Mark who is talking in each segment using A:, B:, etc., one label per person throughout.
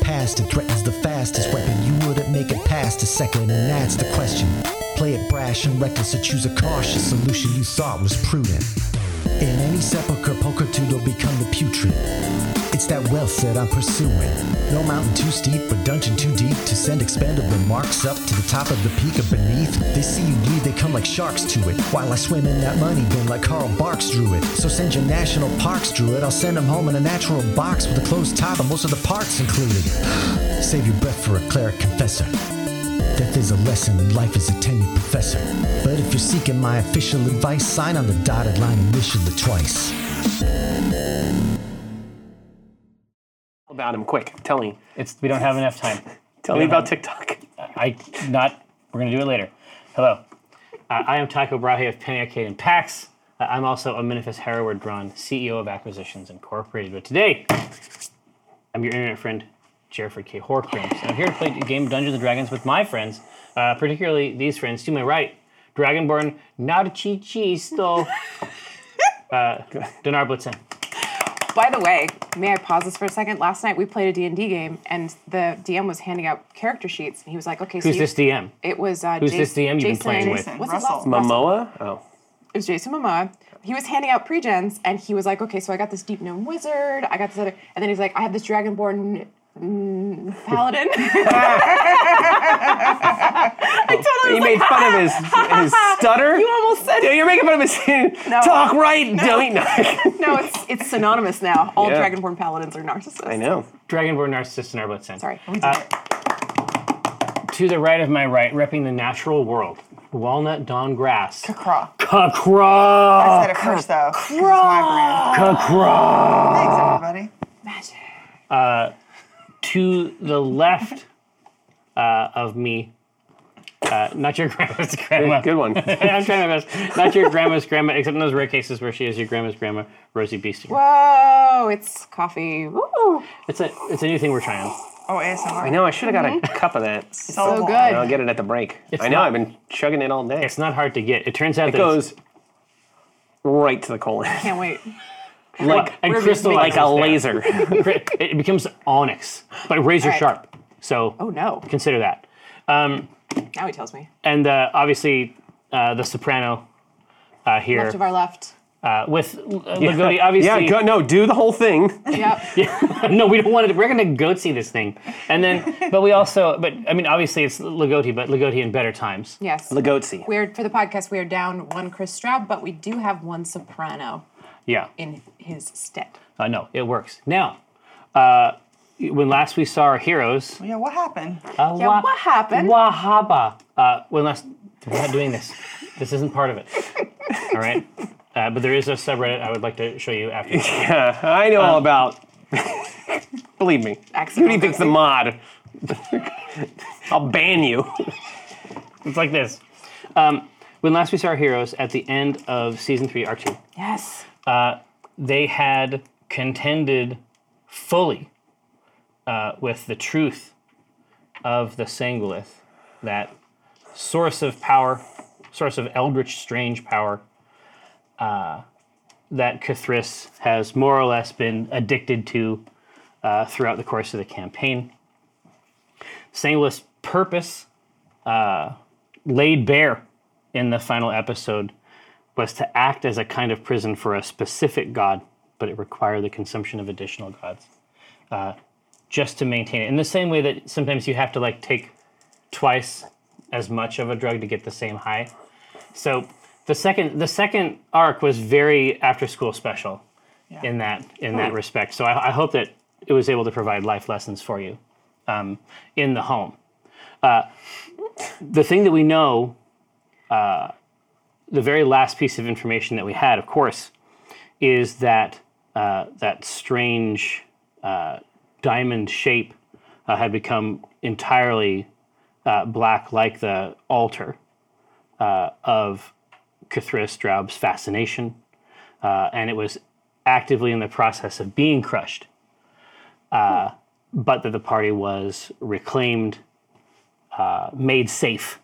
A: blast and threatens the fastest weapon. You wouldn't make it past a second, and that's the question. Play it brash and reckless, or choose a cautious solution you thought was prudent. In any sepulchre, pulchritude will become the putrid. It's that wealth that I'm pursuing. No mountain too steep or dungeon too deep to send expendable marks up to the top of the peak of beneath. They see you bleed, they come like sharks to it. While I swim in that money bin like Carl Barks drew it. So send your national parks drew it. I'll send them home in a natural box with a closed top and most of the parts included. Save your breath for a cleric confessor. Death is a lesson and life is a tenured professor. But if you're seeking my official advice, sign on the dotted line initially twice.
B: About him, quick. Tell me.
C: It's we don't have enough time.
B: Tell me about TikTok.
C: I not. We're gonna do it later. Hello, uh, I am Taco Brahe of Penny Arcade and PAX. Uh, I'm also Aminifius Harroward Drawn, CEO of Acquisitions Incorporated. But today, I'm your internet friend, Jerford K. Horcrux, and I'm here to play a game of Dungeons and Dragons with my friends, uh, particularly these friends to my right, Dragonborn Narcichisto uh, Dinar Blitzen.
D: By the way, may I pause this for a second? Last night we played a D&D game and the DM was handing out character sheets and he was like, okay, so
C: Who's
D: you-
C: this DM?
D: It was uh,
C: Who's this
D: Jas-
C: DM you've been
D: Jason-
C: playing with?
D: What's his last-
B: Momoa? Oh.
D: It was Jason Momoa. He was handing out pregens, and he was like, "Okay, so I got this deep gnome wizard. I got this other," and then he's like, "I have this dragonborn mm, paladin."
B: You made fun of his, his stutter?
D: you almost said
B: You're making fun of his talk right, don't you?
D: no. It's it's synonymous now. All
B: Yeah.
D: dragonborn paladins are narcissists.
B: I know.
C: Dragonborn Narcissist Dinar Blitzen.
D: Sorry.
C: To the right of my right, repping the natural world, Walnut Dawn Grass.
E: Craw.
C: Kakra!
E: I said it first though. This is my brand.
C: Kakra!
E: Thanks everybody.
D: Magic.
C: To the left uh, of me, uh, not your grandma's grandma.
B: Good one.
C: I'm trying my best. Not your grandma's grandma, except in those rare cases where she is your grandma's grandma, Rosie Beastie.
D: Whoa! Oh, It's coffee. Woo!
C: It's a it's a new thing we're trying.
E: Oh ASMR.
B: I know, I should have got
D: Mm-hmm.
B: a cup of that.
D: So
E: Soulful.
D: good.
B: I'll get it at the break. I know,
C: not-
B: I've been chugging it all day.
C: It's not hard to get. It turns out
B: It
C: that it's-
B: goes right to the colon,
D: Can't wait.
C: like and crystallizes
B: like a
C: there.
B: laser.
C: Cri- it becomes onyx, but razor
D: Alright.
C: sharp. So
D: Oh no!
C: consider that.
D: Now he tells me.
C: and uh, obviously uh, the soprano uh, here
D: Left of our left.
C: uh, with uh, Lagodi. Obviously,
B: yeah, go, no, do the whole thing.
D: Yep.
C: no, we don't want to. We're going to go see this thing, and then, but we also, but I mean, obviously it's Lagoti, but Lagoti in better times.
D: Yes.
B: Lagotzi.
D: We're for the podcast. We are down one Chris Straub, but we do have one soprano
C: Yeah,
D: in his stead.
C: uh, no, it works. Now, uh, when last we saw our heroes,
E: Yeah, what happened?
C: uh,
D: Yeah, what happened?
C: Wahaba. Uh, when last we're not doing this. This isn't part of it. All right. Uh, but there is a subreddit I would like to show you after.
B: Yeah, I know all about. Believe me. Who do you
D: Accidental
B: think's the mod? I'll ban you.
C: It's like this. Um, when last we saw our heroes at the end of season three, arc two,
D: Yes.
C: they had contended fully uh, with the truth of the Sangolith, that source of power, source of eldritch strange power, uh, that Cathris has more or less been addicted to uh, throughout the course of the campaign. Sangolith's purpose, uh, laid bare in the final episode, was to act as a kind of prison for a specific god, but it required the consumption of additional gods uh, just to maintain it. In the same way that sometimes you have to like take twice as much of a drug to get the same high. So the second the second arc was very after school special in that in that respect. So I, I hope that it was able to provide life lessons for you um, in the home. Uh, the thing that we know the very last piece of information that we had, of course, is that uh, that strange uh, diamond shape uh, had become entirely uh, black, like the altar uh, of Cathris Straub's fascination, uh, and it was actively in the process of being crushed. Uh, but that the party was reclaimed, uh, made safe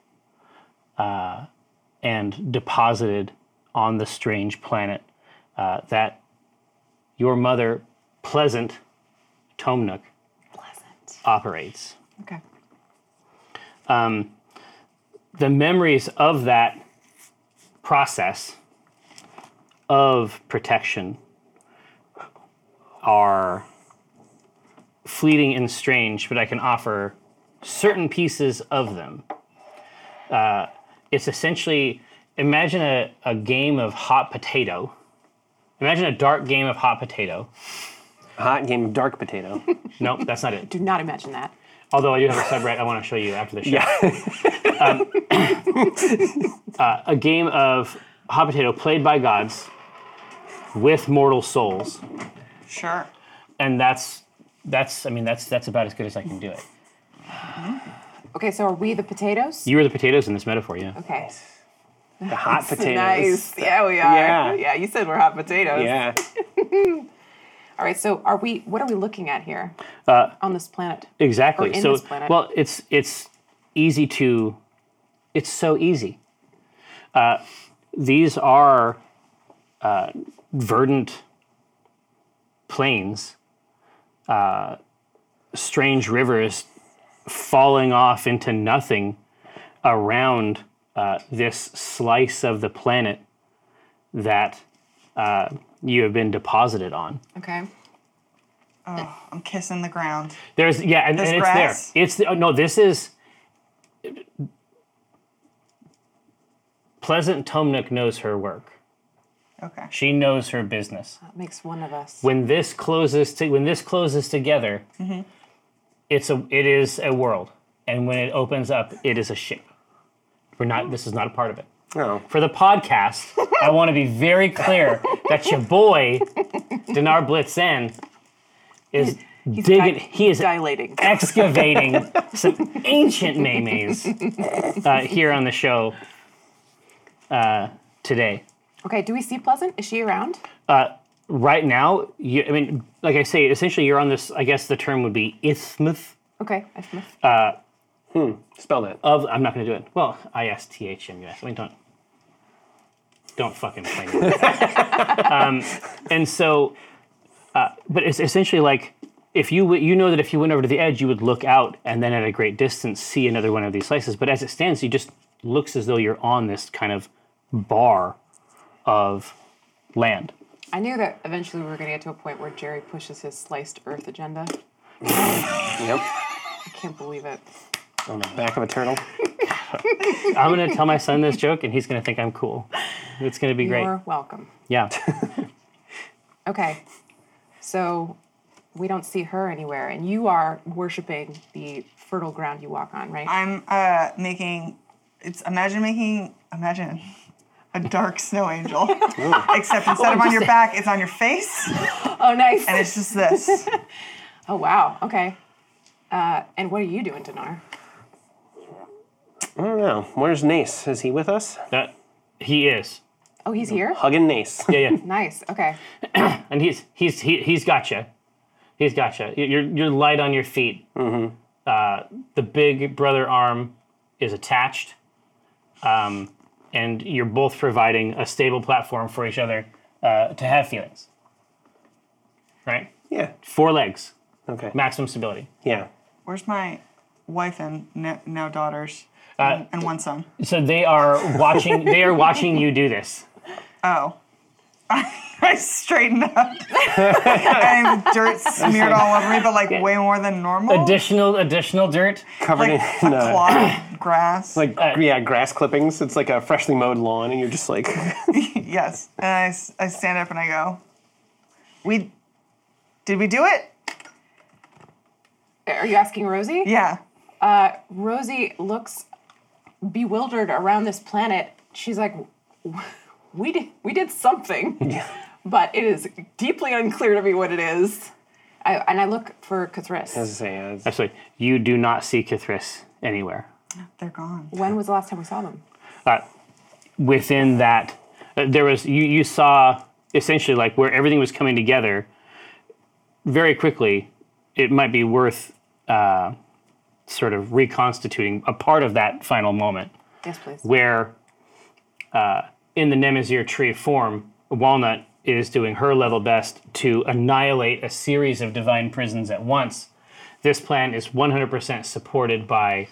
C: and deposited on the strange planet uh, that your mother, Pleasant Tomnook,
D: Pleasant.
C: operates.
D: Okay.
C: the memories of that process of protection are fleeting and strange, but I can offer certain pieces of them. Uh, it's essentially imagine a, a game of hot potato. Imagine a dark game of hot potato.
B: Hot game of dark potato.
C: Nope, that's not it.
D: Do not imagine that.
C: Although I do have a subreddit I want to show you after the show. Um,
B: yeah.
C: uh, a game of hot potato played by gods with mortal souls
E: Sure.
C: and that's that's i mean that's that's about as good as i can do it
D: Okay, so are we the potatoes?
C: you were the potatoes in this metaphor yeah
D: okay.
B: The hot potatoes.
D: Nice. Yeah, we are.
B: Yeah.
D: Yeah, you said we're hot potatoes.
B: Yeah.
D: All right, so are we what are we looking at here
C: Uh,
D: on this planet?
C: exactly
D: Or in
C: so
D: this planet.
C: well it's it's easy to it's so easy uh, these are uh, verdant plains uh, strange rivers falling off into nothing around uh, this slice of the planet that uh, you have been deposited on
D: Okay.
E: I'm kissing the ground.
C: There's yeah, and,
E: There's
C: and it's
E: grass?
C: there. It's the, oh, no. This is Pleasant Tomnik knows her work.
E: Okay.
C: She knows her business.
D: That makes one of us.
C: When this closes to when this closes together,
E: Mm-hmm.
C: it's a it is a world, and when it opens up, it is a ship. We're not. This is not a part of it.
B: Oh.
C: For the podcast, I want to be very clear that your boy Dinar Blitzen is digging.
D: di-
C: he is
D: dilating.
C: excavating some ancient maymays uh, here on the show uh, today.
D: Okay, do we see Pleasant? Is she around?
C: Right now, you, I mean, like I say, essentially you're on this. I guess the term would be isthmus
D: Okay. I-
B: Spell that.
C: of. I'm not going to do it. Well, I S T H M U S. I mean, don't don't fucking play me. um, and so, uh, but it's essentially like. If you w- you know that if you went over to the edge, you would look out and then at a great distance see another one of these slices. But as it stands, you just looks as though you're on this kind of bar of land.
D: I knew that eventually we were going to get to a point where Jerry pushes his sliced earth agenda.
B: Yep.
D: I can't believe it.
B: On the back of a turtle.
C: I'm gonna tell my son this joke, and he's gonna think I'm cool. It's gonna be great.
D: You're welcome.
C: Yeah.
D: Okay. So we don't see her anywhere, and you are worshiping the fertile ground you walk on, right?
E: I'm uh, making. It's imagine making imagine a dark snow angel, except instead of on your back, it's on your face,
D: oh, nice.
E: and it's just this.
D: oh, wow. Okay. Uh, and what are you doing, Dinar?
B: I don't know. Oh, Where's Nace? Is he with us?
C: That he is.
D: Oh, he's here?
B: Hugging Nace.
C: Yeah, yeah.
D: Nice. Okay.
C: and he's he's he, he's got you. He's got you. You're you're light on your feet. Mm-hmm. Uh, the big brother arm is attached, um, and you're both providing a stable platform for each other uh, to have feelings. Right.
B: Yeah.
C: Four legs,
B: Okay.
C: maximum stability.
B: Yeah.
E: Where's my wife and n- now daughters and, and one son?
C: So they are watching. they are watching you do this.
E: Oh. I straightened up. I'm dirt smeared all over me, but like way more than normal.
C: Additional additional dirt.
B: Covered
E: like
B: in
E: a
B: uh,
E: claw, grass.
B: like yeah, grass clippings. It's like a freshly mowed lawn, and you're just like,
E: yes. And I, s- I stand up and I go, We did we do it?
D: Are you asking Rosie?
E: Yeah.
D: Rosie looks bewildered around this planet. She's like, "We did, we did something, but it is deeply unclear to me what it is." I, and I look for Kathris.
B: Say, uh, it's-
C: Actually, you do not see Kithris anywhere.
E: They're gone.
D: When was the last time we saw them?
C: uh, within that uh, there was you, you saw essentially like where everything was coming together very quickly it might be worth uh, sort of reconstituting a part of that final moment
D: Yes, please.
C: where uh, in the Nemesir tree form, Walnut is doing her level best to annihilate a series of divine prisons at once This plan is 100% supported by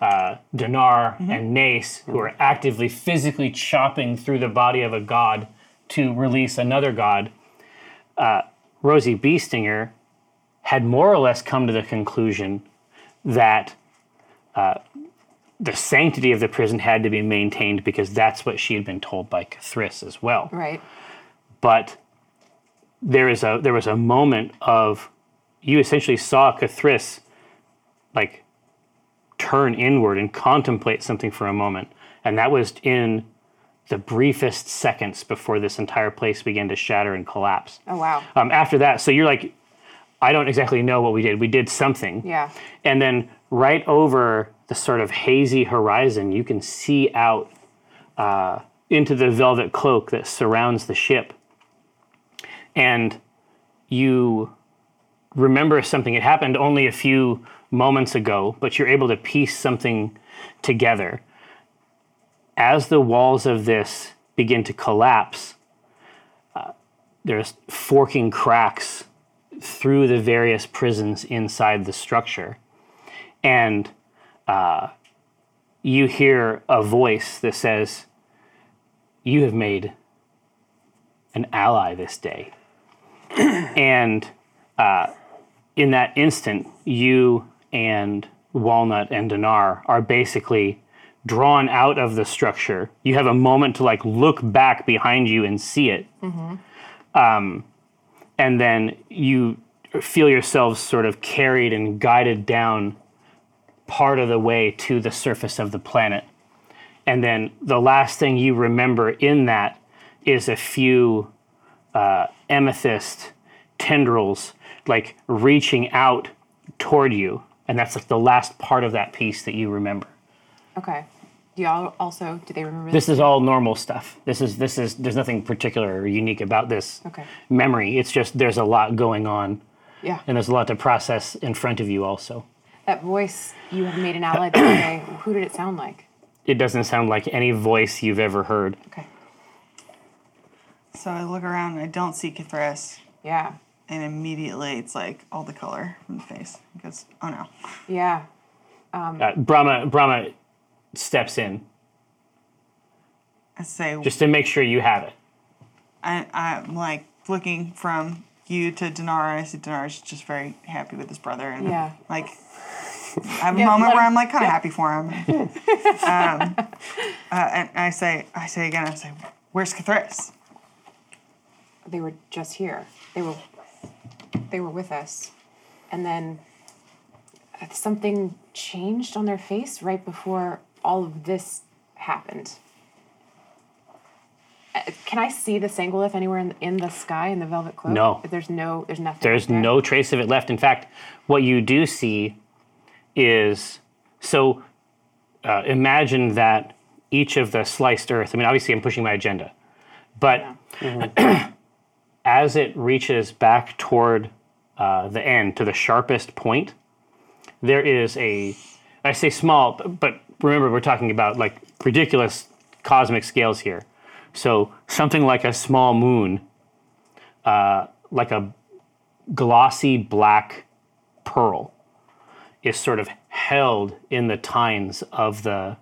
C: uh, Dinar and Nace, who are actively physically chopping through the body of a god to release another god. Uh, Rosie Beestinger had more or less come to the conclusion that uh, the sanctity of the prison had to be maintained because that's what she had been told by Cathris as well.
D: Right.
C: But there is a there was a moment of you essentially saw Cathris like turn inward and contemplate something for a moment, and that was in the briefest seconds before this entire place began to shatter and collapse.
D: Oh wow.
C: Um, after that, so you're like, I don't exactly know what we did. We did something.
D: Yeah.
C: And then right over the sort of hazy horizon, you can see out uh, into the velvet cloak that surrounds the ship. And you remember something. It happened only a few moments ago, but you're able to piece something together. As the walls of this begin to collapse, uh, there's forking cracks through the various prisons inside the structure. And uh, you hear a voice that says, You have made an ally this day. and uh, in that instant, you and Walnut and Dinar are basically drawn out of the structure. You have a moment to like look back behind you and see it Um, and then you feel yourselves sort of carried and guided down part of the way to the surface of the planet. And then the last thing you remember in that is a few uh, amethyst tendrils like reaching out toward you. And that's like the last part of that piece that you remember.
D: Okay. Do y'all also do they remember
C: This is all normal stuff. This is this is there's nothing particular or unique about this
D: Okay.
C: memory. It's just there's a lot going on
D: Yeah.
C: and there's a lot to process in front of you also
D: That voice you have made an ally today. Who did it sound like?
C: it doesn't sound like any voice you've ever heard
D: Okay.
E: So I look around and I don't see Cathras,
D: Yeah.
E: and immediately it's like all the color from the face. It goes, oh no.
D: Yeah.
C: uh, brahma brahma steps in
E: I say,
C: just to make sure you have it
E: I, I'm like looking from you to Dinar, and I see Dinar's just very happy with his brother, and
D: Yeah.
E: like I have a
D: Yeah,
E: moment
D: let
E: where
D: him-
E: I'm like kind of happy for him. um, uh, and I say, I say again, I say, where's Cathris?
D: They were just here. They were they were with us. And then uh, something changed on their face right before all of this happened. Uh, Can I see the Sangolith anywhere in, in the sky in the velvet cloak?
C: No.
D: There's no. There's nothing.
C: there's
D: there?
C: no trace of it left in fact what you do see is so uh, imagine that each of the sliced earth i mean obviously i'm pushing my agenda but as it reaches back toward uh, the end to the sharpest point there is a i say small b- but remember we're talking about like ridiculous cosmic scales here so something like a small moon uh, like a glossy black pearl is sort of held in the tines of the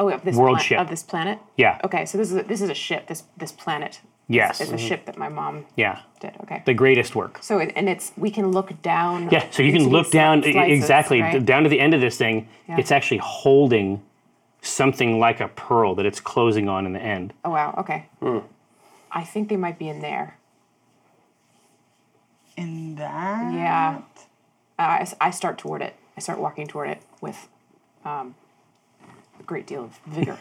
D: Oh, of this
C: World
D: plan-
C: ship.
D: of this planet.
C: yeah
D: Okay, so this is a, this is a ship. This this planet.
C: Yes.
D: it's a ship that my mom
C: yeah
D: did. Okay.
C: the greatest work
D: so it, and it's we can look down.
C: yeah so you can
D: into
C: look
D: these
C: down
D: slices,
C: e- exactly
D: right?
C: d- down to the end of this thing
D: Yeah.
C: it's actually holding something like a pearl that it's closing on in the end
D: Oh wow. Okay. I think they might be in there.
E: In that,
D: Yeah. Uh, I, s- I start toward it. I start walking toward it with um, a great deal of vigor.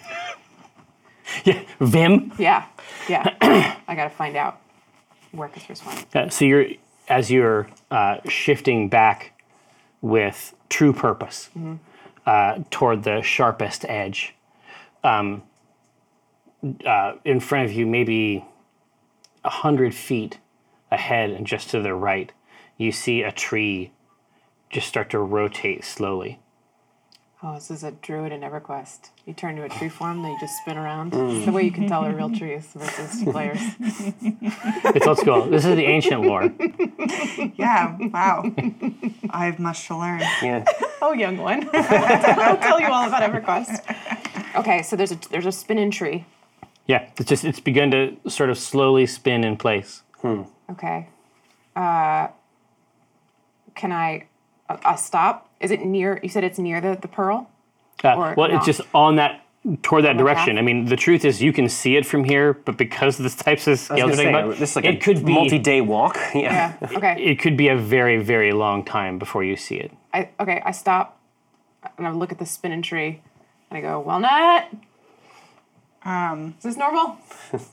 C: yeah vim
D: yeah. Yeah. I gotta find out where Christmas went.
C: Uh, so you're as you're uh, shifting back with true purpose uh, toward the sharpest edge. Um, uh, in front of you, maybe a hundred feet ahead, and just to the right, you see a tree just start to rotate slowly,
D: Oh, this is a druid in EverQuest. You turn to a tree form, then you just spin around. It's the way you can tell are real trees versus players.
C: It's old school. This is the ancient lore.
E: Yeah, wow. I have much to learn.
B: Yeah.
D: Oh, young one. I'll tell you all about EverQuest. Okay, so there's a there's a spinning tree.
C: Yeah, it's just it's begun to sort of slowly spin in place.
D: Okay. Uh, can I? I- I'll stop. Is it near? You said it's near the the pearl.
C: Uh,
D: Or
C: well,
D: not.
C: it's just on that toward that
D: the
C: direction. I
D: path?
C: mean, the truth is you can see it from here, but because of the types of
B: I
C: scales
B: was
C: we're
B: gonna
C: talking
B: say,
C: about,
B: this is like
C: it
B: a
C: could be
B: multi-day walk. Yeah.
D: Yeah. Okay.
C: It could be a very very long time before you see it.
D: I okay. I stop, and I look at the spinning tree, and I go walnut.
E: Um,
D: Is this normal?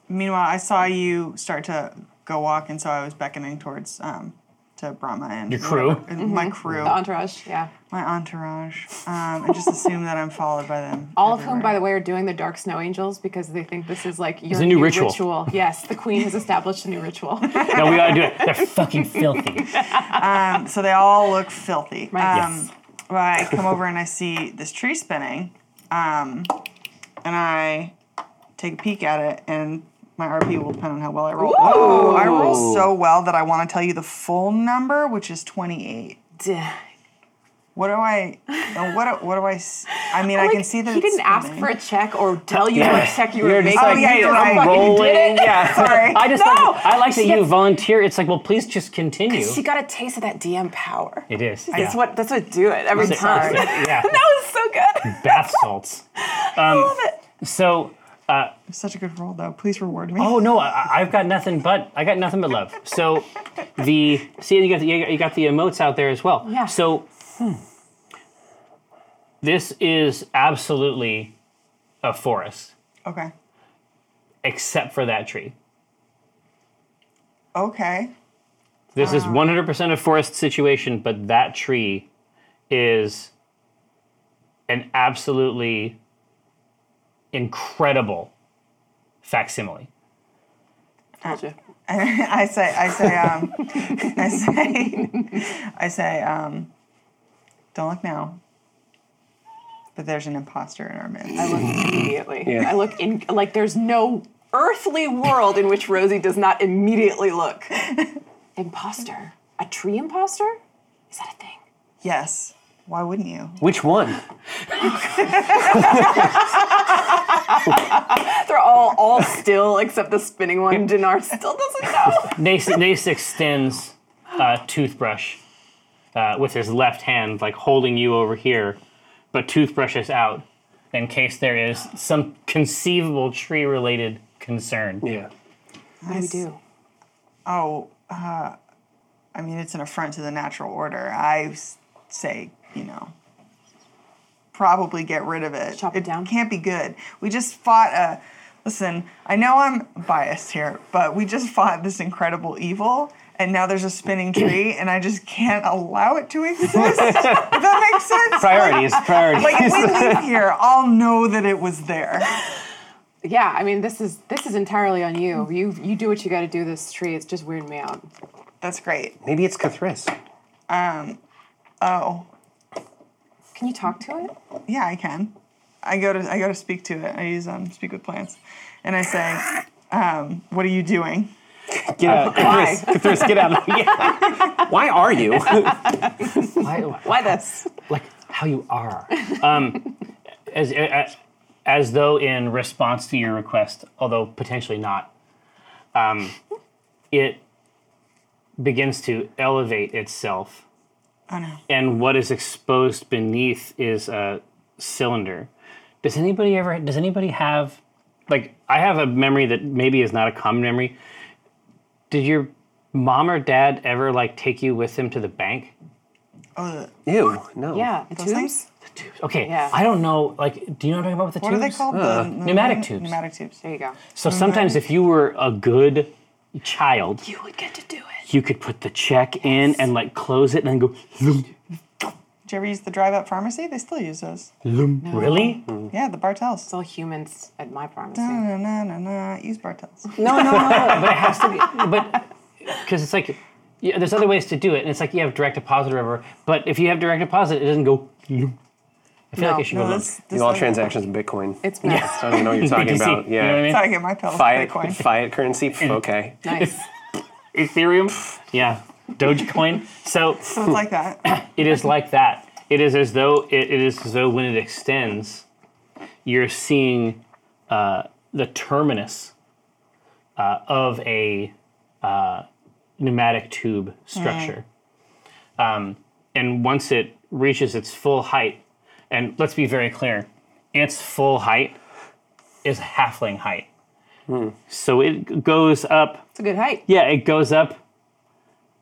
E: meanwhile, I saw you start to go walk, and so I was beckoning towards um, to Brahma and
C: Your crew?
E: whatever- and my crew,
D: The entourage. Yeah.
E: my entourage, um, and just assume that I'm followed by them.
D: All of whom, by the way, are doing the Dark Snow Angels because they think this is like your
C: a new ritual.
D: Yes, the queen has established a new ritual.
C: Now we gotta do it. They're fucking filthy.
E: Um, so they all look filthy.
D: Right.
E: Um, well, I come over and I see this tree spinning, um, and I take a peek at it, and my RP will depend on how well I roll. Oh, I roll so well that I want to tell you the full number, which is 28.
D: Dang.
E: What do I? uh, What do, what do I? s- I mean, I
D: Oh, Like,
E: can see that
D: he
E: it's
D: didn't ask
E: spinning.
D: for a check or tell you what check you were
B: You're
D: making.
B: just like,
E: Oh, yeah,
B: hey,
E: you're
B: I'm
E: right.
D: You did
B: rolling.
D: it.
B: Yeah.
E: Sorry.
C: I just
D: No!
C: like, I like that you volunteer. It's like, well, please just continue.
D: She got a taste of that DM power.
C: It is.
D: That's
C: yeah.
D: what that's what do it every
C: It's-
D: time.
C: it's- yeah. um,
D: That was so good.
C: Bath salts.
D: I love it.
C: So
E: Such a good roll, though. Please reward me.
C: Oh no, I, I- I've got nothing but I got nothing but love. So the see you got the, you got the emotes out there as well.
D: Yeah.
C: So hmm. this is absolutely a forest,
E: Okay.
C: except for that tree.
E: Okay.
C: This is 100% a forest situation, but that tree is an absolutely incredible facsimile.
D: Told you.
E: I say, I say, um, I say, I say, um, don't look now. But there's an imposter in our midst.
D: I look immediately.
B: Yeah.
D: I look in like there's no earthly world in which Rosie does not immediately look. imposter. A tree imposter? Is that a thing?
E: Yes. Why wouldn't you?
B: Which one?
D: They're all all still except the spinning one. Dinar still doesn't know.
C: Nace, Nace extends a toothbrush uh, with his left hand, like holding you over here, but toothbrush is out in case there is some conceivable tree related concern.
B: Yeah.
D: What do we do?
E: Oh, uh, I mean, it's an affront to the natural order. I s- say, you know, probably get rid of it.
D: Chop it down?
E: Can't be good. We just fought a. Listen, I know I'm biased here, but we just fought this incredible evil, and now there's a spinning tree, and I just can't allow it to exist. Does that make sense?
B: Priorities. Priorities.
E: Like if we leave here, I'll know that it was there.
D: Yeah, I mean this is this is entirely on you. You you do what you gotta do with this tree, it's just weirding me out.
E: That's great.
B: Maybe it's Cathris.
E: Oh,
D: Can you talk to it?
E: Yeah, I can. I go to I go to speak to it. I use um speak with plants, and I say, um, "What are you doing?"
B: Get
C: Oh,
B: out.
D: Why?
B: Cathris. Cathris, get out. Yeah. Why are you?
C: Why-
D: Why this?
C: like how you are. Um, as, as as though in response to your request, although potentially not, um, it begins to elevate itself.
E: Oh no.
C: and what is exposed beneath is a cylinder. Does anybody ever? Does anybody have? Like, I have a memory that maybe is not a common memory. Did your mom or dad ever like take you with them to the bank?
E: Oh,
B: Ew. No.
D: Yeah, the
E: those things.
D: tubes?
C: Okay,
D: Yeah.
C: I don't know. Like, do you know what I'm talking about with the
E: What
C: tubes? Uh,
E: are they called? Mm-hmm. the, the
C: pneumatic tubes.
E: Pneumatic tubes.
D: There you go.
C: So sometimes, if you were a good child,
D: You would get to do it.
C: you could put the check in and like close it and then go. "Zoom,
E: Did you ever use the drive-up pharmacy? They still use those.
C: zoom." Really?
E: Yeah, the Bartels.
D: It's all humans at my pharmacy.
E: Na na na na na. Use Bartels.
C: No, no, no, no. but it has to be. But because it's like, yeah, there's other ways to do it, and it's like you have direct deposit or whatever. But if you have direct deposit, it doesn't go. It I feel
D: No,
C: like it should
E: No,
C: go
E: this, this
B: Do all
E: doesn't-
B: transactions in Bitcoin.
D: It's messed.
B: I don't know what you're talking
C: BTC,
B: about.
C: you know what I
B: Yeah.
C: mean?
E: So I get my pill.
B: Fiat,
E: Bitcoin.
B: fiat currency. Pff, Okay.
D: Nice.
C: Ethereum. Yeah. Dogecoin. So
E: So it's like that.
C: it is like that. It is as though it, it is as though when it extends, you're seeing uh, the terminus uh, of a uh, pneumatic tube structure, um, and once it reaches its full height, and let's be very clear, its full height is halfling height. So it goes up
D: It's a good height.
C: yeah, it goes up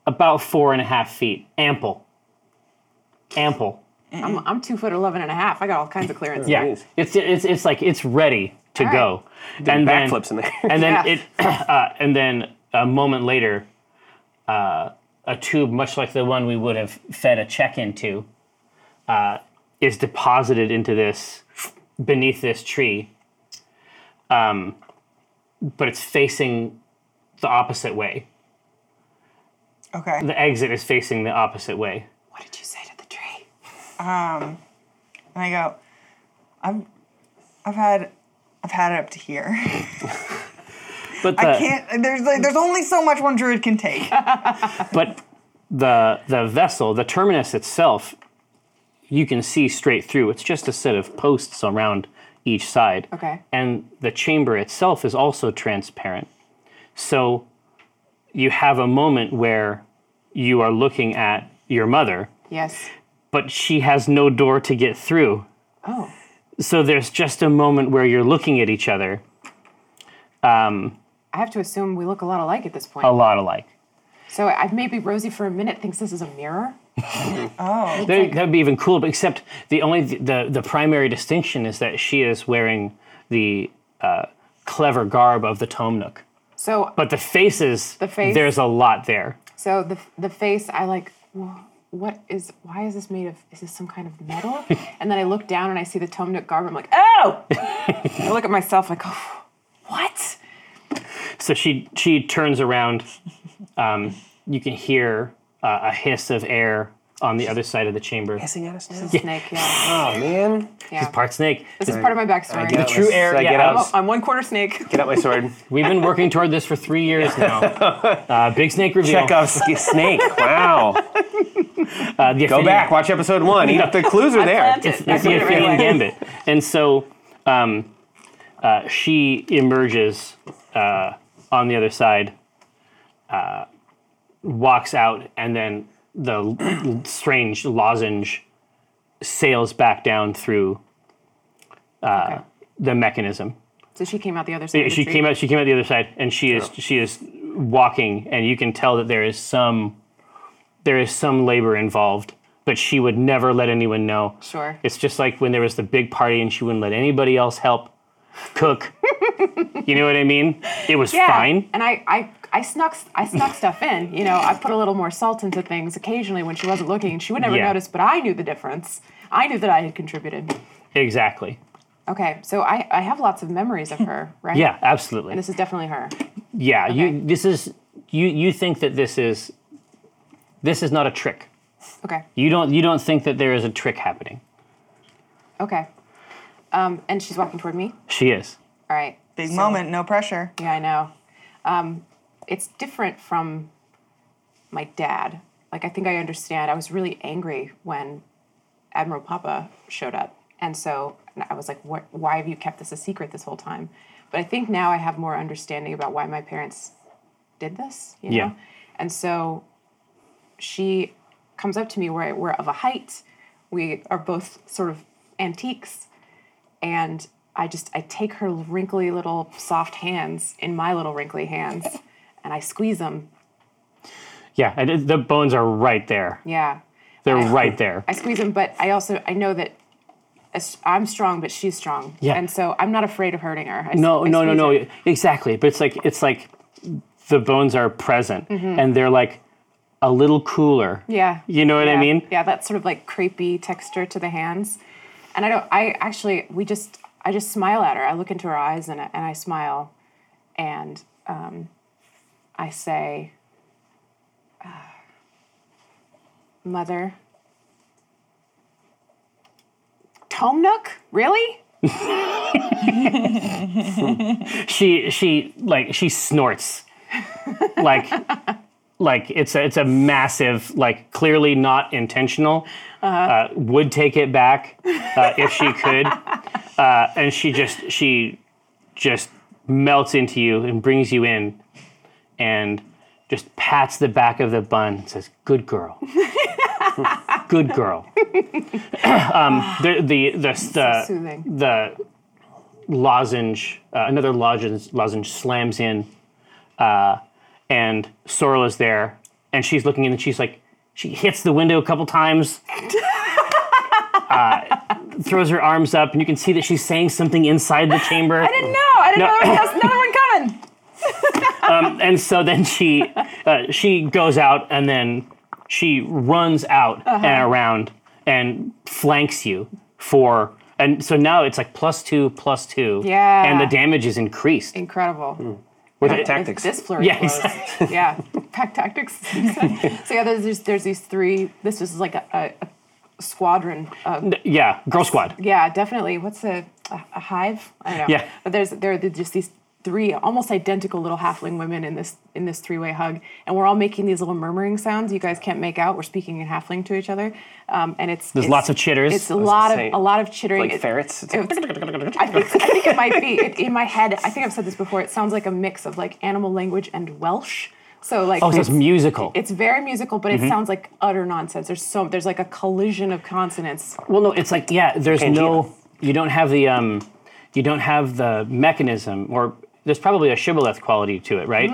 C: about four and a half feet. Ample. Ample.
D: I'm, I'm two foot 11 and a half. I got all kinds of clearance.
C: Yeah.
B: Nice.
C: It's it's it's like it's ready to
D: All
C: go. And then
B: Backflips in there.
C: and then
D: Yeah.
C: it uh, and then a moment later, uh, a tube much like the one we would have fed a check into, uh, is deposited into this beneath this tree. Um, but it's facing the opposite way.
E: Okay.
C: The exit is facing the opposite way.
D: What did you say to the tree?
E: And I go, I've, I've had, I've had it up to here.
C: But the,
E: I can't. There's like, there's only so much one druid can take.
C: but the the vessel, the terminus itself, you can see straight through. It's just a set of posts around each side.
D: Okay.
C: And the chamber itself is also transparent. So you have a moment where you are looking at your mother,
D: Yes.
C: but she has no door to get through.
D: Oh.
C: So there's just a moment where you're looking at each other
D: I have to assume we look a lot alike at this point.
C: a lot alike.
D: So I maybe Rosie for a minute thinks this is a mirror.
C: That would be even cool, but except the only the the primary distinction is that she is wearing the uh, clever garb of the Tome Nook.
D: So
C: But the faces,
D: The face.
C: there's a lot there.
D: so the the face I like "Wha- what is why is this made of is this some kind of metal? and then I look down and I see the Tomnuk garb. I'm like, "Oh!" I look at myself like, oh, "What?"
C: So she she turns around. Um, you can hear uh, a hiss of air on the other side of the chamber.
B: Hissing at us now.
D: Snake, yeah.
B: Oh man.
D: yeah.
C: Part snake.
D: this is part of my backstory.
B: get
C: True air.
B: I
C: yeah,
B: get
C: I
B: out.
C: don't-
D: Oh, I'm one quarter snake.
B: Get out my sword.
C: We've been working toward this for three years now. Uh, big snake reveal.
B: Check off s- snake. Wow.
C: Uh, the
B: Go back. Watch episode one. Eat up the clues are there.
D: That's it.
C: It's
D: That's
C: the
D: what it
C: Infinity
D: really was.
C: Gambit. And so um, uh, she emerges uh, on the other side, uh, walks out, and then the l- strange lozenge sails back down through uh,
D: Okay.
C: the mechanism.
D: So she came out the other side. of the
C: She
D: tree.
C: came out. She came out the other side, and she is she is walking, and you can tell that there is some there is some labor involved. But she would never let anyone know.
D: Sure.
C: It's just like when there was the big party and she wouldn't let anybody else help cook. you know what I mean? It was
D: Yeah,
C: fine.
D: And I, I, I snuck, I snuck stuff in. You know, I put a little more salt into things occasionally when she wasn't looking, and she would never
C: Yeah.
D: notice. But I knew the difference. I knew that I had contributed.
C: Exactly.
D: Okay, so I, I have lots of memories of her, right?
C: Yeah, absolutely.
D: And this is definitely her.
C: yeah,
D: okay.
C: you this is you you think that this is this is not a trick.
D: Okay.
C: You don't you don't think that there is a trick happening.
D: Okay. Um, and she's walking toward me.
C: She is.
D: All right.
E: Big moment, no pressure.
D: Yeah, I know. Um, it's different from my dad. Like, I think I understand. I was really angry when Admiral Papa showed up. And so and I was like, what, why have you kept this a secret this whole time? But I think now I have more understanding about why my parents did this, you know?
C: Yeah.
D: And so she comes up to me where we're of a height. We are both sort of antiques and I just I take her wrinkly little soft hands in my little wrinkly hands, and I squeeze them.
C: Yeah, and it- the bones are right there.
D: Yeah,
C: They're right there.
D: I squeeze them, but I also I know that as- I'm strong, but she's strong.
C: Yeah.
D: and so I'm not afraid of hurting her. I s-
C: No,
D: I
C: no, no,
D: squeeze
C: no.
D: her.
C: Exactly. But it's like it's like the bones are present and they're like a little cooler.
D: Mm-hmm. Yeah.
C: You know what I
D: Yeah.
C: mean?
D: Yeah, that sort of like crepey texture to the hands. And I don't I actually we just I just smile at her. I look into her eyes and I, and I smile and um, I say "Ah,
C: Uh,
D: mother Tome Nook? Really?
C: she she like she snorts like like it's a, it's a massive like clearly not intentional uh, would take it back uh, if she could uh, and she just she just melts into you and brings you in and just pats the back of the bun and says good girl good girl um, the the the, the,
D: soothing.
C: the lozenge, uh, another lozenge, lozenge slams in, uh, and Sorrel is there, and she's looking in, and she's like, she hits the window a couple times, uh, throws her arms up, and you can see that she's saying something inside the chamber.
D: I didn't know. I didn't
C: No.
D: know there was another one coming.
C: and so then she uh, she goes out and then she runs out and around and flanks you for and so now it's like plus two plus two
D: Yeah.
C: and the damage is increased
D: Incredible.
B: With the
D: If
B: tactics.
D: This flurry
C: Yeah,
D: yeah, yeah. Pack tactics. so yeah, there's, there's there's these three. This is like a, a, a squadron. Of,
C: yeah girl squad
D: yeah, definitely. What's a, a, a hive? I don't know.
C: Yeah.
D: But there's there are the- just these three almost identical little halfling women in this in this three way hug, and we're all making these little murmuring sounds you guys can't make out. We're speaking in halfling to each other, um, and it's
C: There's
D: it's-
C: lots of chitters.
D: It's a
C: I was
D: lot
B: gonna
D: of
B: say,
D: a lot of chittering.
B: like
D: It-
B: ferrets. It's
D: it's- I think, I think it might be it, in my head. I think I've said this before. It sounds like a mix of like animal language and Welsh. So like
C: oh so it's musical Mm-hmm.
D: it's very musical, but it sounds like utter nonsense. There's so there's like a collision of consonants.
C: well no it's like yeah there's no you don't have the um you don't have the mechanism or there's probably a shibboleth quality to it right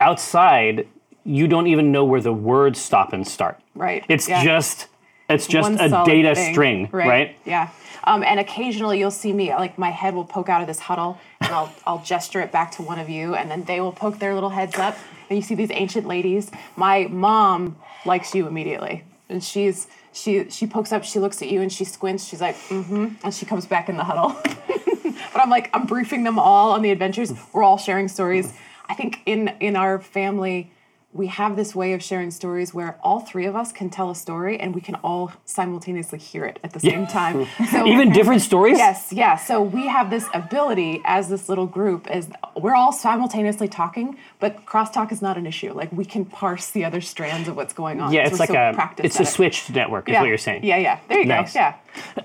C: outside you don't even know where the words stop and start
D: Right,
C: it's
D: yeah.
C: just it's just
D: One
C: a
D: solid
C: data
D: thing.
C: string right,
D: Yeah. Um, and occasionally you'll see me like my head will poke out of this huddle, and I'll I'll gesture it back to one of you, and then they will poke their little heads up, and you see these ancient ladies. My mom likes you immediately, and she's. She, she pokes up, she looks at you, and she squints. She's like, mm-hmm, and she comes back in the huddle. but I'm like, I'm briefing them all on the adventures. We're all sharing stories. I think in in our family, we have this way of sharing stories where all three of us can tell a story and we can all simultaneously hear it at the same time. So
C: even different stories
D: Yes, yeah. So we have this ability as this little group is we're all simultaneously talking, but crosstalk is not an issue. Like we can parse the other strands of what's going on.
C: yeah
D: So
C: it's
D: we're
C: like
D: so
C: a
D: practiced
C: it's
D: at
C: a
D: it.
C: switched network is
D: Yeah.
C: what you're saying
D: Yeah, yeah. There you
C: Nice.
D: go.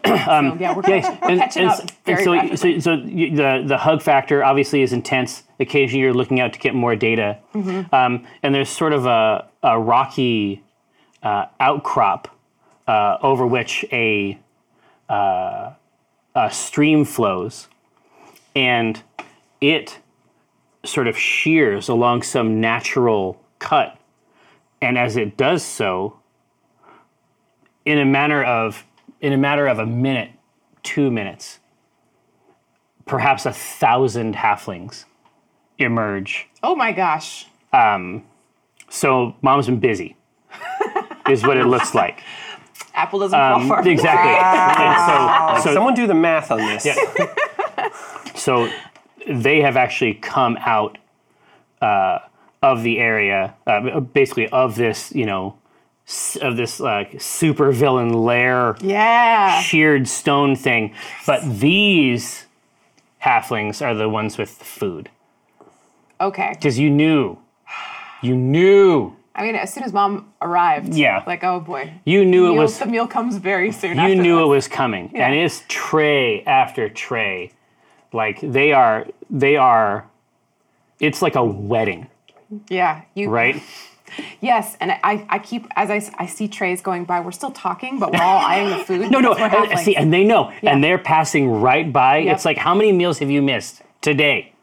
D: Yeah. so, yeah, we're, catch- we're
C: and,
D: catching
C: and
D: up.
C: s- and
D: very
C: so,
D: rapidly.
C: so, so you, the the hug factor obviously is intense. Occasionally, you're looking out to get more data,
D: Mm-hmm.
C: um, and there's sort of a, a rocky uh, outcrop uh, over which a, uh, a stream flows, and it sort of shears along some natural cut, and as it does so, in a manner of in a matter of a minute, two minutes, perhaps a thousand halflings emerge.
D: oh my gosh.
C: So mom's been busy, is what it looks like.
D: Apple doesn't
C: Um,
D: fall far. from the
C: Exactly. And so, so,
B: Someone do the math on this.
C: so they have actually come out uh, of the area, uh, basically of this, you know, s- of this like super villain lair.
D: Yeah.
C: sheared stone thing. But these halflings are the ones with the food.
D: Okay.
C: Because you knew. You knew.
D: I mean, as soon as mom arrived,
C: Yeah.
D: like oh boy,
C: You knew
D: meal,
C: it was
D: the meal comes very soon.
C: you
D: after
C: knew
D: this.
C: it was coming. And it's tray after tray. Like they are they are it's like a wedding,
D: Yeah, you
C: right?
D: Yes, and I, I keep as I, s- I see trays going by. We're still talking, but we're all eyeing the food.
C: No, no,
D: because we're
C: and-
D: halflings.
C: see, and they know. And they're passing right by.
D: Yep.
C: It's like how many meals have you missed today?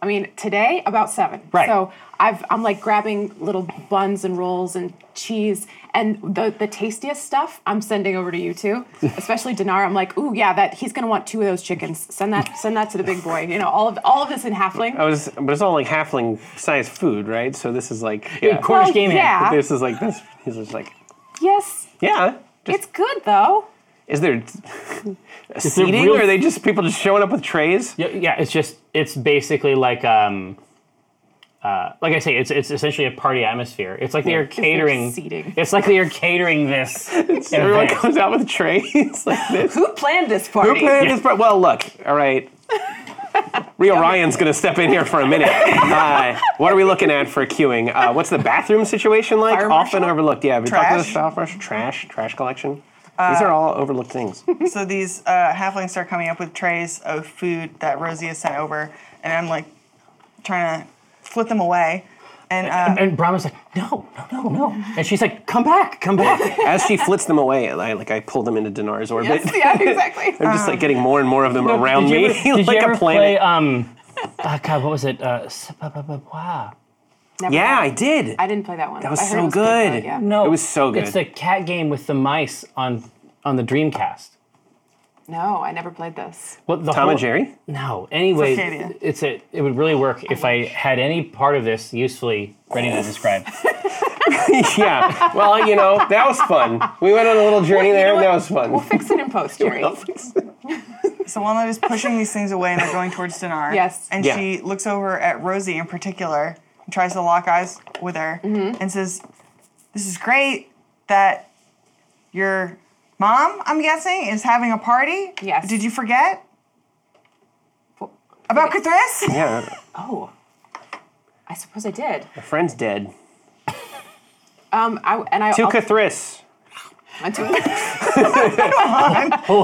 D: I mean, today about seven.
C: Right.
D: So I've, I'm like grabbing little buns and rolls and cheese, and the the tastiest stuff I'm sending over to you two, especially Dinar. I'm like, ooh, yeah, that he's gonna want two of those chickens. Send that, send that to the big boy. You know, all of all of this in halfling.
B: I was, but it's all like halfling sized food, right? So this is like, yeah.
C: Cornish
D: Well,
C: game hen.
D: yeah.
B: This is like this. He's just like,
D: Yes,
B: yeah. Just,
D: it's good though.
B: is there
C: Is there
B: eating,
C: real
B: or are they just people just showing up with trays?
C: Yeah, yeah, it's just it's basically like um, uh, like I say, it's it's essentially a party atmosphere. It's like they are
D: it's their
C: catering.
D: seating.
C: It's like they are catering this.
F: Everyone
C: event.
F: comes out with trays like this.
D: Who planned this party?
F: Who planned this part? Well, look, all right. Real Ryan's gonna step in here for a minute. Uh, what are we looking at for queuing? Uh, what's the bathroom situation like?
D: Fire
F: Often
D: marshal?
F: overlooked. Yeah, we talked about the
E: Trash?
F: fire marshal, trash, trash collection. These are all overlooked things.
E: So these uh, halflings start coming up with trays of food that Rosie has sent over, and I'm like trying to flip them away. And uh,
C: And Brahma's like, no, no, no, no. And she's like, come back, come back.
F: As she flits them away, I like I pull them into Dinar's orbit.
D: Yes, yeah, exactly.
F: I'm just like getting more and more of them around
C: did
F: me,
C: you ever, did
F: like
C: you ever
F: a planet.
C: play? Um, uh, God, what was it? Uh, s- ba- ba- ba- ba.
D: Never
F: yeah, I
D: mind.
F: did.
D: I didn't play that one.
F: That was
D: I heard
F: so
D: it
F: good.
D: but yeah.
C: no,
F: It was so good.
C: It's the cat game with the mice on on the Dreamcast.
D: No, I never played this.
C: Well, the
F: Tom
C: whole-
F: and Jerry.
C: No. Anyway,
E: Arcadia.
C: it's a. It would really work if I had any part of this usefully ready to describe.
F: yeah. Well, you know that was fun. We went on a little journey
D: You know
F: there, and that
D: what?
F: was fun.
D: We'll fix it in post, Jerry.
E: so Walnut is pushing these things away, and they're going towards Dinar.
D: Yes.
E: And
F: Yeah.
E: she looks over at Rosie in particular and tries to lock eyes with her
D: Mm-hmm.
E: and says, "This is great that your mom, I'm guessing, is having a party.
D: Yes.
E: Did you forget about Cthulhu?
F: yeah,
D: oh, I suppose I did.
F: a friend's dead.
D: Um, I and I.
F: Two
D: I'll-
F: Kathris.
D: I took-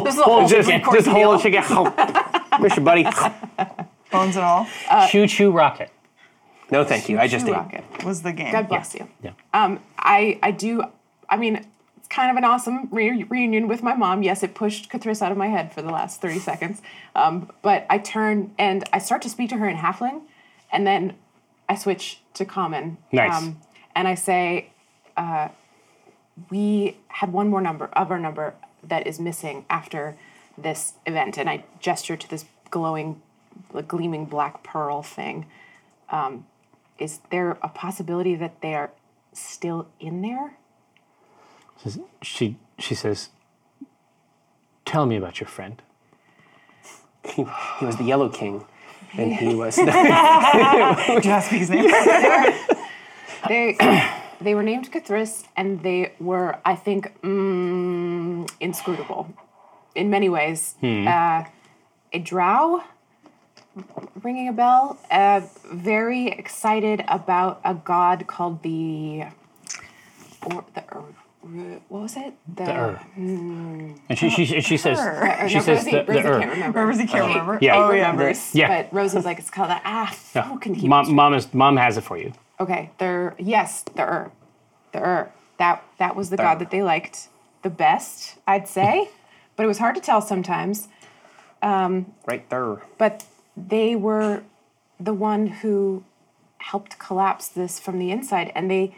C: This
D: is a whole
F: Just,
D: different course
F: just hold
D: meal.
F: it together. Miss your buddy.
E: Bones and all
C: Choo Choo Rocket.
F: No, thank you. I just
D: Shoe
F: ate.
D: rocket.
E: was the game.
D: God bless you.
C: Yeah.
D: Um, I I do. I mean, it's kind of an awesome re- reunion with my mom. Yes, it pushed Catrice out of my head for the last thirty seconds. Um, but I turn and I start to speak to her in Halfling, and then I switch to Common. Um,
C: Nice.
D: and I say, uh, we had one more number of our number that is missing after this event, and I gesture to this glowing, gleaming black pearl thing is there a possibility that they are still in there?
C: Says- She she says, "Tell me about your friend."
F: He, he was the Yellow King, and he was.
E: Do you not speak his name?
D: They they were named Cathris and they were, I think, mm, inscrutable in many ways.
C: Hmm.
D: Uh, a drow, ringing a bell, uh, very excited about a god called the or the Ur- Ru- what was it? The,
C: Ur. And she she, she, she says
D: or
C: she
D: no,
C: says
D: Rosie,
C: the, the
D: Rosie
C: Ur.
D: can't remember.
E: Rosie can't remember.
C: Yeah.
D: Kate
E: Oh, yeah.
D: remembers,
C: Yeah.
D: but Rosie's like, it's called the ah. Who can keep
C: Mom mom is mom has it for you.
D: Okay, the yes, the Ur, the Ur. That that was the god that they liked the best, I'd say, but it was hard to tell sometimes.
F: right there.
D: But they were the one who helped collapse this from the inside, and they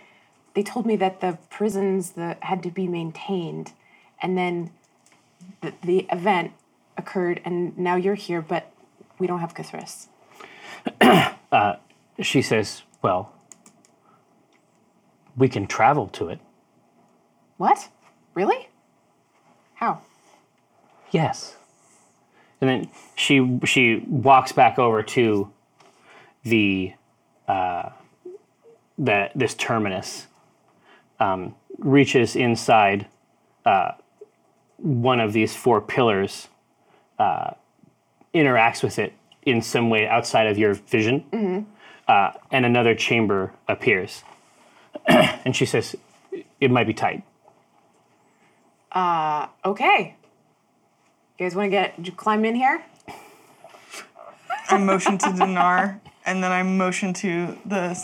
D: they told me that the prisons the, had to be maintained, and then the, the event occurred, and now you're here, but we don't have Cthulhu.
C: She says, "Well, we can travel to it."
D: What? Really? How?
C: Yes. And then she she walks back over to the uh, the this terminus, um, reaches inside uh, one of these four pillars, uh, interacts with it in some way outside of your vision, uh, and another chamber appears. and she says, "It might be tight."
D: Okay. You guys want to get j- climb in here?
E: I motion to Dinar, and then I motion to the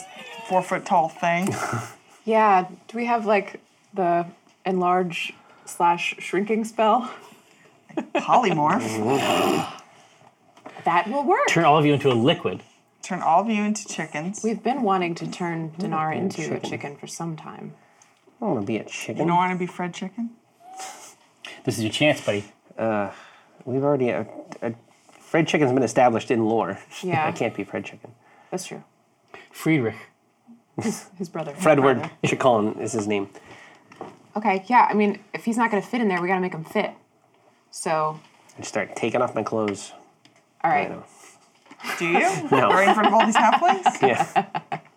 E: four foot tall thing.
D: Yeah. Do we have like the enlarge slash shrinking spell?
E: Polymorph.
D: That will work.
C: Turn all of you into a liquid.
E: Turn all of you into chickens.
D: We've been wanting to turn Dinar into a chicken for some time.
F: I want to be a
E: you
F: chicken.
E: don't want to be Fred Chicken?
C: This is your chance, buddy.
F: We've already. Uh, uh, Fred Chicken's been established in lore.
D: Yeah.
F: I can't be Fred Chicken.
D: That's true.
C: Friedrich.
D: His brother.
F: Fredward Chicon is his name.
D: Okay. Yeah. I mean, if he's not going to fit in there, we got to make him fit. So,
F: I just start taking off my clothes.
D: all
F: I
D: right.
F: know.
E: Do you?
F: No.
E: Right in front of all these halflings?
F: Yeah.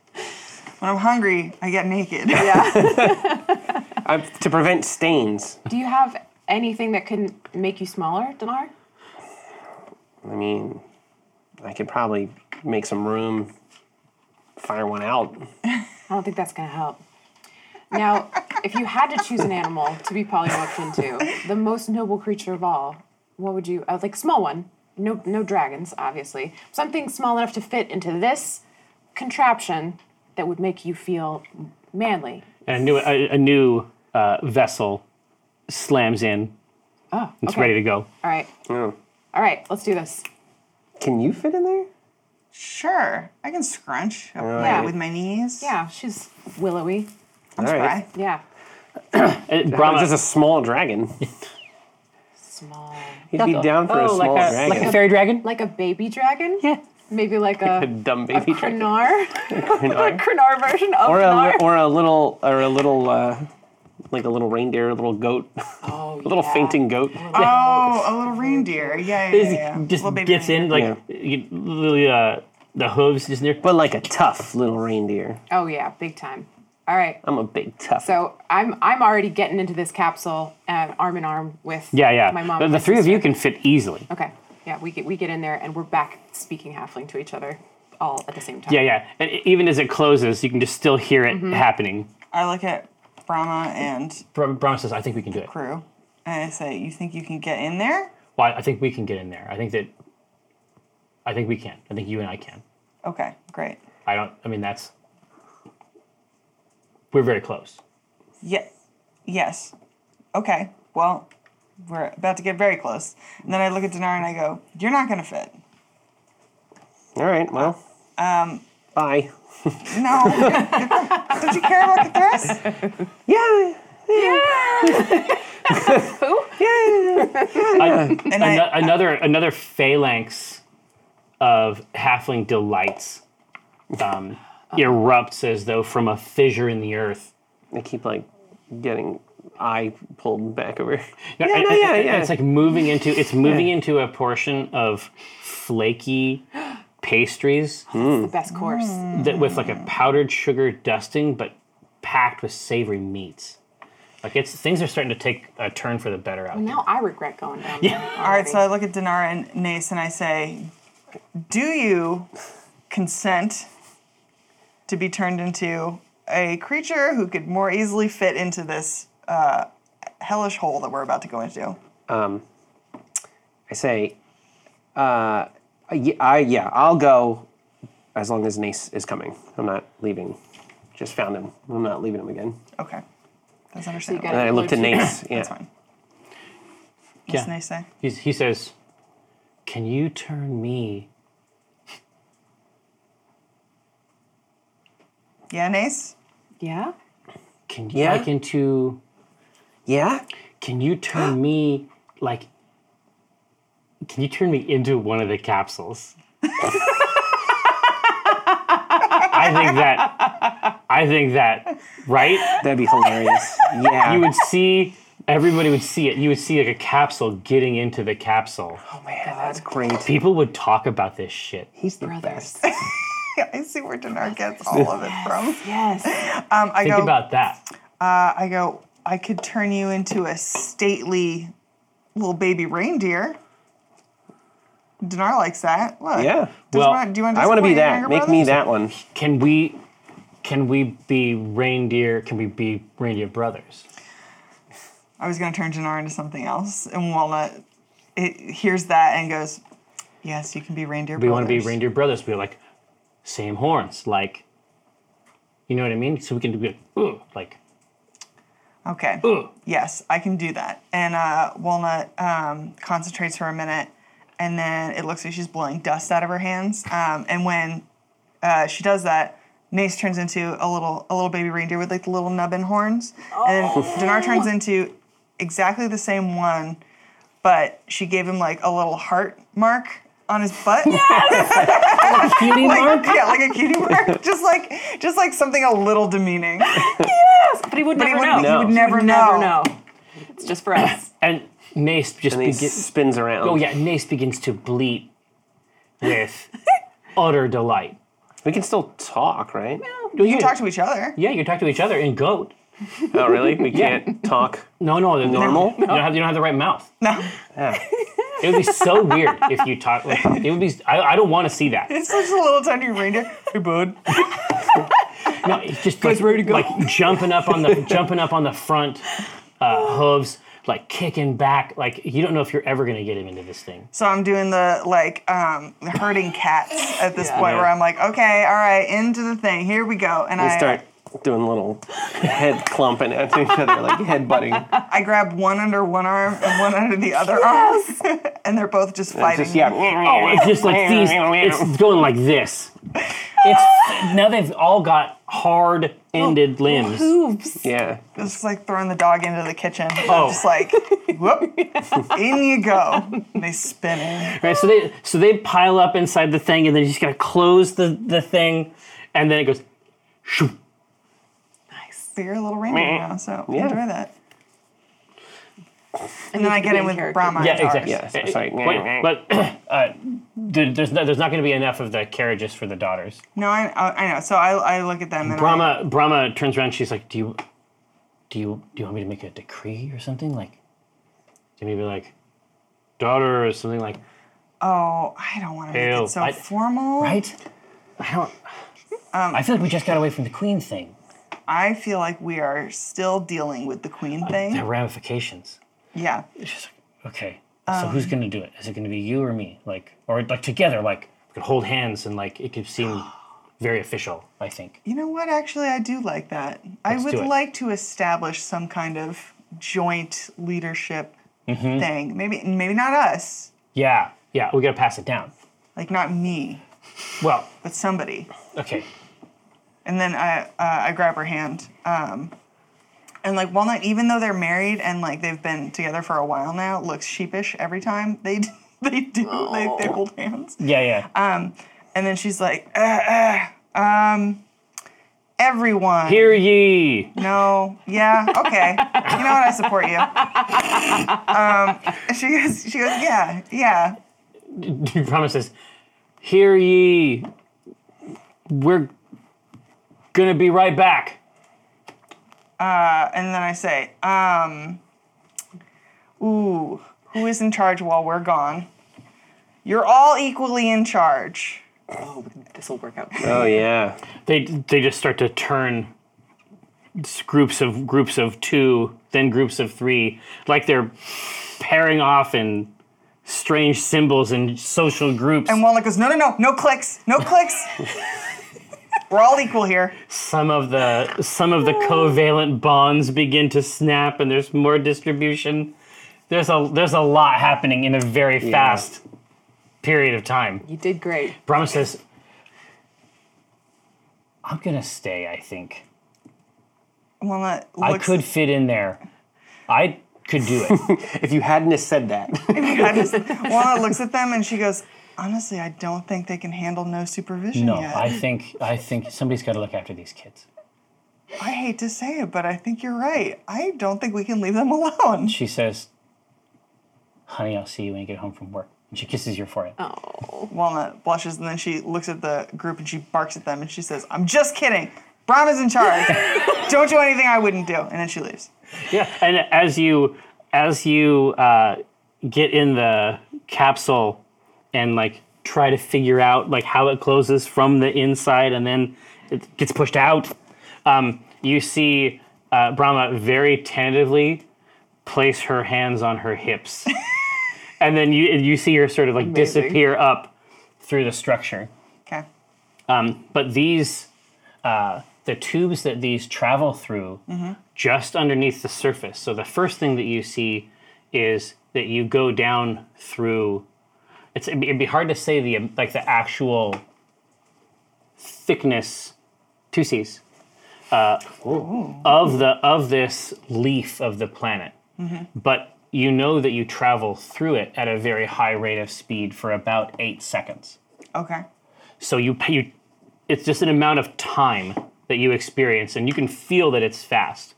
E: When I'm hungry, I get naked.
D: Yeah.
F: Uh, to prevent stains.
D: Do you have anything that can make you smaller, Dinar?
F: I mean, I could probably make some room, fire one out.
D: I don't think that's going to help. Now, if you had to choose an animal to be polymorphed into, the most noble creature of all, what would you? Uh, like small one, no, no dragons, obviously. Something small enough to fit into this contraption that would make you feel manly.
C: And a new, a, a new uh, vessel slams in.
D: Oh,
C: It's ready to go. Uh,
D: All right,
F: Oh.
D: all right, let's do this.
F: Can you fit in there?
E: Sure, I can scrunch up my-
D: Yeah.
E: with my knees.
D: Yeah, she's willowy.
E: I'm
F: All
E: sorry.
F: right.
D: Yeah,
C: Uh,
F: Brahma.
C: Brahma,
F: just a small dragon.
D: small,
F: He'd be down for a
C: oh,
F: small
C: like a,
F: dragon.
C: like a fairy dragon.
D: like a baby dragon. Yeah, maybe like
F: a
D: a
F: dumb baby dragon.
D: Krenar, a Krenar version of
F: Or a,
D: Krenar.
F: or a little, or a little, uh, like a little reindeer, a little goat,
D: Oh,
F: a little
D: yeah.
F: fainting goat.
E: Oh, a little reindeer. Yeah, yeah, yeah. yeah.
C: Just
E: Little baby
C: gets in
E: reindeer.
C: like
F: Yeah.
C: you- literally uh, the hooves just in there.
F: But like a tough little reindeer.
D: Oh yeah, big time. All right.
F: I'm a big tough.
D: So I'm I'm already getting into this capsule, uh, arm in arm with
C: Yeah, yeah.
D: my mom.
C: the
D: and
C: the
D: my
C: three of
D: sister.
C: you can fit easily.
D: Okay. Yeah, we get we get in there and we're back speaking halfling to each other all at the same time.
C: Yeah, yeah. And e- even as it closes, you can just still hear it happening.
E: I look at Brahma and
C: Bra- Brahma says, "I think we can do it.
E: crew, and I say, "You think you can get in there?
C: Well, I- I think we can get in there. I think that. I think we can. I think you and I can.
E: Okay, great.
C: I don't. I mean, that's. We're very close.
E: Yeah, yes. Okay. Well, we're about to get very close." And then I look at Dinar and I go, "You're not gonna fit.
F: All right. Well. Um. Bye.
E: No. Don't you care about the dress?
F: Yeah.
E: And I,
C: Ano- another another phalanx of halfling delights um,
F: Oh.
C: erupts as though from a fissure in the earth.
F: I keep like getting eye pulled back over.
C: No,
F: yeah,
C: and-
F: no,
C: and-
F: yeah,
C: and
F: yeah.
C: It's like moving into it's moving into a portion of flaky pastries
F: Hmm.
D: The best course.
E: Mm.
C: that with like a powdered sugar dusting, but packed with savory meats. Like it's things are starting to take a turn for the better out. there.
D: Now I regret going down there.
E: all right. So I look at Dinar and Nace and I say, "Do you consent to be turned into a creature who could more easily fit into this uh, hellish hole that we're about to go into?"
F: I say, uh, yeah, I, yeah, I'll go as long as Nace is coming. I'm not leaving. Just found him. I'm not leaving him again.
E: Okay. That's understandable.
D: got
F: And I
D: Hello,
F: looked at
D: Chief.
F: Nace. Yeah.
E: That's fine. What's Nace say?
C: He's, he says, "Can you turn me?"
E: Yeah, Nace?
D: Yeah?
C: Can you
F: Yeah.
C: like into?
F: Yeah.
C: Can you turn me like? Can you turn me into one of the capsules? I think that. I think that. Right?
F: That'd be hilarious. Yeah.
C: You would see. Everybody would see it. You would see like a capsule getting into the capsule.
F: oh man, that's great.
C: People would talk about this shit.
F: He's the
D: Brothers.
F: best.
E: Yeah, I see where Dinar gets all of it from.
D: Yes.
E: Um, I
C: Think
E: go,
C: about that.
E: uh, I go, I could turn you into a stately little baby reindeer. Dinar likes that. Look.
F: Yeah.
E: Does
C: Well,
E: want, do you want to
F: I want to be
E: disappoint your
F: that.
E: younger
F: Make
E: brother?
F: me that one.
C: Can we? Can we be reindeer? Can we be reindeer brothers?
E: I was going to turn Dinar into something else. And Walnut it, hears that and goes, Yes, you can be reindeer
C: we want to be
E: brothers."
C: reindeer brothers. We're like, same horns, like, you know what I mean? So we can be like, ooh, like,
E: Okay.
C: ooh.
E: Yes, I can do that. And uh, Walnut um, concentrates for a minute, and then it looks like she's blowing dust out of her hands. Um, and when uh, she does that, Nace turns into a little a little baby reindeer with like the little nubbin horns, and Dinar turns into exactly the same one, but she gave him like a little heart mark on his butt.
C: Cutie
E: Like, yeah, like a cutie mark, just like just like something a little demeaning.
D: But he would
E: But
D: never
E: he
D: know.
E: would,
F: know.
E: he would never
D: Never
E: know.
D: know. It's just for us.
C: And Nace just
F: And he
C: begins.
F: spins around.
C: Oh yeah, Nace begins to bleat with utter delight.
F: We can still talk, right?
D: Well,
C: you,
E: You talk to each other.
C: Yeah, you can talk to each other in goat.
F: Oh, really? We can't talk.
C: No, no, they're-
F: Normal?
C: You don't, have, you don't have the right mouth.
E: No.
C: It would be so weird if you talk. Like, it would be. I, I don't want to see that.
E: It's just a little tiny reindeer. Hey, bud.
C: No, it's just like,
E: ready to go?
C: like jumping up on the jumping up on the front uh, hooves, like kicking back. Like you don't know if you're ever gonna get him into this thing.
E: So I'm doing the like um, herding cats at this point
C: Yeah.
E: where I'm like, okay, all right, into the thing. Here we go. And
F: We
E: I
F: start doing little head clumping at each other, like head butting.
E: I grab one under one arm and one under the other arm, and they're both just
F: It's
E: fighting.
F: just yeah.
C: Oh, it's just like these. It's going like this. It's now they've all got hard ended limbs.
D: Hooves.
F: Yeah.
E: It's just like throwing the dog into the kitchen.
C: Oh.
E: Just like, whoop, in you go. And they spin in.
C: Right, so they so they pile up inside the thing, and then you just gotta close the the thing, and then it goes. Shoo.
E: So you're a little reindeer now, so
F: Yeah.
E: enjoy that. And then I get in with
D: character.
E: Brahma.
C: Yeah, exactly.
F: Yeah, so it's like-
C: Wait, but uh, there- there's no, there's not going to be enough of the carriages for the daughters.
E: No, I, I I know. So I, I look at them and I,
C: Brahma Brahma turns around. She's like, "Do you, do you, do you want me to make a decree or something? Like, do you want me to be like, daughter or something like,
E: oh, I don't want to make
C: Ew,
E: it so
C: I-
E: formal.
C: right? Um, I don't. I feel like we just got away from the queen thing.
E: I feel like we are still dealing with the queen
C: The
E: thing.
C: ramifications.
E: Yeah.
C: She's like, okay, so who's gonna do it? Is it gonna be you or me? Like, or like together? Like, we could hold hands and like it could seem very official. I think.
E: You know what? Actually, I do like that. I
C: Let's
E: would
C: do it.
E: like to establish some kind of joint leadership
C: Mm-hmm.
E: thing. Maybe, maybe not us.
C: Yeah, yeah. We gotta pass it down.
E: Like not me,
C: Well,
E: but somebody.
C: okay.
E: And then I, uh, I grab her hand. Um, and like Walnut, even though they're married and like they've been together for a while now, looks sheepish every time they d- they do they, they hold hands.
C: Yeah, yeah.
E: And then she's like, uh, uh, um, everyone.
C: Hear ye.
E: No. Yeah. Okay. you know what? I support you. Um, she goes. She goes. Yeah. Yeah.
C: He promises, Hear ye, we're gonna be right back.
E: Uh, and then I say, um, "Ooh, who is in charge while we're gone? You're all equally in charge."
D: This will work out.
F: Oh yeah.
C: They they just start to turn s- groups of groups of two, then groups of three, like they're pairing off in strange symbols and social groups.
E: And Walnut goes, "No, no, no, no clicks, no clicks. we're all equal here."
C: some of the some of the covalent bonds begin to snap, and there's more distribution. There's a there's a lot happening in a very fast period of time.
D: You did great.
C: Brahma says, I'm going to stay, I think.
E: Walnut
C: I
E: looks.
C: could fit in there. I could do it.
F: If you hadn't have said that,
E: I just- Walnut looks at them and she goes, "Honestly, I don't think they can handle no supervision
C: No,
E: yet."
C: I think I think somebody's got to look after these kids.
E: I hate to say it, but I think you're right. I don't think we can leave them alone.
C: She says, "Honey, I'll see you when you get home from work." And she kisses your forehead.
E: Walnut blushes and then she looks at the group and she barks at them and she says, I'm just kidding. Brahma's in charge. don't do anything I wouldn't do. And then she leaves.
C: Yeah, and as you as you uh, get in the capsule and like try to figure out like how it closes from the inside and then it gets pushed out, um, you see uh, Brahma very tentatively place her hands on her hips, and then you you see her sort of like disappear up through the structure.
E: Okay.
C: Um, but these, uh, the tubes that these travel through just underneath the surface. So the first thing that you see is that you go down through. It's, it'd be- it'd be hard to say the um, like the actual thickness, two C's, uh, of the of this leaf of the planet. But you know that you travel through it at a very high rate of speed for about eight seconds.
E: Okay.
C: So you, you, it's just an amount of time that you experience, and you can feel that it's fast.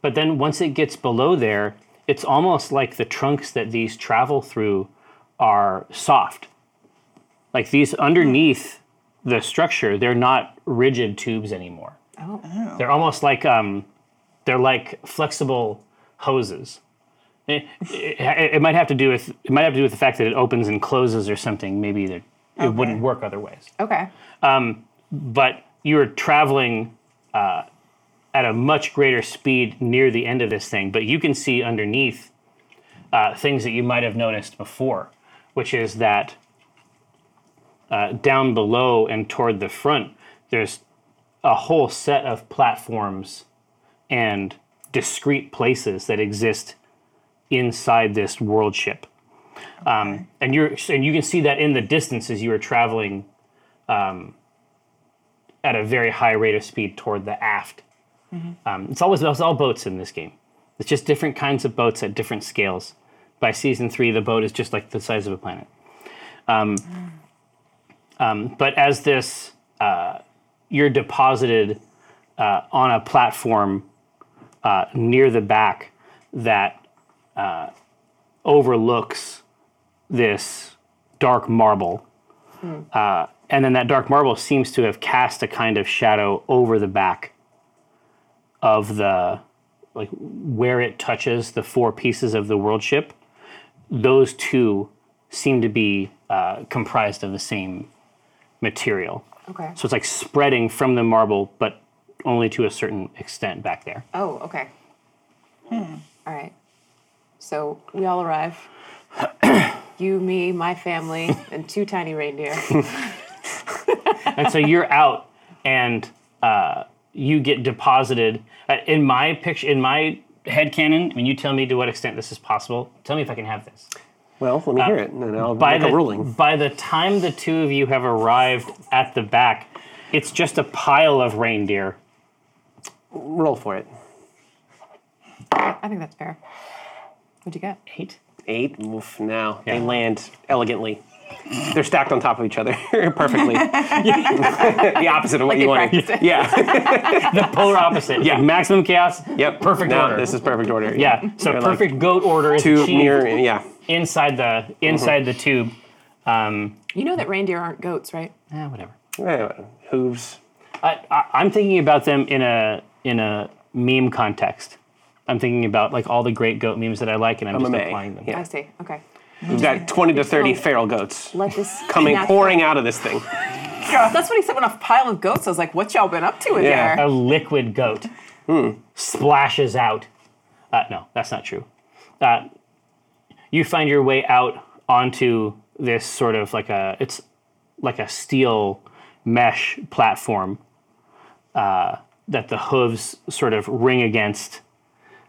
C: But then once it gets below there, it's almost like the trunks that these travel through are soft. Like these underneath the structure, they're not rigid tubes anymore.
D: Oh.
C: They're almost like um, they're like flexible hoses. It, it- it might have to do with it might have to do with the fact that it opens and closes or something. Maybe that it wouldn't work other ways.
D: Okay.
C: But you are traveling uh, at a much greater speed near the end of this thing. But you can see underneath uh, things that you might have noticed before, which is that uh, down below and toward the front, there's a whole set of platforms and discrete places that exist inside this world ship. Um, and you're and you can see that in the distance as you are traveling um, at a very high rate of speed toward the aft. Um, it's always it's all boats in this game. It's just different kinds of boats at different scales. By season three, the boat is just like the size of a planet. Um, um, but as this, uh, you're deposited uh, on a platform uh, near the back that uh, overlooks this dark marble. Uh, and then that dark marble seems to have cast a kind of shadow over the back of the, like where it touches the four pieces of the world ship. Those two seem to be uh, comprised of the same material.
D: Okay.
C: So it's like spreading from the marble, but only to a certain extent back there.
D: Oh, okay. Hmm. All right. So we all arrive. you, me, my family, and two tiny reindeer.
C: and so you're out and uh, you get deposited uh, in my picture in my head canon i mean you tell me to what extent this is possible tell me if i can have this
F: Well, let me hear it, and then I'll
C: by
F: make
C: the
F: a ruling.
C: by the time the two of you have arrived at the back it's just a pile of reindeer
F: Roll for it.
D: I think that's fair. What'd you get?
C: eight
F: Eight. Oof, now they
C: Yeah.
F: land elegantly. They're stacked on top of each other perfectly. the opposite of what
D: Like
F: you
D: they
F: wanted.
D: practiced it.
F: Yeah.
C: the polar opposite yeah maximum chaos
F: Yep.
C: Perfect
F: Now
C: order.
F: This is perfect order.
C: yeah so
F: They're like
C: perfect goat order is
F: Two Mm-hmm.
C: achieved
F: near. Yeah.
C: inside the inside the tube um,
D: You know that reindeer aren't goats, right?
C: eh, whatever
F: Yeah, Hooves.
C: I, I, I'm thinking about them in a in a meme context. I'm thinking about like all the great goat memes that I like, and I'm just
F: MMA,
C: applying them.
F: yeah.
D: I see. Okay.
F: We've got 20 to 30
D: Oh.
F: feral goats
D: Let this
F: coming
D: natural-
F: pouring out of this thing.
D: That's what he said when a pile of goats. I was like, what y'all been up to in
F: Yeah.
D: there?
C: A liquid goat splashes out. Uh, no, that's not true. Uh, you find your way out onto this sort of like a it's like a steel mesh platform uh, that the hooves sort of ring against.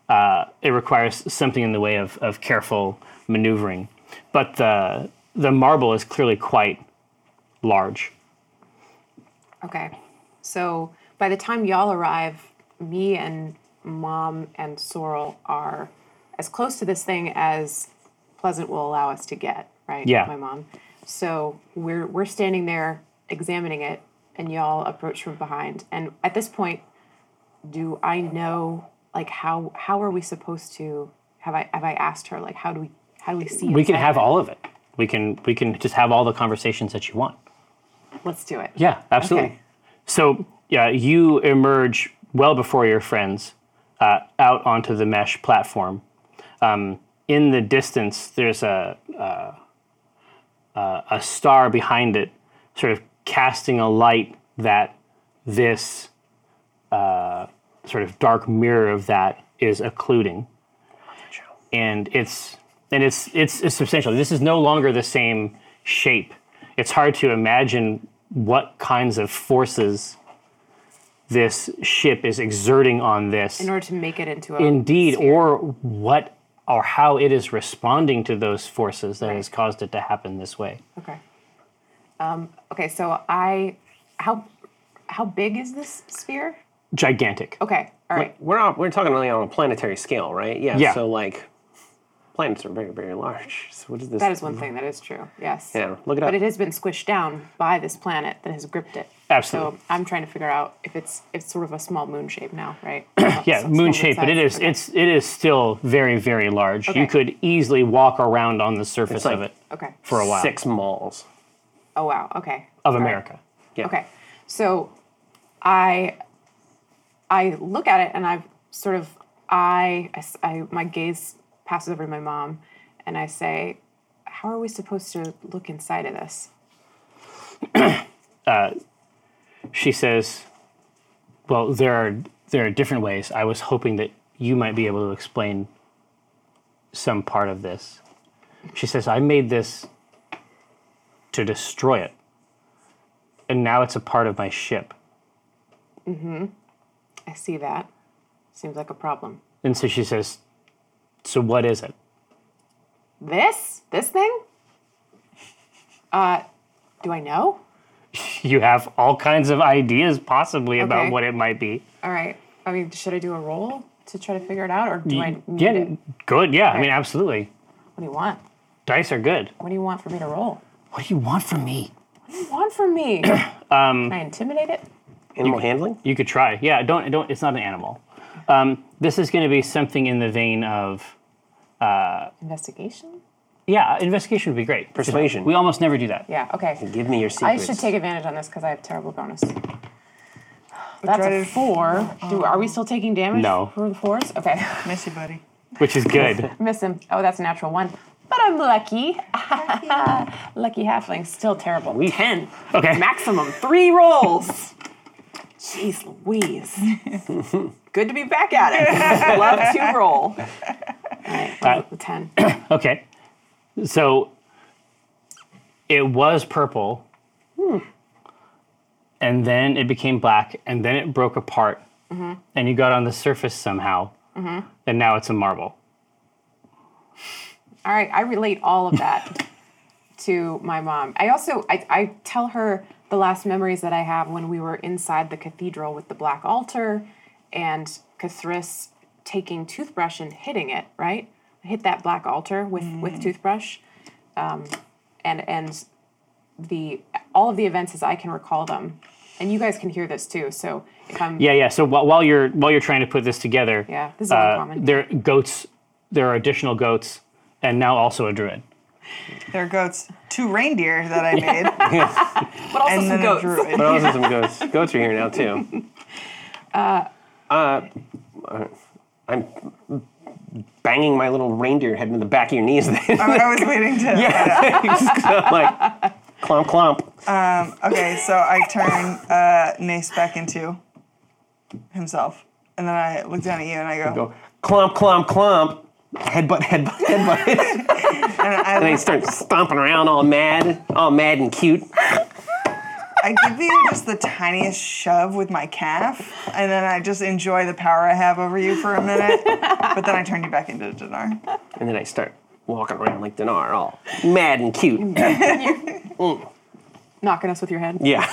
C: Uh, it requires something in the way of, of careful maneuvering, but the the marble is clearly quite large.
D: Okay. So by the time y'all arrive, me and mom and Sorrel are as close to this thing as Pleasant will allow us to get, right?
C: Yeah.
D: My mom. So we're we're standing there examining it and y'all approach from behind. And at this point, do I know like how how are we supposed to have I have I asked her like how do we how do we see
C: We can
D: inside
C: have
D: it?
C: all of it. We can we can just have all the conversations that you want.
D: let's do it.
C: Yeah, absolutely.
D: Okay.
C: So yeah, you emerge well before your friends uh, out onto the mesh platform. Um, in the distance, there's a, uh, a a star behind it, sort of casting a light that this uh, sort of dark mirror of that is occluding and it's and it's, it's it's substantial. This is no longer the same shape. It's hard to imagine what kinds of forces this ship is exerting on this
D: In order to make it into a
C: indeed or what or how it is responding to those forces that has caused it to happen this way.
D: Okay. Um, okay, so I how how big is this sphere?
C: Gigantic.
D: Okay, all right.
F: We're on, we're talking only on a planetary scale, right? Yeah.
C: Yeah.
F: So like, planets are very very large. So what is this?
D: That is one thing that is true. Yes.
F: Yeah. Look it up.
D: But it has been squished down by this planet that has gripped it.
C: Absolutely.
D: So I'm trying to figure out if it's it's sort of a small moon shape now, right?
C: Yeah, moon shape, but it is it's it is still very very large.
D: Okay.
C: You could easily walk around on the surface
F: like-
C: of it
D: okay.
C: for a while
F: Six malls.
D: oh wow. Okay.
C: of
D: All right.
C: America.
F: Yeah.
D: Okay. So I I look at it and I sort of I, I s- I- my gaze passes over to my mom and I say, "How are we supposed to look inside of this?"
C: She says, "Well, there are there are different ways. I was hoping that you might be able to explain some part of this." She says, "I made this to destroy it, and now it's a part of my ship."
D: I see that. Seems like a problem.
C: And so she says, "So what is it?"
D: This? This thing? Uh, do I know?
C: You have all kinds of ideas possibly about
D: Okay.
C: what it might be.
D: All right. I mean, should I do a roll to try to figure it out, or do I need
C: Yeah,
D: it? What
C: good. Yeah, I mean, absolutely.
D: do you want?
C: Dice are good.
D: What do you want for me to roll?
C: What do you want from me?
D: What do you want from me? um, Can I intimidate it?
F: Animal handling?
C: You could try. Yeah, don't don't. It's not an animal. Um, this is going to be something in the vein of
D: Investigation?
C: yeah. Investigation would be great.
F: Persuasion.
C: We almost never do that.
D: Yeah. Okay.
F: Give me your
D: I
F: secrets.
D: should take advantage on this because I have terrible bonus. That's a
E: dreaded-
D: four. Do, are we still taking damage?
C: No.
D: For the fours? Okay.
E: Miss you, buddy.
C: Which is good.
D: Miss him. Oh, that's a natural one. But I'm lucky. lucky halfling. Still terrible. Ten.
C: Okay.
D: Maximum three rolls. Jeez Louise. Good to be back at it. Love to roll. All right, what about the ten.
C: Okay. So it was purple, Hmm. and then it became black, and then it broke apart, and you got on the surface somehow, and now it's a marble.
D: All right, I relate all of that to my mom. I also I, I tell her the last memories that I have when we were inside the cathedral with the black altar and Cathris taking toothbrush and hitting it, right? Hit that black altar with with toothbrush. Um, and and the all of the events as I can recall them. And you guys can hear this too. So if I'm
C: Yeah, yeah. So while, while you're while you're trying to put this together,
D: Yeah, this is
C: uh,
D: uncommon.
C: there goats. There are additional goats, and now also a druid.
E: There goes two reindeer that I made,
D: but also
E: and
D: some
E: then a
D: goats.
E: druid.
F: But also some goats. Goats are here now too. Uh, uh, I'm banging my little reindeer head into the back of your knees. Then.
E: I was waiting to.
F: Just kinda like clomp clomp.
E: Um, Okay, so I turn uh, Nace back into himself, and then I look down at you and I go,
F: Go clomp clomp clomp. Headbutt headbutt headbutt. and they start stomping around all mad, all mad and cute.
E: I give you just the tiniest shove with my calf, and then I just enjoy the power I have over you for a minute. but then I turn you back into Dinar.
F: And then I start walking around like Dinar, all mad and cute.
D: Knocking us with your head.
F: Yeah.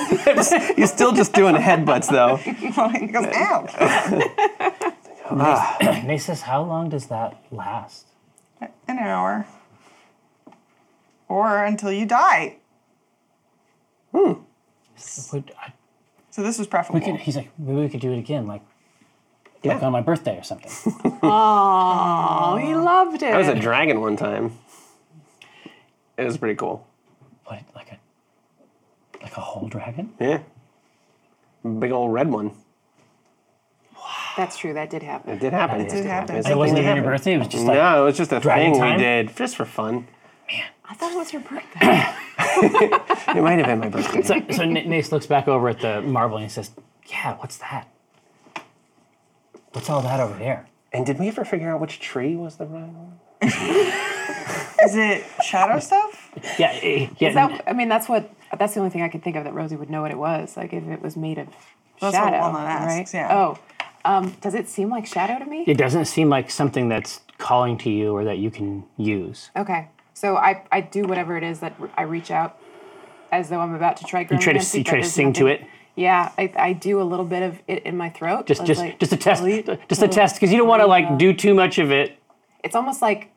F: You're still just doing headbutts though.
E: he goes, ow!
C: And they says, "How long does that last?"
E: An hour. Or until you die.
G: Would- I-
E: So this was
G: we
E: preferable.
G: could, he's like, maybe we could do it again, like, like
F: Yeah.
G: on my birthday or something.
D: Oh, he loved it.
F: I was a dragon one time. It was pretty cool.
G: What, like a, like a whole dragon?
F: Yeah. Big old red one.
D: That's true. That did happen.
F: It did happen. It
E: did happen.
F: It's
E: And
G: It
F: a
G: wasn't
F: thing that
G: even your
F: happened.
G: birthday. It was just like,
F: No, it was just a
G: Dragon
F: thing
G: time?
F: we did just for fun.
D: I thought it was your birthday.
F: It might have been my birthday.
C: So, so N- Nace looks back over at the marble and he says,
G: yeah, what's that? What's all that over there?
F: and did we ever figure out which tree was the right one?
E: Is it shadow stuff?
C: "Yeah, eh, yeah."
D: Is that, I mean, that's what. That's the only thing I could think of that Rosie would know what it was. Like if it was made of
E: That's what
D: shadow,
E: Walnut asks,
D: right?
E: yeah.
D: Oh, um, does it seem like shadow to me?
C: it doesn't seem like something that's calling to you or that you can use.
D: Okay, so I, I do whatever it is that r- I reach out, as though I'm about to try.
C: You try to you try to sing to it.
D: Yeah, I, I do a little bit of it in my throat.
C: Just
D: It's
C: just
D: like- Oh,
C: just a test, just a test, because you don't want to like do too much of it.
D: It's almost like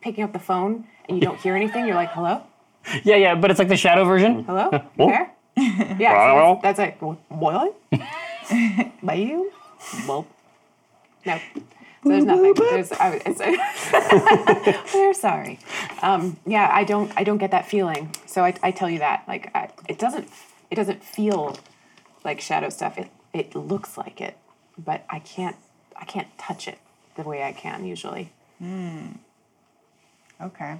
D: picking up the phone and you don't hear anything. You're like, hello,
C: Yeah, yeah, but it's like the shadow version.
D: hello, you there? Yeah, so that's, that's like wh- what? By you? Well, no. So there's nothing. There's, I, it's, we're sorry. Um, yeah, I don't. I don't get that feeling. So I, I tell you that. Like, I, it doesn't it doesn't feel like shadow stuff. It it looks like it, but I can't I can't touch it the way I can usually.
E: Okay.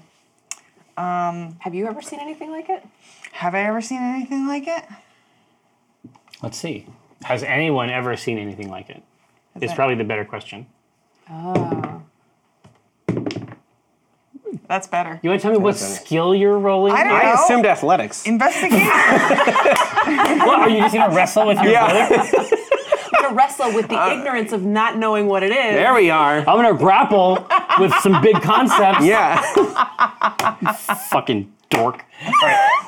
D: Have you ever seen anything like it?
E: Have I ever seen anything like it?
C: Let's see. Has anyone ever seen anything like it? It's probably the better question.
E: That's better.
C: You want to tell me what skill you're rolling?
E: I don't
F: I
E: know.
F: assumed athletics.
E: Investigation.
C: What, are you just gonna wrestle with your brother?
D: I'm gonna wrestle with the ignorance of not knowing what it is.
F: there we are.
C: I'm gonna grapple with some big concepts.
F: Yeah.
C: Fucking dork.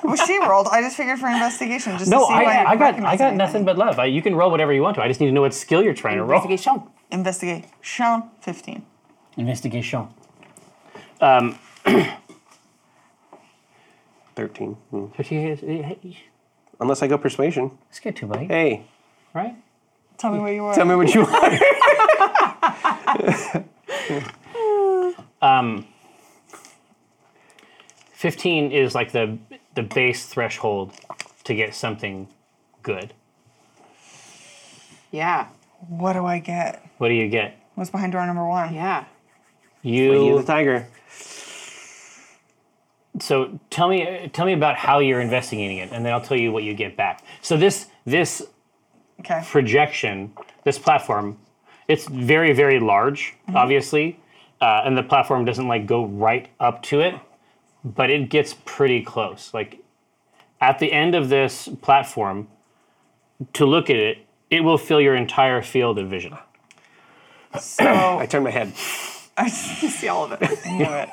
E: well, she rolled. I just figured for investigation. Just
C: No,
E: to see if
C: I, I
E: could
C: got I
E: recognize
C: got
E: anything.
C: nothing but love. I, you can roll whatever you want to. I just need to know what skill you're trying to roll.
D: Investigation.
E: Investigate. Sean, 15.
C: Investigation.
F: 13. Mm.
C: Let's
F: Unless I go persuasion.
C: get two, buddy.
F: Hey,
C: Right?
E: Tell me where you are.
F: tell me what you want.
C: Fifteen is like the the base threshold to get something good.
D: Yeah.
E: What do I get?
C: What do you get?
E: What's behind door number one?
D: Yeah.
F: You
C: You
F: the tiger.
C: so tell me tell me about how you're investigating it, and then I'll tell you what you get back. So this this
E: Okay.
C: projection, this platform, it's very, very large, obviously, uh, and the platform doesn't like go right up to it, but it gets pretty close. Like at the end of this platform, to look at it, it will fill your entire field of vision.
F: I turned my head.
E: I see
D: all of it.
E: I knew it.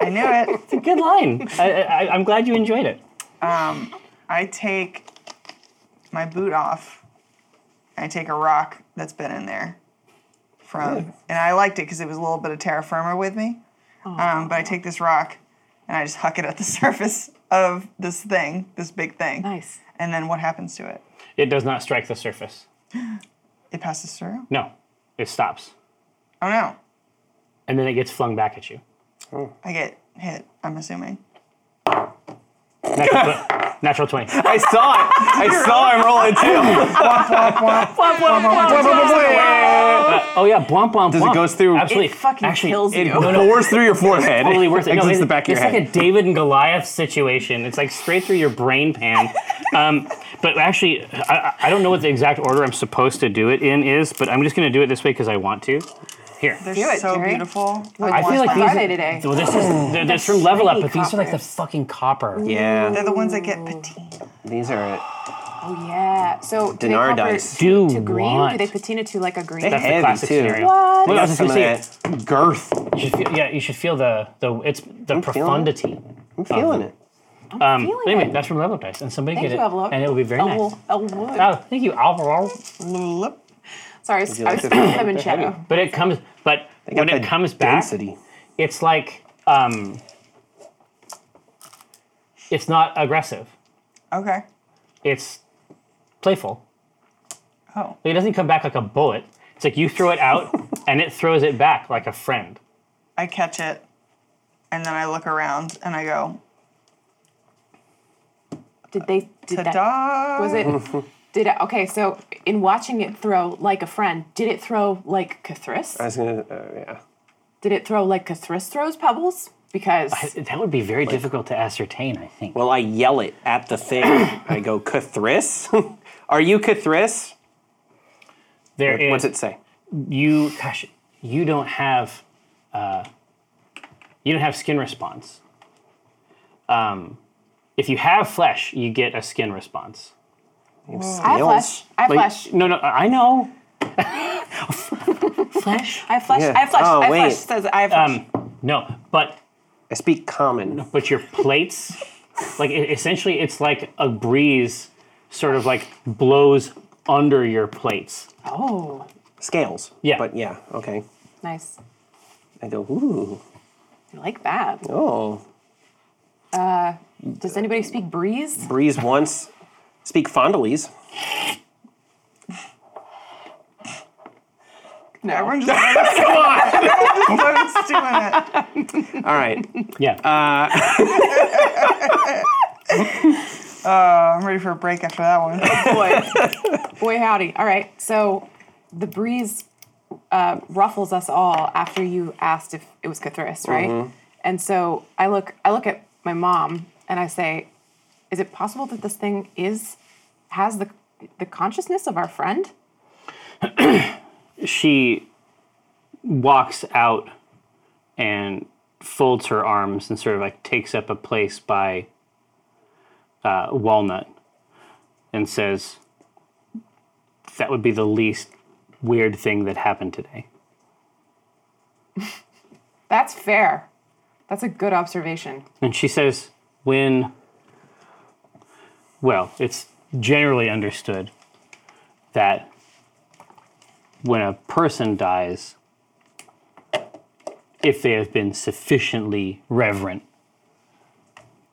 E: I knew it.
C: Good line. I, I, I'm glad you enjoyed it.
E: I take my boot off. I take a rock that's been in there from, and I liked it because it was a little bit of terra firma with me. Um, but I take this rock and I just huck it at the surface of this thing, this big thing.
D: Nice.
E: And then what happens to it?
C: It does not strike the surface.
E: It passes through.
C: No, it stops,
E: Oh no!
C: and then it gets flung back at you.
E: I get hit. I'm assuming.
C: Natural, twen- natural twenty.
F: I saw it. I saw him roll it too.
C: Uh, oh yeah, blomp blomp.
F: Does it
C: blomp.
F: goes through-
C: Absolutely,
D: It fucking
C: actually,
D: kills
F: It
D: you.
F: bores through your forehead.
C: totally worth it. No,
F: Exits
C: it-
F: the back of your
C: it's
F: head.
C: like a David and Goliath situation. It's like straight through your brain pan. Um, but actually, I, I- I don't know what the exact order I'm supposed to do it in is, but I'm just going to do it this way because I want to. Here.
E: They're
D: Do it,
E: so
D: Jerry.
E: beautiful.
D: Well,
E: I
D: I
E: want
D: feel like
E: them.
D: these- are they today?
C: Well, this is they're, they're from Level Up,
D: shiny
C: but these are like the
D: coppers.
C: fucking copper.
F: yeah,
E: they're the ones that get petite.
F: these are it.
D: Oh yeah. So do they
F: Dinar
D: copper
F: dice.
C: Do
D: to green?
C: want.
D: Do they patina to like a green?
C: That's
F: Heavy,
C: the classic
F: too.
C: scenario. Well, I
D: What?
F: Got
C: was just
F: some of
C: gonna say,
F: that girth.
C: you should feel, yeah, you should feel the the it's the profundity.
F: I'm feeling it.
C: Um,
D: feeling
C: anyway,
D: it.
C: that's from Level Up Dice, and somebody
D: Thank
C: get
D: you,
C: it,
D: Avlo.
C: and it will be very nice.
D: Elwood. Elwood.
C: Oh, thank you, Alvaro.
E: Lulup.
D: Sorry, I was
F: you like
D: I was
F: the-
D: them in
F: the
D: shadow.
F: heavy?
C: But it comes, but
F: They got
C: when it
F: that
C: comes back,
F: density.
C: it's like um, it's not aggressive.
E: Okay.
C: It's playful.
E: Oh.
C: Like, it doesn't come back like a bullet. It's like you throw it out and it throws it back like a friend.
E: I catch it, and then I look around and I go,
D: Did they? Did that?
E: "Ta-da!"
D: Was it? Did it, okay. So in watching it throw like a friend, did it throw like
F: I
D: Cathris?
F: was gonna, uh, yeah.
D: Did it throw like Cathris throws pebbles? Because
C: That would be very difficult to ascertain, I think.
F: Well, I yell it at the thing. I go, Cathris? Are you Cathris?
C: There is
F: What's it say?
C: you. Gosh, you don't have uh, you don't have skin response. Um, if you have flesh, you get a skin response.
D: I have flesh. I have
C: Like,
D: flesh.
C: No, no, I I know. Flesh? Um,
D: I have flesh.
F: Yeah.
D: I have flesh.
F: Oh,
D: I have
F: wait.
D: flesh. Says I have flesh.
C: No, but
F: I speak common.
C: but your plates, like e- essentially, it's like a breeze, sort of like blows under your plates.
D: oh,
F: Scales.
C: Yeah.
F: But yeah, okay.
D: nice.
F: I go, ooh,
D: I like that.
F: oh.
D: Does anybody speak breeze?
F: Breeze once. Speak fondlies.
D: No.
E: Everyone just Come on! Everyone's doing it.
F: All right.
C: Yeah. Uh,
E: Oh, I'm ready for a break after that one.
D: boy, boy, howdy. All right, so the breeze uh, ruffles us all after you asked if it was Cthulhu, right? And so I look, I look at my mom and I say, "Is it possible that this thing is has the the consciousness of our friend?"
C: she walks out and folds her arms and sort of like takes up a place by uh, Walnut and says, That would be the least weird thing that happened today.
D: That's fair. That's a good observation.
C: And she says, when, well, it's generally understood that when a person dies, if they have been sufficiently reverent,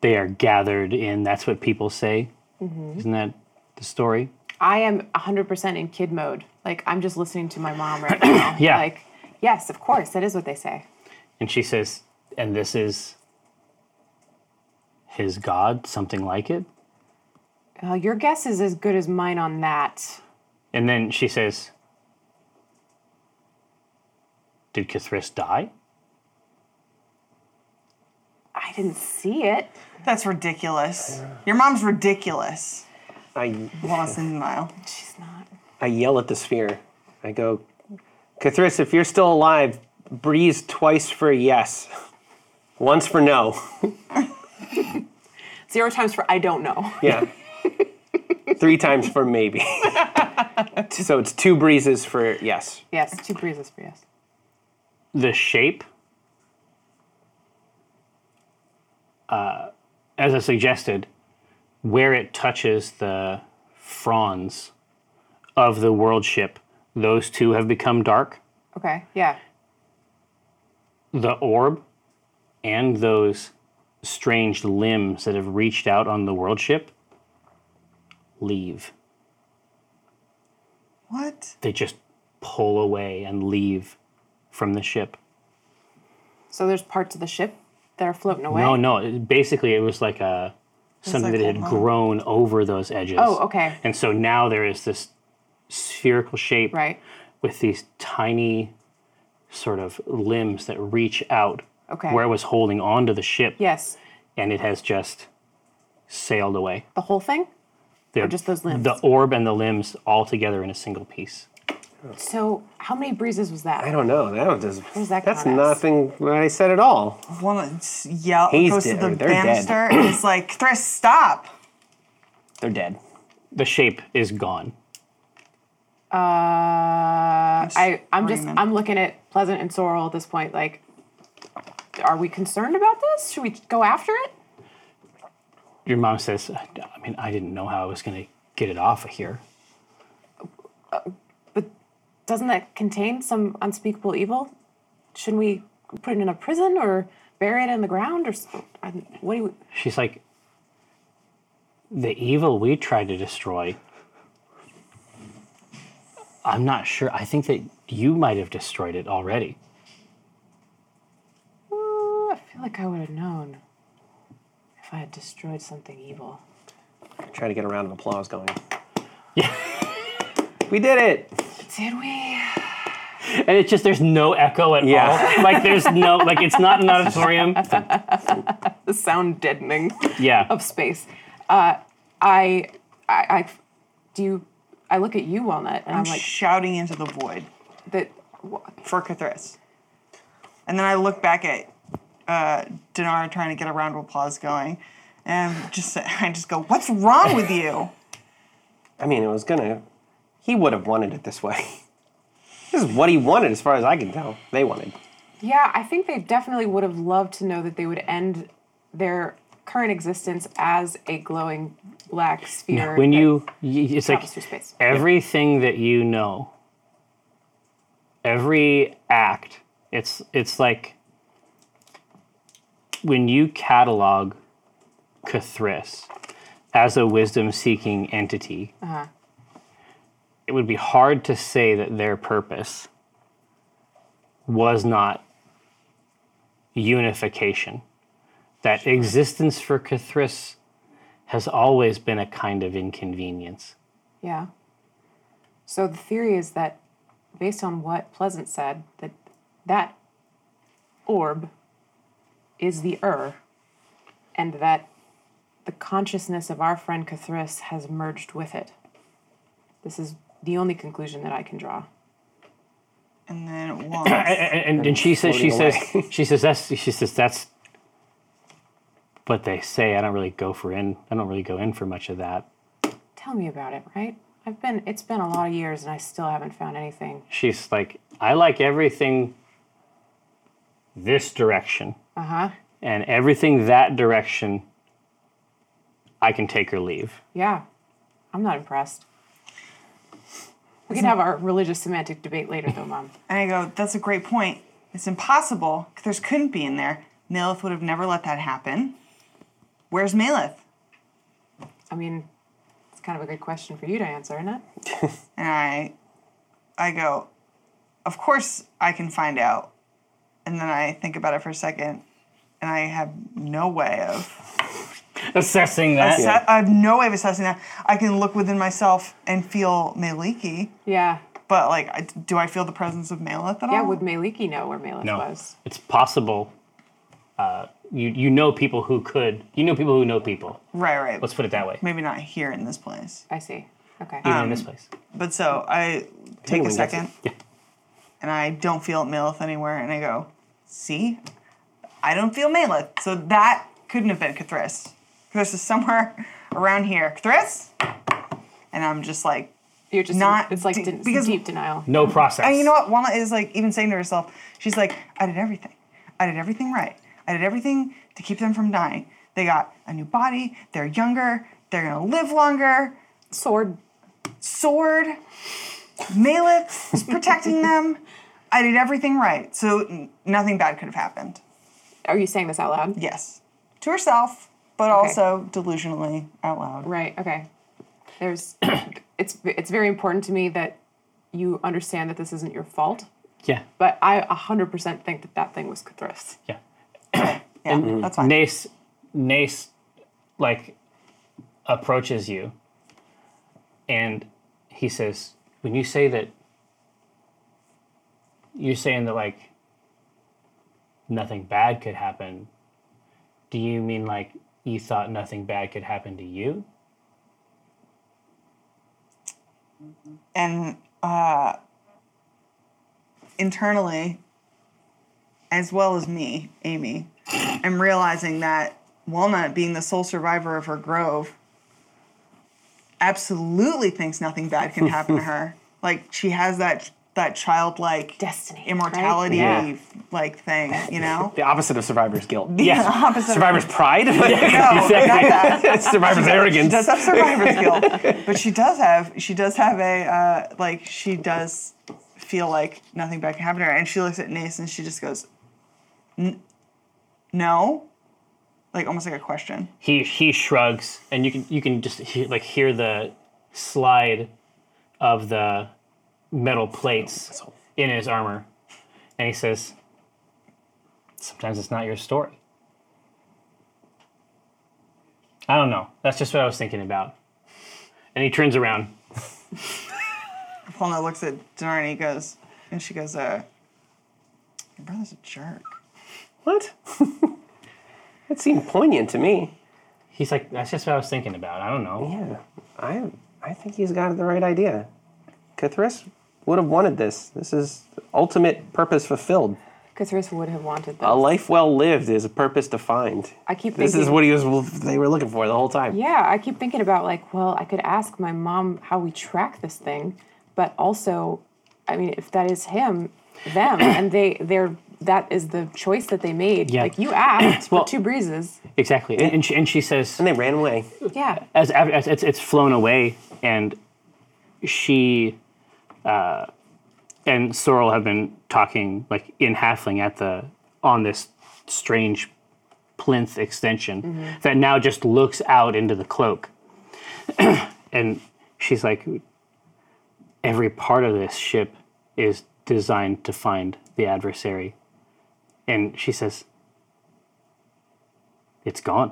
C: they are gathered in. That's what people say. Isn't that the story?
D: I am 100% in kid mode. Like, I'm just listening to my mom right now.
C: Yeah.
D: Like, yes, of course, that is what they say.
C: And she says, and this is his god, something like it.
D: Uh, your guess is as good as mine on that.
C: And then she says, Did Kithris die?
D: I didn't see it.
E: That's ridiculous. Your mom's ridiculous.
F: I,
E: Lost in denial.
D: She's not.
F: I yell at the sphere. I go, Cthulhu, if you're still alive, breeze twice for yes, once for no.
D: Zero times for I don't know.
F: Yeah. Three times for maybe. so it's two breezes for yes.
D: Yes, two breezes for yes.
C: the shape uh, as i suggested where it touches the fronds of the world ship those two have become dark
D: Okay, yeah.
C: the orb and those strange limbs that have reached out on the world ship leave
E: What?
C: they just pull away and leave from the ship
D: So there's parts of the ship that are floating away.
C: No, no. it- basically, it was like a something
E: like
C: that had
E: a-
C: grown over those edges.
D: Oh, okay.
C: And so now there is this spherical shape
D: Right.
C: with these tiny sort of limbs that reach out
D: Okay.
C: where it was holding onto the ship,
D: Yes,
C: and it has just sailed away.
D: the whole thing.
C: They're-
D: Oh, just those limbs?
C: The orb and the limbs all together in a single piece.
D: So how many breezes was
F: I
D: that?
F: don't know. That was just,
D: does that
F: that's
D: count as?
F: nothing what I said at all.
E: Woman yell
F: He's
E: goes
F: dead,
E: to
F: or
E: the
F: they're dead.
E: banister and is like, Thriss, stop.
F: They're dead.
C: The shape is gone.
D: Uh, I I'm just
E: screaming.
D: I'm looking at Pleasant and Sorrel at this point. Like, are we concerned about this? Should we go after it?
C: Your mom says, I I mean, I didn't know how I was going to get it off of here.
D: Doesn't that contain some unspeakable evil? Shouldn't we put it in a prison or bury it in the ground or s- I- what do you?
C: She's like, the evil we tried to destroy. I'm not sure. I think that you might have destroyed it already.
D: Uh, I feel like I would have known if I had destroyed something evil.
F: Try to get a round of applause going. Yeah. we did it.
D: Did we?
C: And it's just there's no echo at
F: Yeah.
C: all. Like there's no like it's not an auditorium.
D: The sound deadening
C: Yeah.
D: of space. Uh, I, I, I, do you? I look at you, Walnut, and I'm,
E: I'm
D: like,
E: shouting into the void
D: that. wha-
E: for Cthulhu. And then I look back at uh, Dinara trying to get a round of applause going. And just I just go, What's wrong with you?
F: I mean, it was gonna. He would have wanted it this way. this is what he wanted, as far as I can tell. They wanted.
D: Yeah, I think they definitely would have loved to know that they would end their current existence as a glowing black sphere.
C: When
D: that
C: you y- it's like
D: travels through space.
C: everything that you know every act it's it's like when you catalog Kathris as a wisdom seeking entity it would be hard to say that their purpose was not unification that existence for Kathris has always been a kind of inconvenience.
D: Yeah. So the theory is that, based on what Pleasant said, that that orb is the Ur, and that the consciousness of our friend Cathris has merged with it. This is the only conclusion that I can draw.
E: And then it wants.
C: And, and, and she says, she
F: floating
C: says, she says that's, she says that's what they say. I don't really go for in, I don't really go in for much of that.
D: Tell me about it, right? I've been it's been a lot of years and I still haven't found anything.
C: She's like, I like everything this direction.
D: Uh-huh.
C: and everything that direction, I can take or leave.
D: Yeah. I'm not impressed. We can have our religious semantic debate later though, Mom.
E: And I go, that's a great point. It's impossible. There's couldn't be in there. Malith would have never let that happen. Where's Malith?
D: I mean, it's kind of a good question for you to answer, isn't it?
E: And I, I go, of course I can find out. And then I think about it for a second, and I have no way of,
C: Assessing that.
E: I I have no way of assessing that. I can look within myself and feel Maliki,
D: Yeah.
E: but like, I, do I feel the presence of Malith at all?
D: Yeah, would Maliki know where Malith was?
C: It's possible. Uh, you you know people who could. You know people who know people.
E: right, right.
C: Let's put it that way.
E: Maybe not here in this place.
D: I see. Okay.
E: Um,
C: Even in this place.
E: But so I take a
F: Anyone gets it.
E: second, and I don't feel Malith anywhere, and I go, see, I don't feel Malith. So that couldn't have been Cathris. Cathris is somewhere around here. Cathris? And I'm just like,
D: You're just
E: Not
D: it's like
E: deep-
D: de-
E: because-
D: deep denial.
C: No process.
E: and you know what? Walnut is like even saying to herself, she's like, I did everything. I did everything right. I did everything to keep them from dying. They got a new body. They're younger. They're gonna live longer.
D: Sword.
E: sword. Malith is protecting them. I did everything right, so n- nothing bad could have happened.
D: Are you saying this out loud?
E: Yes, to herself, but
D: Okay.
E: also delusionally out loud.
D: Right. Okay. There's. it's it's very important to me that you understand that this isn't your fault.
C: Yeah.
D: But I 100% think that that thing was Cathris.
C: Yeah.
E: Yeah, that's fine.
C: Nace Nace like approaches you and he says, When you say that you're saying that like nothing bad could happen, do you mean like you thought nothing bad could happen to you?
E: and uh, internally, as well as me, Amy, I'm realizing that Walnut, being the sole survivor of her grove, absolutely thinks nothing bad can happen to her. Like she has that that childlike
D: Destiny, right?
E: immortality
C: Yeah.
E: like thing, you know.
F: The opposite of survivor's guilt.
C: Yeah.
E: Opposite of-
F: Survivor's pride.
E: No,
C: Exactly.
E: not that.
F: It's survivor's
E: She
F: arrogance.
E: does have survivor's guilt, but she does have she does have a uh, like she does feel like nothing bad can happen to her, and she looks at Nace and she just goes, "N- "No," like almost like a question.
C: he he shrugs, and you can you can just he, like hear the slide of the metal plates in his armor, and he says, "Sometimes it's not your story." I don't know. That's just what I was thinking about. And he turns around.
E: Polna looks at Dinar and he goes, and she goes, uh, "Your brother's a jerk."
F: What? that seemed poignant to me.
C: He's like, "That's just what I was thinking about." I don't know.
F: Yeah, I I think he's got the right idea. Cthulhu would have wanted this. This is ultimate purpose fulfilled.
D: Cathris would have wanted this.
F: A life well lived is a purpose defined.
D: I keep
F: This is
D: thinking-
F: what he was. They were looking for the whole time.
D: Yeah, I keep thinking about like, well, I could ask my mom how we track this thing, but also, I mean, if that is him, them, and they, they're that is the choice that they made.
C: Yeah.
D: Like you asked
C: Well-
D: for two breezes.
C: Exactly. And, and she and she says,
F: And they ran away.
D: Yeah.
C: as, as it's, it's flown away, and she uh, and Sorrel have been talking like in halfling at the on this strange plinth extension that now just looks out into the cloak, and she's like, every part of this ship is designed to find the adversary, and she says, it's gone.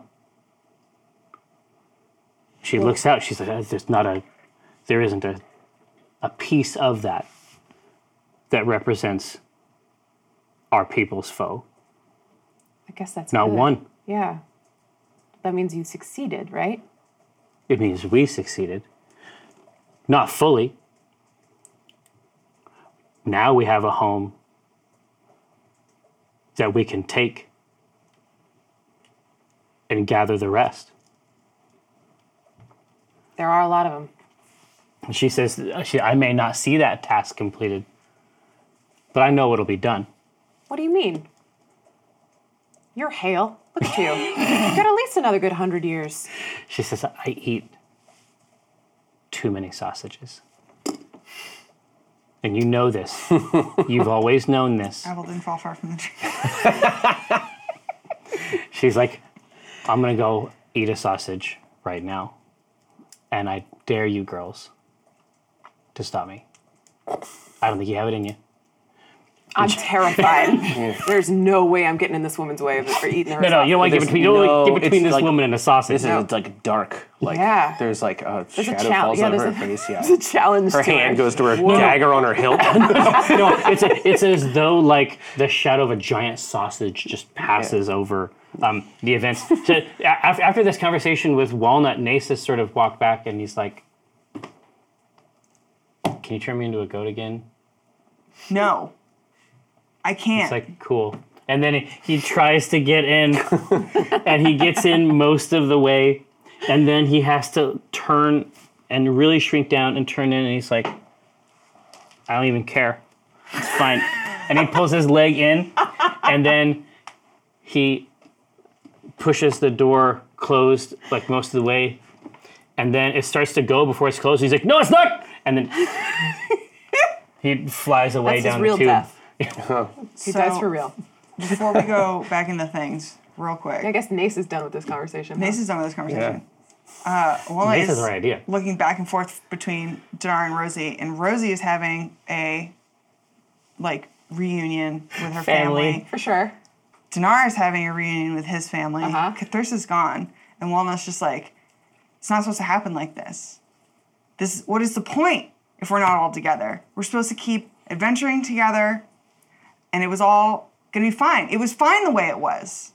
C: She looks out. She's like, "Uh, "There's not a, there isn't a, a piece of that that represents our people's foe.
D: I guess that's
C: Not
D: good.
C: one.
D: Yeah. That means you succeeded, right?
C: It means we succeeded. Not fully. Now we have a home that we can take and gather the rest."
D: There are a lot of them.
C: And she says, she, I may not see that task completed, but I know it'll be done.
D: What do you mean? You're Hale. Look at you. you got at least another good hundred years.
C: She says, I eat too many sausages. And you know this. You've always known this.
E: Apple didn't fall far from the tree.
C: She's like, I'm going to go eat a sausage right now. And I dare you girls to stop me. I don't think you have it in you.
D: I'm terrified. There's no way I'm getting in this woman's way of or eating her.
C: No, no, you don't want to
F: There's
C: get between, you don't wanna
F: no-
C: get between
F: it's
C: this
F: like-
C: woman and a sausage.
F: This is it's like dark. Like
D: Yeah.
F: there's like a
D: There's a
F: shadow
D: challenge.
F: falls
D: Yeah,
F: on
D: there's
F: her
D: a,
F: face. Yeah.
D: there's a challenge.
F: her
D: to
F: hand goes to her dagger on her hilt.
C: no, it's it's as though like the shadow of a giant sausage just passes over um, the events. So, a- af- after this conversation with Walnut, Nasus sort of walked back and he's like, "Can you turn me into a goat again?"
E: No. I can't.
C: It's like cool. And then he tries to get in, and he gets in most of the way, and then he has to turn and really shrink down and turn in, and he's like, "I don't even care, it's fine." and he pulls his leg in, and then he pushes the door closed like most of the way, and then it starts to go before it's closed. He's like, "No, it's not!" And then he flies away
D: That's his
C: down
D: real
C: the tube.
D: death. He
E: So,
D: dies for real.
E: before we go back into things, real
D: I
E: quick.
D: guess Nace is done with this conversation. huh?
E: Nace is done with this conversation. Uh, well,
C: This is
E: is
C: the right idea.
E: looking back and forth between Dinar and Rosie, and Rosie is having a like reunion with her
C: Family.
E: family.
D: for sure.
E: Dinar is having a reunion with his family.
D: Uh-huh.
E: Cathursa is gone, and Walnut's just like, it's not supposed to happen like this. This what is the point if we're not all together? We're supposed to keep adventuring together, and it was all gonna be fine. It was fine the way it was.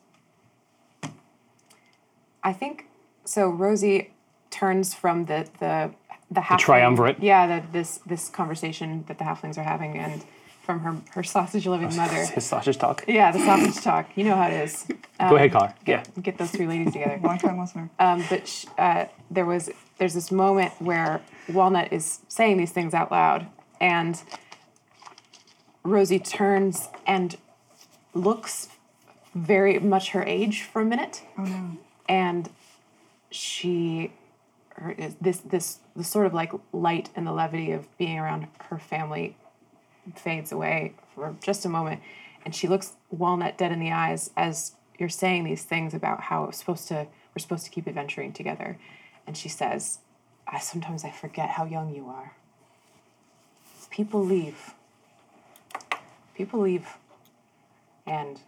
D: I think so. Rosie turns from the the the, halfling,
C: triumvirate.
D: Yeah, the, this this conversation that the halflings are having, and from her her sausage loving mother.
F: His sausage talk.
D: Yeah, the sausage talk. You know how it is.
C: Go ahead, Connor.
F: Yeah.
D: Get those three ladies together.
E: Long time listener.
D: Um, but sh- uh, there was there's this moment where Walnut is saying these things out loud, and Rosie turns and looks very much her age for a minute. Oh no! And she, her, this this the sort of like light and the levity of being around her family fades away for just a moment, and she looks Walnut dead in the eyes as you're saying these things about how it's supposed to we're supposed to keep adventuring together, and she says, "I sometimes I forget how young you are. People leave. People leave, and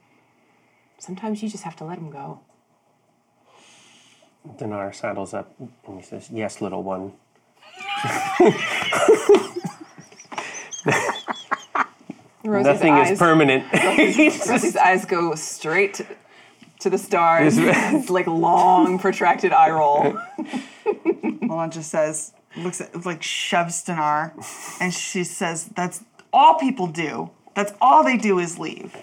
D: sometimes you just have to let them go."
F: Dinar saddles up and he says, Yes, little one.
D: Rosie's
F: Nothing
D: eyes,
F: is permanent.
D: Rosie's eyes go straight to the stars. it's like long, protracted eye roll.
E: Milan just says, looks at, like shoves Dinar, and she says, "That's all people do. That's all they do is leave.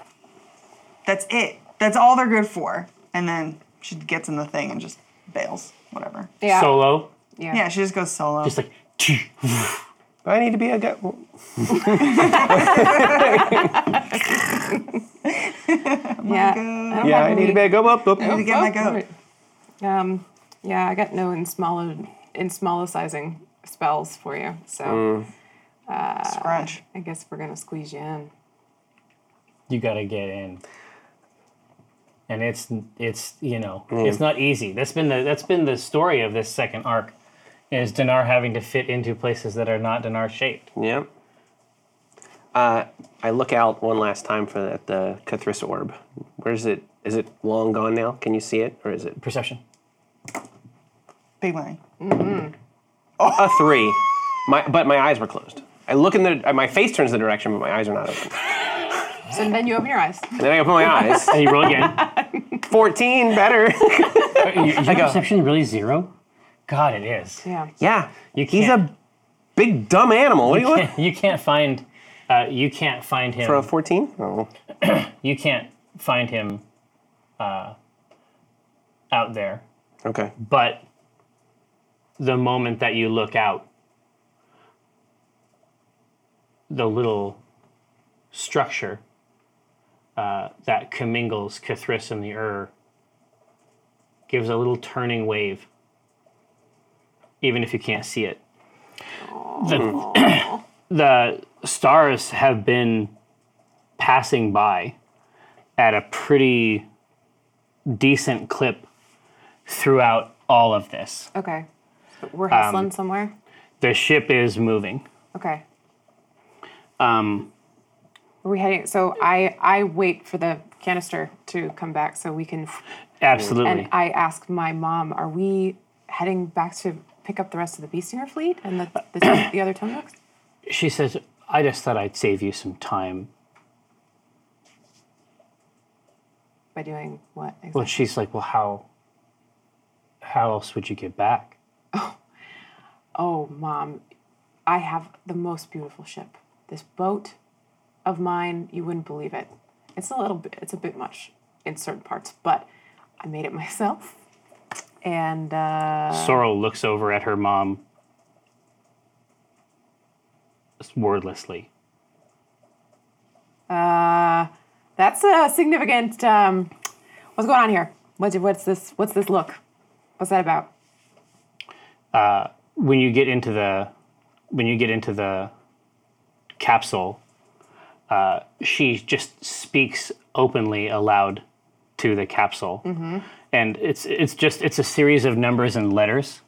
E: That's it. That's all they're good for." And then she gets in the thing and just bails. Whatever.
D: Yeah.
C: Solo.
E: Yeah, she just goes solo.
C: Just like, "Tch."
F: I need to be a goat.
D: yeah. don't
F: Yeah,
D: have
F: I need to
D: any-
F: be a goat. Whoop, whoop.
E: to get my
D: Oh, all
E: goat.
D: right. Um, yeah, I got no in smaller in smaller sizing spells for you, so
E: Scrunch.
D: I guess we're gonna squeeze you in.
C: You gotta get in. And it's it's you know it's not easy. That's been the that's been the story of this second arc, is Dinar having to fit into places that are not Dinar shaped.
F: Yep. Uh, I look out one last time for the, the Cuthrus orb. Where is it? Is it long gone now? Can you see it, or is it?
C: Perception.
E: Big money.
F: A three. My, but my eyes were closed. I look in the. uh, My face turns the direction, but my eyes are not open.
D: So then you open your eyes.
F: And then I open my eyes.
C: And you roll again.
F: 14, better.
C: your your perception really zero? God, it is.
D: Yeah.
F: yeah.
C: You
F: He's
C: can't-
F: a big dumb animal. What do you want?
C: you can't find. Uh, you can't find him.
F: For a 14? Oh.
C: you can't find him uh, out there.
F: Okay.
C: But the moment that you look out, the little structure uh, that commingles Cathris and the Ur gives a little turning wave, even if you can't see it. The, the stars have been passing by at a pretty decent clip throughout all of this.
D: Okay. So we're hustling somewhere.
C: The ship is moving.
D: Okay.
C: Um,
D: Are we heading? So I I wait for the canister to come back so we can.
C: absolutely.
D: And I ask my mom, are we heading back to pick up the rest of the Beast Singer fleet and the the, the other tone books?
C: she says, I just thought I'd save you some time.
D: By doing what? Exactly?
C: Well, she's like, Well, how how else would you get back?
D: Oh, mom, I have the most beautiful ship. This boat of mine, you wouldn't believe it. It's a little bit, it's a bit much in certain parts, but I made it myself. And uh,
C: Sorrel looks over at her mom wordlessly.
D: that's a significant. Um, what's going on here? What's, what's this? What's this look? What's that about?
C: when you get into the when you get into the capsule, uh, she just speaks openly aloud to the capsule, and it's it's just it's a series of numbers and letters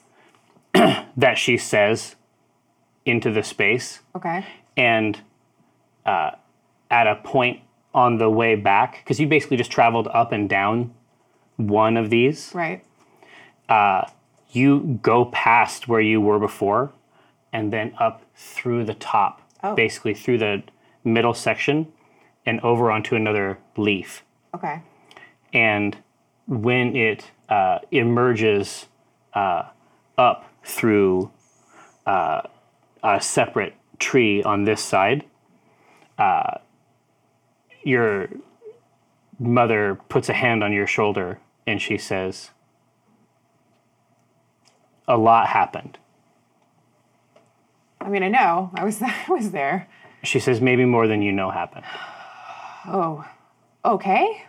C: that she says into the space,
D: Okay.
C: and uh, at a point on the way back, because you basically just traveled up and down one of these,
D: Right.
C: you go past where you were before and then up through the top,
D: Oh.
C: basically through the middle section and over onto another leaf.
D: Okay.
C: And when it uh, emerges uh, up through uh, a separate tree on this side, uh, your mother puts a hand on your shoulder and she says, A lot happened.
D: I mean, I know. I was. I was there.
C: She says, maybe more than you know happened.
D: Oh, okay.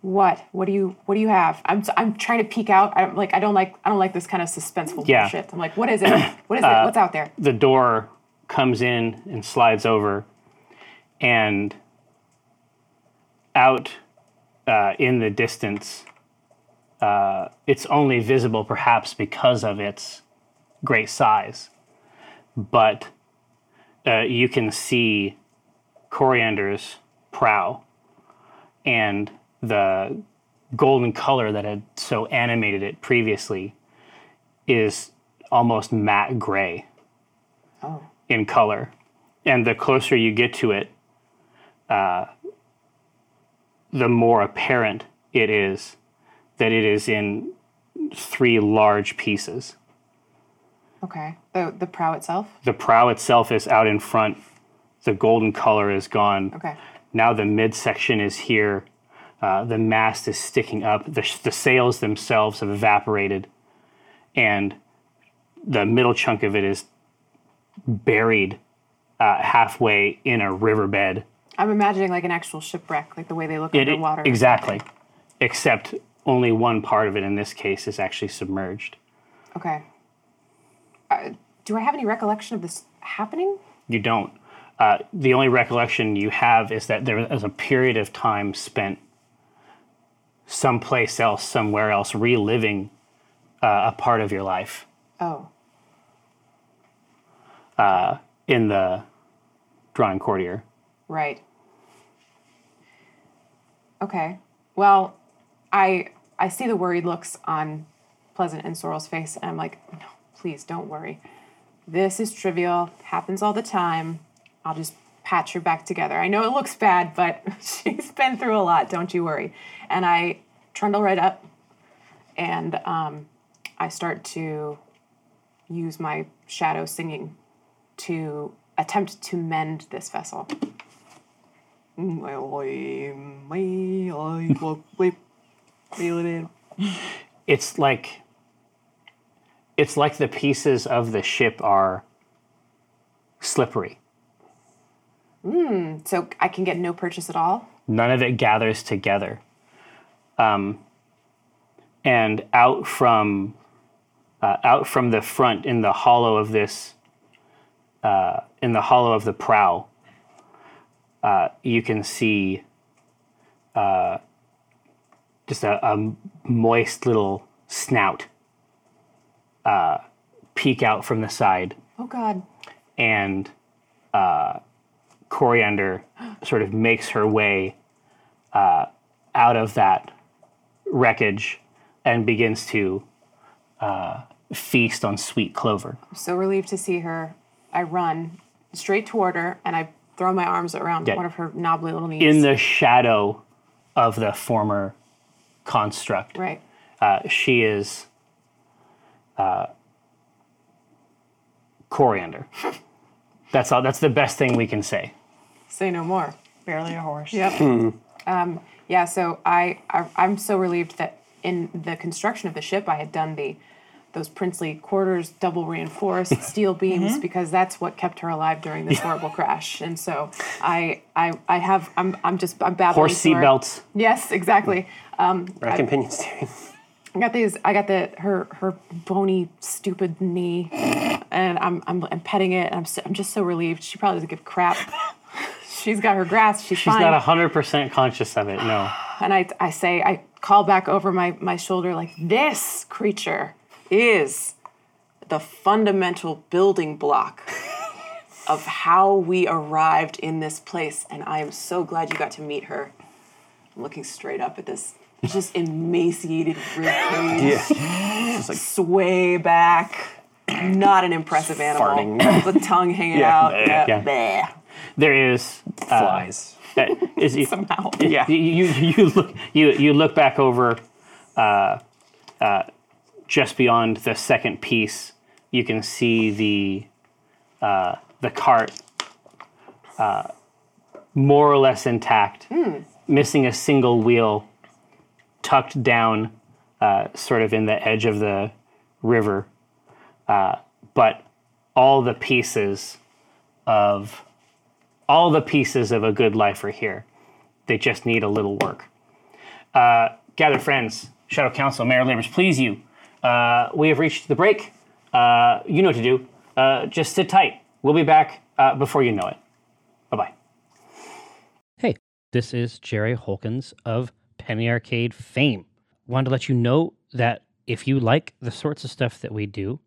D: What? What do you? What do you have? I'm. I'm trying to peek out. I'm like. I don't like. I don't like this kind of suspenseful
C: Yeah. Uh,
D: bullshit. I'm like, what is it? What is it? What's out there?
C: The door comes in and slides over, and out uh, in the distance, uh, it's only visible perhaps because of its great size, but uh, you can see Coriander's prow and the golden color that had so animated it previously is almost matte gray in color. And the closer you get to it, uh, the more apparent it is that it is in three large pieces.
D: Okay. The the prow itself.
C: The prow itself is out in front, the golden color is gone.
D: Okay.
C: Now the midsection is here. Uh, the mast is sticking up. The, the sails themselves have evaporated, and the middle chunk of it is buried uh, halfway in a riverbed.
D: I'm imagining like an actual shipwreck, like the way they look
C: It-
D: underwater.
C: exactly, except only one part of it in this case is actually submerged.
D: Okay. Uh, do I have any recollection of this happening?
C: You don't. Uh, the only recollection you have is that there was a period of time spent someplace else, somewhere else, reliving uh, a part of your life
D: Oh.
C: in the drawing courtier.
D: Right. Okay. Well, I I see the worried looks on pleasant in Sorrel's face, and I'm like, no, please don't worry. This is trivial, happens all the time. I'll just patch her back together. I know it looks bad, but she's been through a lot, don't you worry. And I trundle right up and um, I start to use my shadow singing to attempt to mend this vessel.
C: It's like it's like the pieces of the ship are slippery.
D: So I can get no purchase at all.
C: None of it gathers together. Um, and out from uh, out from the front in the hollow of this uh, in the hollow of the prow, uh, you can see uh, just a, a moist little snout uh, peek out from the side
D: Oh God.
C: and uh, Coriander sort of makes her way uh, out of that wreckage and begins to uh, feast on sweet clover.
D: I'm so relieved to see her. I run straight toward her and I throw my arms around
C: Yeah.
D: one of her knobbly little knees.
C: In the shadow of the former construct,
D: right.
C: uh, she is uh, Coriander. That's all. That's the best thing we can say.
D: Say no more.
E: Barely a horse.
D: Yep. um, yeah, so I, I I'm so relieved that in the construction of the ship I had done the those princely quarters, double reinforced steel beams, because that's what kept her alive during this horrible crash. And so I I I have I'm I'm just I'm babbling.
C: Horse
D: to her.
C: seatbelts.
D: Yes, exactly. Um,
F: Rack and pinion steering.
D: I got these. I got the her her bony stupid knee, and I'm I'm, I'm petting it. And I'm so, I'm just so relieved. She probably doesn't give a crap. She's got her grasp. She's,
C: She's
D: fine.
C: not hundred percent conscious of it. No.
D: and I I say I call back over my my shoulder like this creature is the fundamental building block of how we arrived in this place, and I am so glad you got to meet her. I'm looking straight up at this just emaciated rib cage sway back. Not an impressive animal.
F: Farting.
D: The tongue hanging
F: Yeah.
D: out.
F: Yeah.
D: Yeah. bleh.
C: There is
F: Flies.
C: uh, is you,
D: Somehow.
F: Yeah.
C: you, you you look you you look back over uh, uh, just beyond the second piece. You can see the uh, the cart uh, more or less intact, missing a single wheel, tucked down uh, sort of in the edge of the river, uh, but all the pieces of all the pieces of a good life are here. They just need a little work. Uh, gather friends, Shadow Council, Mayor Labors, please you. Uh, we have reached the break. Uh, you know what to do. Uh, just sit tight. We'll be back uh, before you know it. Bye bye. Hey, this is Jerry Holkins of Penny Arcade fame. Wanted to let you know that if you like the sorts of stuff that we do,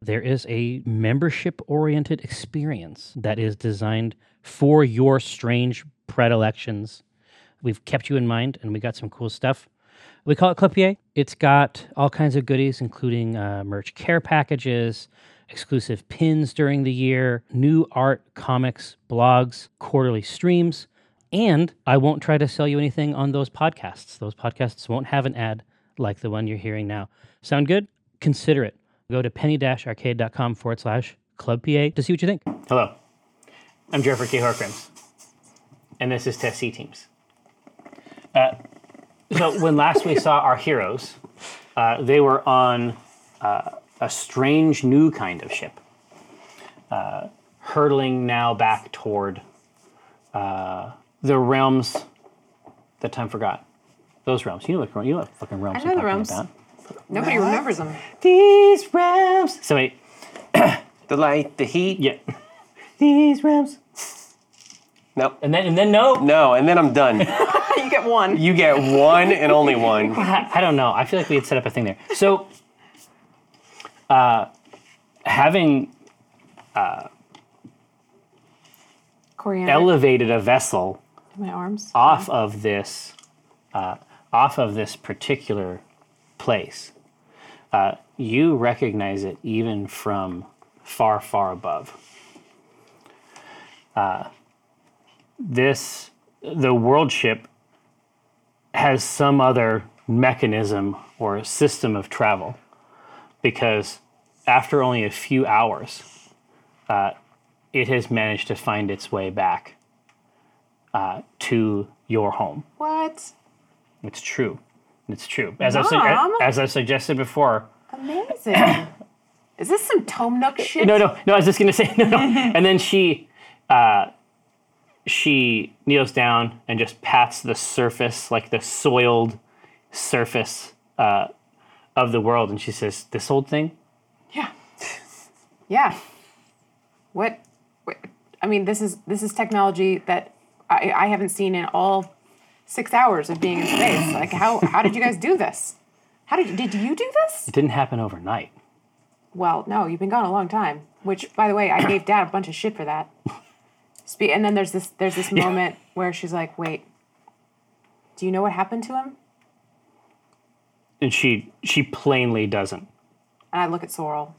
C: there is a membership oriented experience that is designed for your strange predilections. We've kept you in mind and we got some cool stuff. We call it Clipier. It's got all kinds of goodies, including uh, merch care packages, exclusive pins during the year, new art, comics, blogs, quarterly streams. And I won't try to sell you anything on those podcasts. Those podcasts won't have an ad like the one you're hearing now. Sound good? Consider it. Go to penny-arcade.com forward slash club PA to see what you think. Hello. I'm Jeffrey K. Harkins. And this is Test C Teams. Uh, so when last we saw our heroes, uh, they were on uh, a strange new kind of ship, uh, hurtling now back toward uh, the realms that time forgot. Those realms. You know what, you know what fucking realms
D: I
C: I'm
D: know the
C: talking
D: realms.
C: about.
D: Nobody remembers them.
F: These realms.
C: So wait,
F: The light, the heat.
C: yeah. These realms.
F: Nope.
C: And then, and then no.
F: No, and then I'm done.
D: you get one.
F: You get one and only one.
C: I, I don't know. I feel like we had set up a thing there. So, uh, having
D: Coriander.
C: elevated a vessel
D: my arms.
C: off of this, uh, off of this particular place, Uh, you recognize it even from far, far above. Uh, this, the world ship has some other mechanism or system of travel because after only a few hours, uh, it has managed to find its way back uh, to your home.
D: What?
C: It's true. It's true. As I've,
D: Mom?
C: su- as I've suggested before,
D: Amazing. Is this some Tom Nook shit?
C: no, no, no. I was just gonna say no, no. and then she, uh, she kneels down and just pats the surface, like the soiled surface uh, of the world, and she says, "This old thing,
D: Yeah. Yeah. What, what? I mean, this is this is technology that I, I haven't seen in all six hours of being in space. Like, how how did you guys do this? How did did you do this?
C: it didn't happen overnight."
D: Well, no, you've been gone a long time. Which, by the way, I gave Dad a bunch of shit for that. Spe- And then there's this there's this moment where she's like, "Wait, do you know what happened to him?"
C: And she she plainly doesn't.
D: And I look at Sorrel.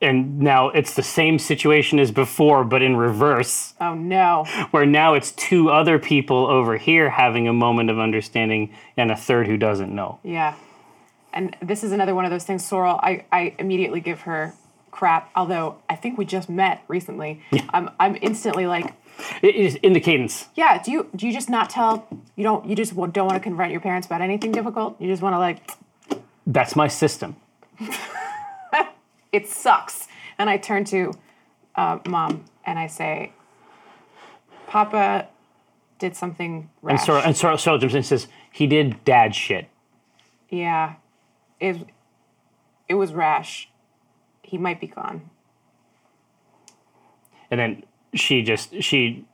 C: And now it's the same situation as before, but in reverse.
D: Oh no.
C: where now it's two other people over here having a moment of understanding and a third who doesn't know.
D: Yeah. And this is another one of those things, Sorrel, I, I immediately give her crap, although I think we just met recently. I'm, I'm instantly like,
C: It is in the cadence.
D: yeah, do you do you just not tell you don't you just wa- don't want to confront your parents about anything difficult? You just want to like
C: That's my system.
D: it sucks. And I turn to uh, mom and I say, Papa did something rash.
C: And Sorrel, and Sorrel, Sorrel jumps in and says, he did dad shit.
D: yeah, it it was rash. He might be gone.
C: And then she just, she,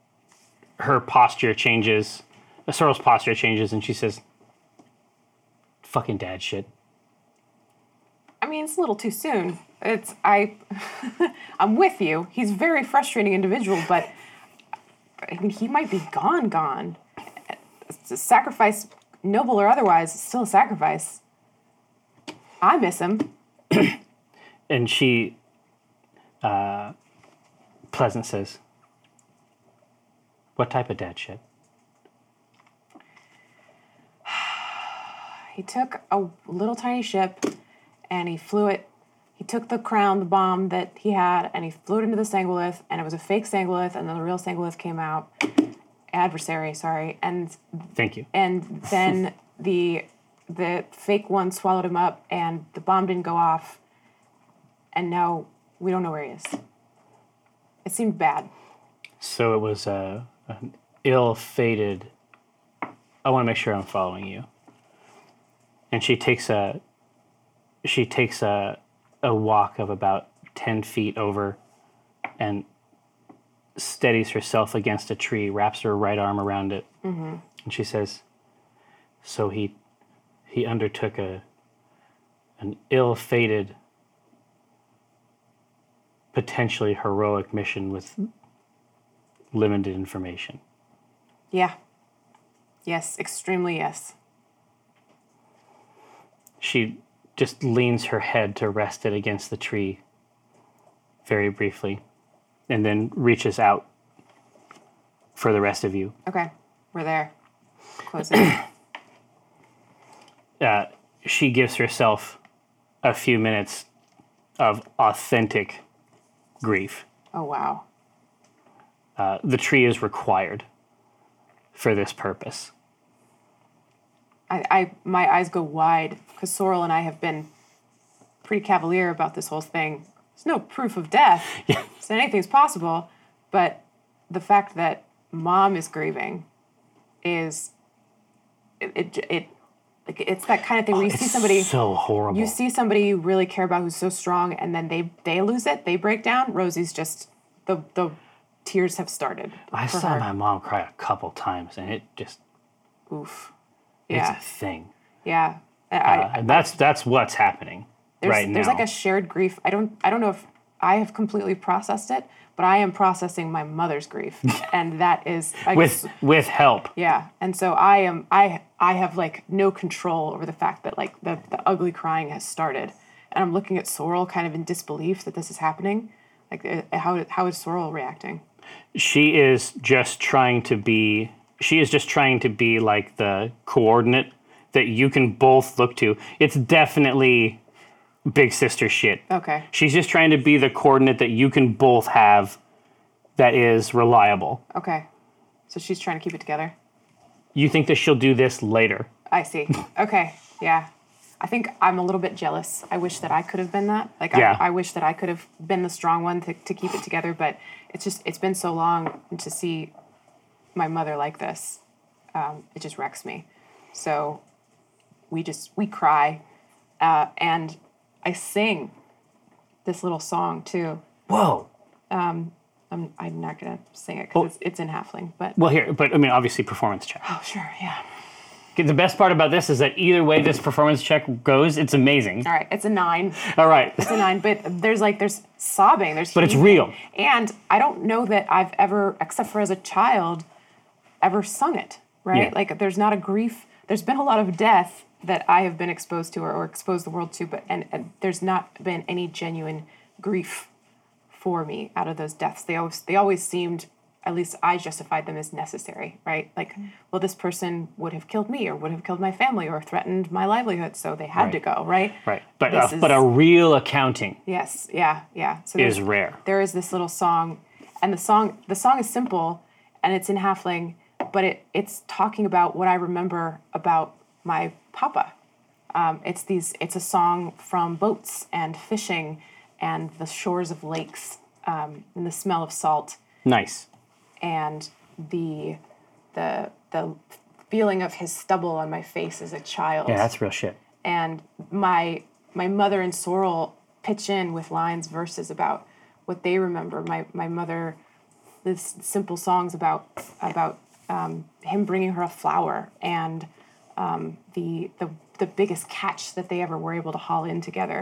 C: her posture changes. Sorrel's posture changes and she says, fucking dad shit.
D: I mean, it's a little too soon. It's I, I'm with you. He's a very frustrating individual, but I mean, he might be gone, gone. It's a sacrifice, noble or otherwise, it's still a sacrifice. I miss him.
C: And she, uh, Pleasant says, what type of dad shit?
D: He took a little tiny ship, and he flew it. He took the crown, the bomb that he had, and he flew it into the Sangolith, and it was a fake Sangolith, and then the real Sangolith came out. Adversary, sorry, and
C: Thank you.
D: and then the the fake one swallowed him up and the bomb didn't go off and now we don't know where he is it seemed bad
C: So it was uh, an ill-fated. I want to make sure I'm following you. And she takes a, she takes a, a walk of about ten feet over, and steadies herself against a tree, wraps her right arm around it, and she says, "So he, he undertook a, an ill-fated." Potentially heroic mission with limited information.
D: yeah yes extremely yes
C: She just leans her head to rest it against the tree very briefly and then reaches out for the rest of you.
D: okay we're there close it
C: Uh, she gives herself a few minutes of authentic grief.
D: oh wow
C: Uh, the tree is required for this purpose.
D: I, I my eyes go wide because Sorrel and I have been pretty cavalier about this whole thing. There's no proof of death, so anything's possible. But the fact that mom is grieving is it it, it like it's that kind of thing where you see
C: Oh, It's
D: somebody
C: so horrible.
D: you see somebody you really care about who's so strong and then they they lose it they break down. Rosie's just the the tears have started.
C: I
D: for
C: saw
D: her.
C: my mom cry a couple times and it just
D: oof.
C: it's
D: Yeah,
C: a thing.
D: yeah. I, I-
C: Uh, and that's that's what's happening
D: there's,
C: right now.
D: there's like a shared grief. I don't I don't know if I have completely processed it, but I am processing my mother's grief, and that is I
C: with
D: guess-
C: with help.
D: yeah. And so I am I I have like no control over the fact that like the the ugly crying has started, and I'm looking at Sorrel kind of in disbelief that this is happening. Like uh, how how is Sorrel reacting?
C: She is just trying to be. She is just trying to be like the coordinate that you can both look to. It's definitely big sister shit.
D: Okay.
C: She's just trying to be the coordinate that you can both have that is reliable.
D: Okay. So she's trying to keep it together.
C: You think that she'll do this later.
D: I see. Okay. Yeah. I think I'm a little bit jealous. I wish that I could have been that. Like,
C: Yeah.
D: I, I wish that I could have been the strong one to, to keep it together, but it's just, it's been so long to see my mother like this. Um, it just wrecks me. So we just, we cry. Uh, and I sing this little song too.
C: Whoa.
D: I'm, I'm not going to sing it because it's, it's in halfling, but
C: Well, here, but I mean, obviously, performance check.
D: oh, sure. Yeah.
C: Okay, The best part about this is that either way this performance check goes, it's amazing.
D: All right. It's a nine.
C: All right.
D: it's a nine, but there's like there's sobbing, there's
C: But it's
D: heaving.
C: real.
D: And I don't know that I've ever, except for as a child, ever sung it. Right?
C: Yeah.
D: Like there's not a grief. There's been a lot of death that I have been exposed to or, or exposed the world to, but and, and there's not been any genuine grief for me out of those deaths. They always they always seemed at least I justified them as necessary, right? Like,
C: Mm.
D: well, this person would have killed me, or would have killed my family, or threatened my livelihood, so they had to
C: Right.
D: go, right?
C: Right. But,
D: This
C: uh, but
D: is-
C: a real accounting
D: Yes, yeah, yeah. So
C: is
D: there's-
C: rare.
D: There is this little song, and the song the song is simple, and it's in halfling, but it it's talking about what I remember about my papa. Um, it's these it's a song from boats and fishing, and the shores of lakes, um, and the smell of salt,
C: Nice.
D: and the the the feeling of his stubble on my face as a child
C: Yeah, that's real shit.
D: and my my mother and Sorrel pitch in with lines verses about what they remember. My my mother, this simple songs about about um, him bringing her a flower and um, the the the biggest catch that they ever were able to haul in together.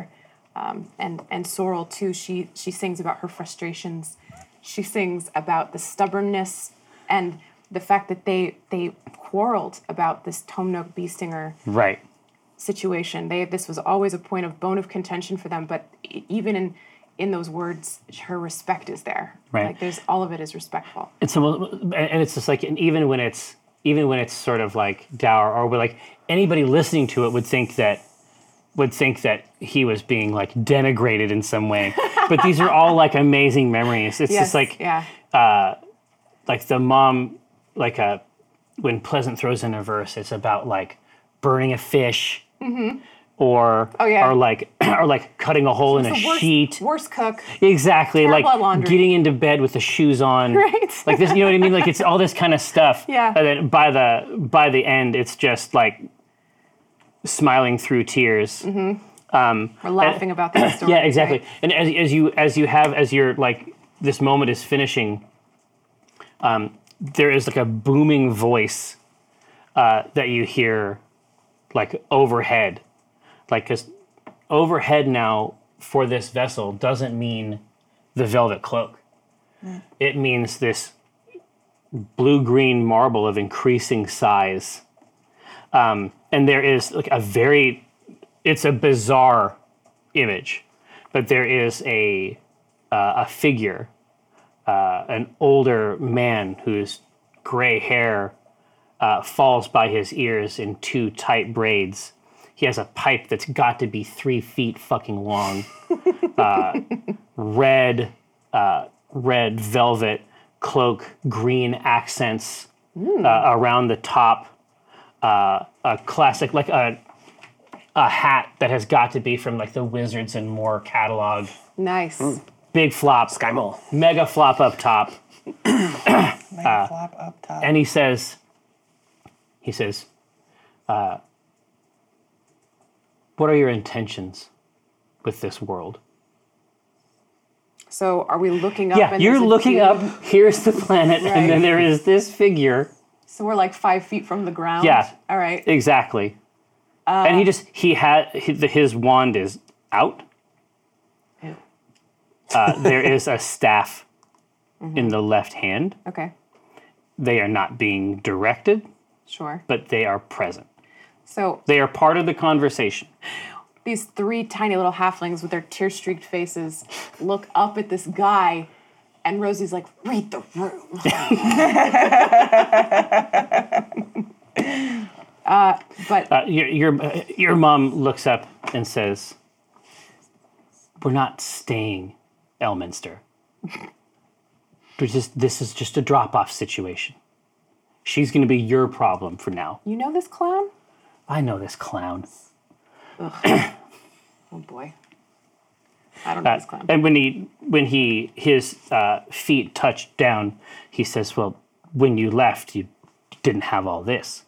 D: Um, and and Sorrel too. She she sings about her frustrations. She sings about the stubbornness and the fact that they they quarreled about this Tomnook bee stinger
C: Right.
D: situation. They this was always a point of bone of contention for them, but e- even in in those words, her respect is there.
C: Right.
D: Like there's all of it is respectful.
C: It's almost, and and it's just like, and even when it's even when it's sort of like dour, or we're like anybody listening to it would think that would think that he was being like denigrated in some way. but these are all like amazing memories. It's just like
D: yeah,
C: like the mom like a when Pleasant throws in a verse, it's about like burning a fish. Or,
D: Mm-hmm. Oh, yeah.
C: or like, or like cutting a hole in a
D: The worst,
C: sheet.
D: worst cook.
C: Exactly,
D: Terrible
C: like
D: at laundry.
C: getting into bed with the shoes on,
D: Right.
C: Like this, you know what I mean? Like it's all this kind of stuff.
D: Yeah.
C: And then by the by the end, it's just like smiling through tears.
D: We're laughing about that story.
C: Eh, Yeah, exactly.
D: right?
C: And as as you as you have as you're like this moment is finishing, um, there is like a booming voice uh, that you hear, like overhead, like because overhead now for this vessel doesn't mean the velvet cloak. It means this blue green marble of increasing size. Um, and there is like a very, it's a bizarre image, but there is a uh, a figure, uh, an older man whose gray hair uh, falls by his ears in two tight braids. He has a pipe that's got to be three feet fucking long. uh, red, uh, red velvet cloak, green accents uh, around the top. Uh, a classic, like a a hat that has got to be from like the Wizards and More catalog.
D: Nice.
C: Mm. Big flop,
F: Sky Mole.
C: mega flop up top.
E: Like flop up top.
C: Ah. And he says, he says, uh, what are your intentions with this world?
D: So are we looking up?
C: Yeah,
D: and
C: you're
D: there's a
C: looking
D: cube?
C: up, here's the planet, and then
D: Right.
C: there is this figure.
D: So we're like five feet from the ground.
C: Yeah.
D: All right.
C: Exactly.
D: Uh,
C: and he just, he had, his wand is out. Uh, there is a staff
D: Mm-hmm.
C: in the left hand.
D: Okay.
C: They are not being directed,
D: Sure.
C: but they are present.
D: So
C: They are part of the conversation.
D: these three tiny little halflings with their tear streaked faces look up at this guy, and Rosie's like, read the room. uh, but
C: Uh, your, your, uh, your mom looks up and says, We're not staying, Elminster. We're just, this is just a drop off situation. She's going to be your problem for now.
D: you know this clown?
C: I know this clown.
D: Oh boy. I don't know this clown.
C: Uh, And when he when he his uh, feet touched down, he says, "Well, when you left, you didn't have all this."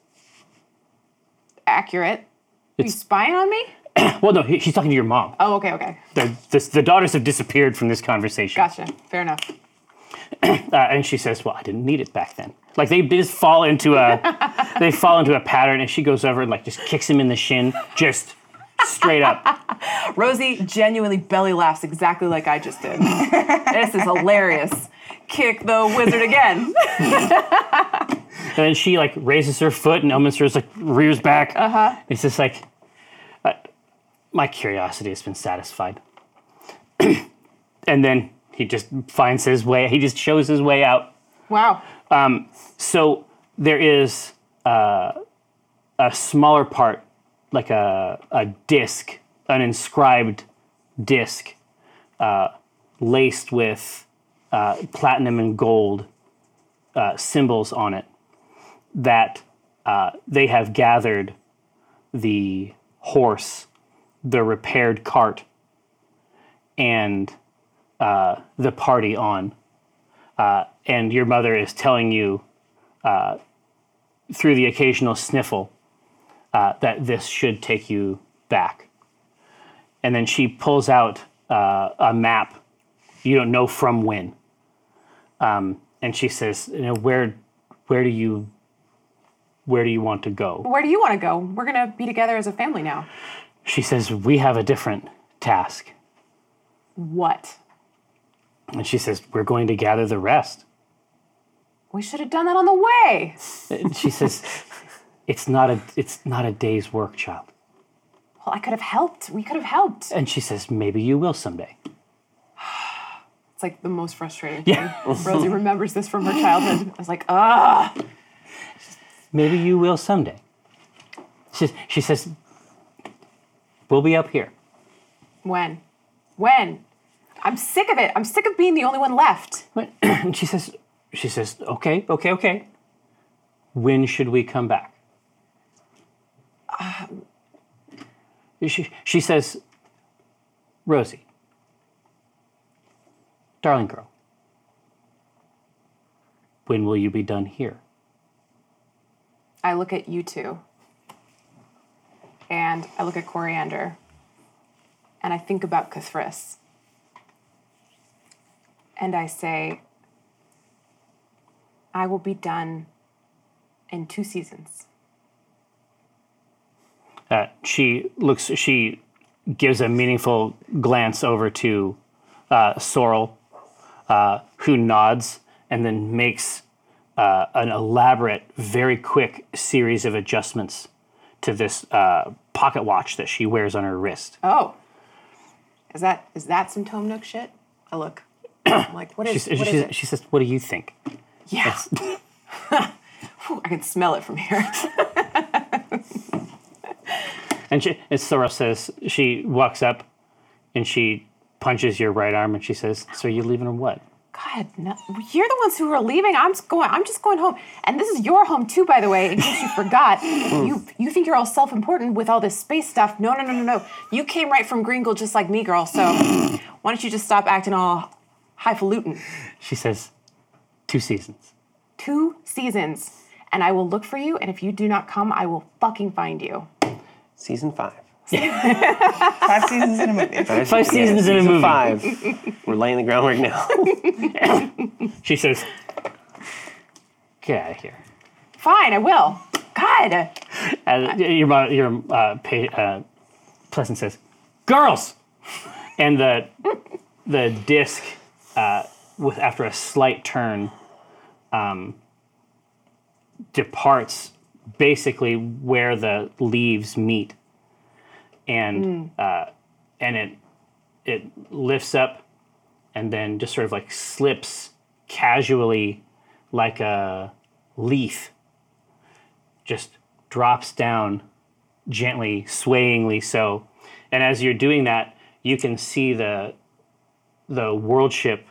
D: Accurate. You
C: It's-
D: spying on me?
C: Well, no, he, he's talking to your mom.
D: Oh, okay, okay.
C: The, this, the daughters have disappeared from this conversation,
D: Gotcha. Fair enough.
C: uh, and she says, "Well, I didn't need it back then." Like they just fall into a they fall into a pattern, and she goes over and like just kicks him in the shin, just straight up.
D: Rosie genuinely belly laughs exactly like I just did. this is hilarious. Kick the wizard again.
C: And then she like raises her foot, and Elminster's like rears back. Uh huh. It's just like, uh, my curiosity has been satisfied. and then he just finds his way. He just shows his way out.
D: Wow.
C: So there is uh, a smaller part, like a a disc, an inscribed disc, uh, laced with uh, platinum and gold uh, symbols on it that uh, they have gathered the horse, the repaired cart, and uh, the party on. Uh, and your mother is telling you uh, through the occasional sniffle uh, that this should take you back. And then she pulls out uh, a map. You don't know from when. Um, and she says, you know, where, where do you, where do you want to go?
D: Where do you want to go? We're going to be together as a family now.
C: She says, We have a different task.
D: What?
C: And she says, We're going to gather the rest.
D: We should have done that on the way.
C: And she says, It's not a it's not a day's work, child.
D: Well, I could have helped. We could have helped.
C: And she says, Maybe you will someday.
D: It's like the most frustrating thing. Rosie remembers this from her childhood. I was like, ah.
C: Maybe you will someday. She, she says, We'll be up here.
D: When? When? I'm sick of it. I'm sick of being the only one left.
C: And she says, She says, Okay, okay, okay. When should we come back? Uh, she, she says, Rosie, darling girl, when will you be done here?
D: I look at you two, and I look at Coriander, and I think about Cathris. And I say, I will be done in two seasons.
C: Uh, she looks. She gives a meaningful glance over to uh, Sorrel, uh, who nods and then makes uh, an elaborate, very quick series of adjustments to this uh, pocket watch that she wears on her wrist.
D: Oh, is that is that some Tom Nook shit? I look. I'm like, what is,
C: She,
D: what is
C: she-
D: it?
C: she says, "What do you think?"
D: Yeah. Whew, I can smell it from here.
C: And, she, and Sorrel says she walks up and she punches your right arm and she says, "So you leaving or what?"
D: God, no, you're the ones who are leaving. I'm just going. I'm just going home. And this is your home too, by the way. In case you forgot, you you think you're all self-important with all this space stuff. No, no, no, no, no. You came right from Greengle just like me, girl. So why don't you just stop acting all highfalutin?
C: She says, two seasons."
D: Two seasons, and I will look for you. And if you do not come, I will fucking find you.
F: Season five.
E: Five seasons in a movie.
F: Five
C: seasons in a movie.
F: Five. We're laying the groundwork now.
C: She says, "Get out of here."
D: Fine, I will. God,
C: And your mo- your uh, pa uh, Pleasant says, "Girls," and the the disc, uh, with after a slight turn, um, departs basically where the leaves meet, and uh, and it it lifts up, and then just sort of like slips casually, like a leaf. Just drops down gently, swayingly so. And as you're doing that, you can see the the world ship,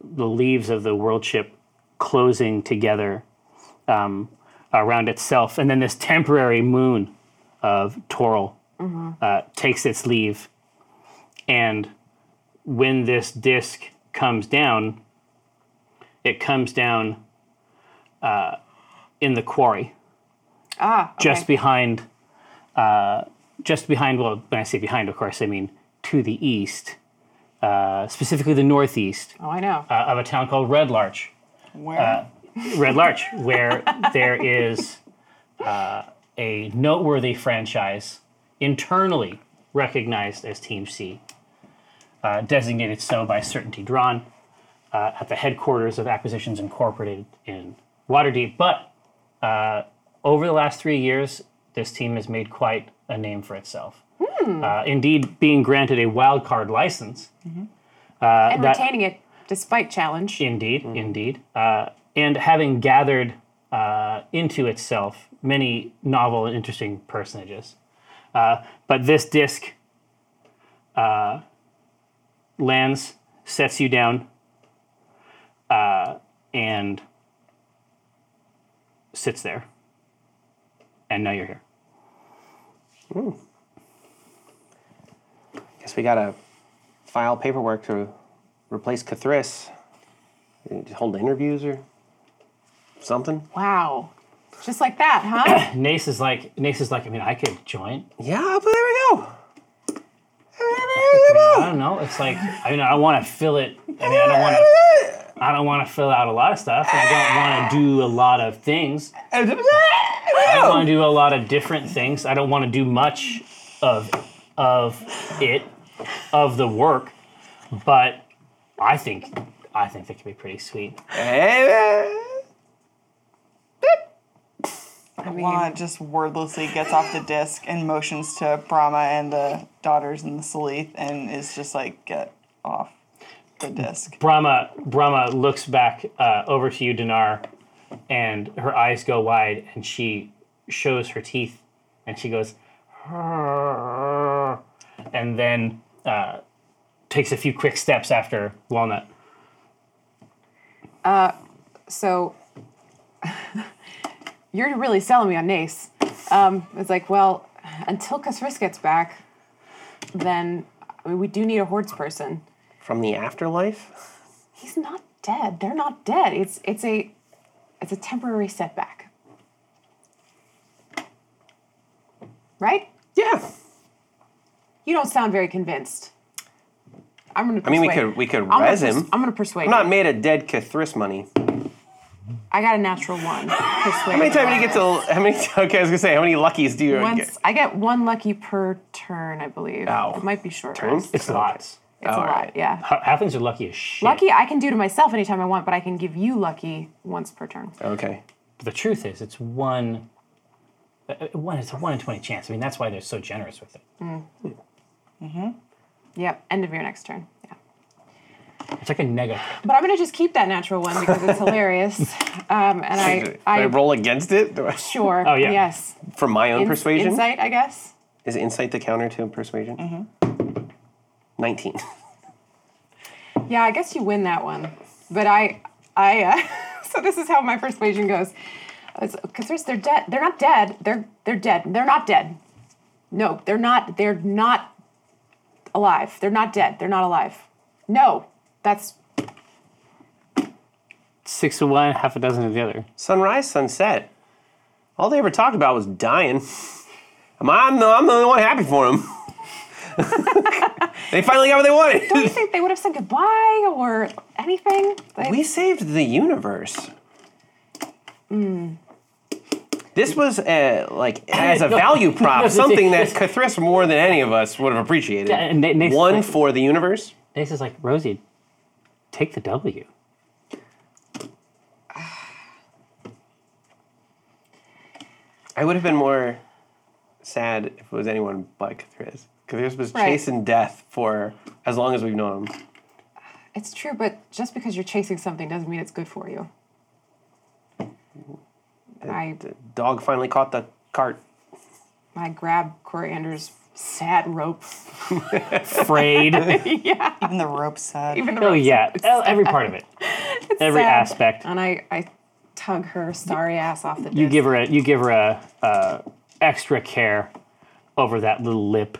C: the leaves of the world ship closing together um, around itself, and then this temporary moon of Toril uh, takes its leave. And when this disc comes down, it comes down uh, in the quarry
D: Ah, okay.
C: just behind, uh, just behind. Well, when I say behind, of course, I mean to the east, uh, specifically the northeast
D: Oh, I know.
C: uh, of a town called Red Larch.
E: Where?
C: Ah. Red Larch, where there is uh, a noteworthy franchise internally recognized as Team C, uh, designated so by Certainty Drawn uh, at the headquarters of Acquisitions Incorporated in Waterdeep. But uh, over the last three years, this team has made quite a name for itself. Uh, indeed, being granted a wildcard license
D: and
C: that-
D: retaining it despite challenge.
C: Indeed, indeed. Uh, and having gathered uh, into itself many novel and interesting personages. Uh, but this disc uh, lands, sets you down, uh, and sits there. And now you're here.
F: Guess we gotta file paperwork to replace Cathris. Hold interviews or something.
D: Wow. Just like that, huh?
C: Nace is like, Nace is like, I mean, I could join.
F: Yeah, but there we go.
C: I don't know. It's like I mean, I don't want to fill it. I mean, I don't want to. I don't want to fill out a lot of stuff. and I don't want to do a lot of things. I don't want to do a lot of different things. I don't want to do much of of it of the work. But I think I think that could be pretty sweet.
F: Eh?
E: Juan just wordlessly gets off the disc and motions to Brahma and the daughters and the Salith and is just like, get off the disc.
C: Brahma Brahma looks back uh, over to you, Dinar, and her eyes go wide, and she shows her teeth, and she goes, "Arr," and then uh, takes a few quick steps after Walnut.
D: so you're really selling me on Nace. Um, it's like, well, until Kasris gets back, then I mean, we do need a hordes person.
F: From the afterlife?
D: He's not dead. They're not dead. It's it's a it's a temporary setback. Right?
F: Yeah.
D: You don't sound very convinced. I'm gonna.
F: I mean, we
D: persuade-
F: could we could
D: I'm gonna
F: res
D: pers-
F: him.
D: I'm gonna persuade.
F: I'm not made of dead Cathris money.
D: I got a natural one. Persuade.
F: How many times do you get to? How many? Okay, I was gonna say how many luckies do you
D: Once
F: get?
D: I get one lucky per turn, I believe.
F: Ow.
D: It might be short.
F: Turns?
D: It's,
C: It's lots.
D: it's a lot. Yeah.
C: Ha- Halflings are lucky as shit.
D: Lucky I can do to myself anytime I want, but I can give you lucky once per turn.
F: Okay.
C: But the truth is, it's one. uh, uh, One, it's a one in twenty chance. I mean, that's why they're so generous with it.
D: Yep. End of your next turn. Yeah.
C: It's like a negative.
D: But I'm gonna just keep that natural one because it's hilarious. Um, and I,
F: Do I,
D: I
F: roll against it? Do I,
D: sure.
C: Oh, yeah.
D: Yes.
F: from my own
D: In-
F: persuasion?
D: Insight, I guess.
F: Is insight the counter to persuasion? Mm-hmm. 19.
D: Yeah, I guess you win that one. But I, I. Uh, so this is how my persuasion goes. Because they're dead. They're not dead. They're they're dead. They're not dead. No, they're not. They're not alive. They're not dead. They're not alive. No, that's
C: Six of one, half a dozen of the other.
F: Sunrise, sunset. All they ever talked about was dying. I'm, I'm, the, I'm the only one happy for them. they finally got what they
D: don't you
F: wanted.
D: think they would have said goodbye or anything? Like,
F: We saved the universe. This was uh like as a value prop, something that Cathris more than any of us would have appreciated.
C: Yeah, and they- they-
F: One for the universe.
C: Nace is like, Rosie, take the W.
F: I would have been more sad if it was anyone but Cthulhu's. Cthulhu was
D: Right.
F: chasing death for as long as we've known him.
D: It's true, but just because you're chasing something doesn't mean it's good for you. I
F: The dog finally caught the cart.
D: I grab Coriander's sad rope.
C: Frayed.
E: Even the rope said.
D: Even the
C: oh,
D: rope,
C: yeah. Oh, Every part of it. Every
D: sad.
C: aspect.
D: And I, I tug her starry ass off the
C: You
D: disc.
C: give her a you give her a, uh extra care over that little lip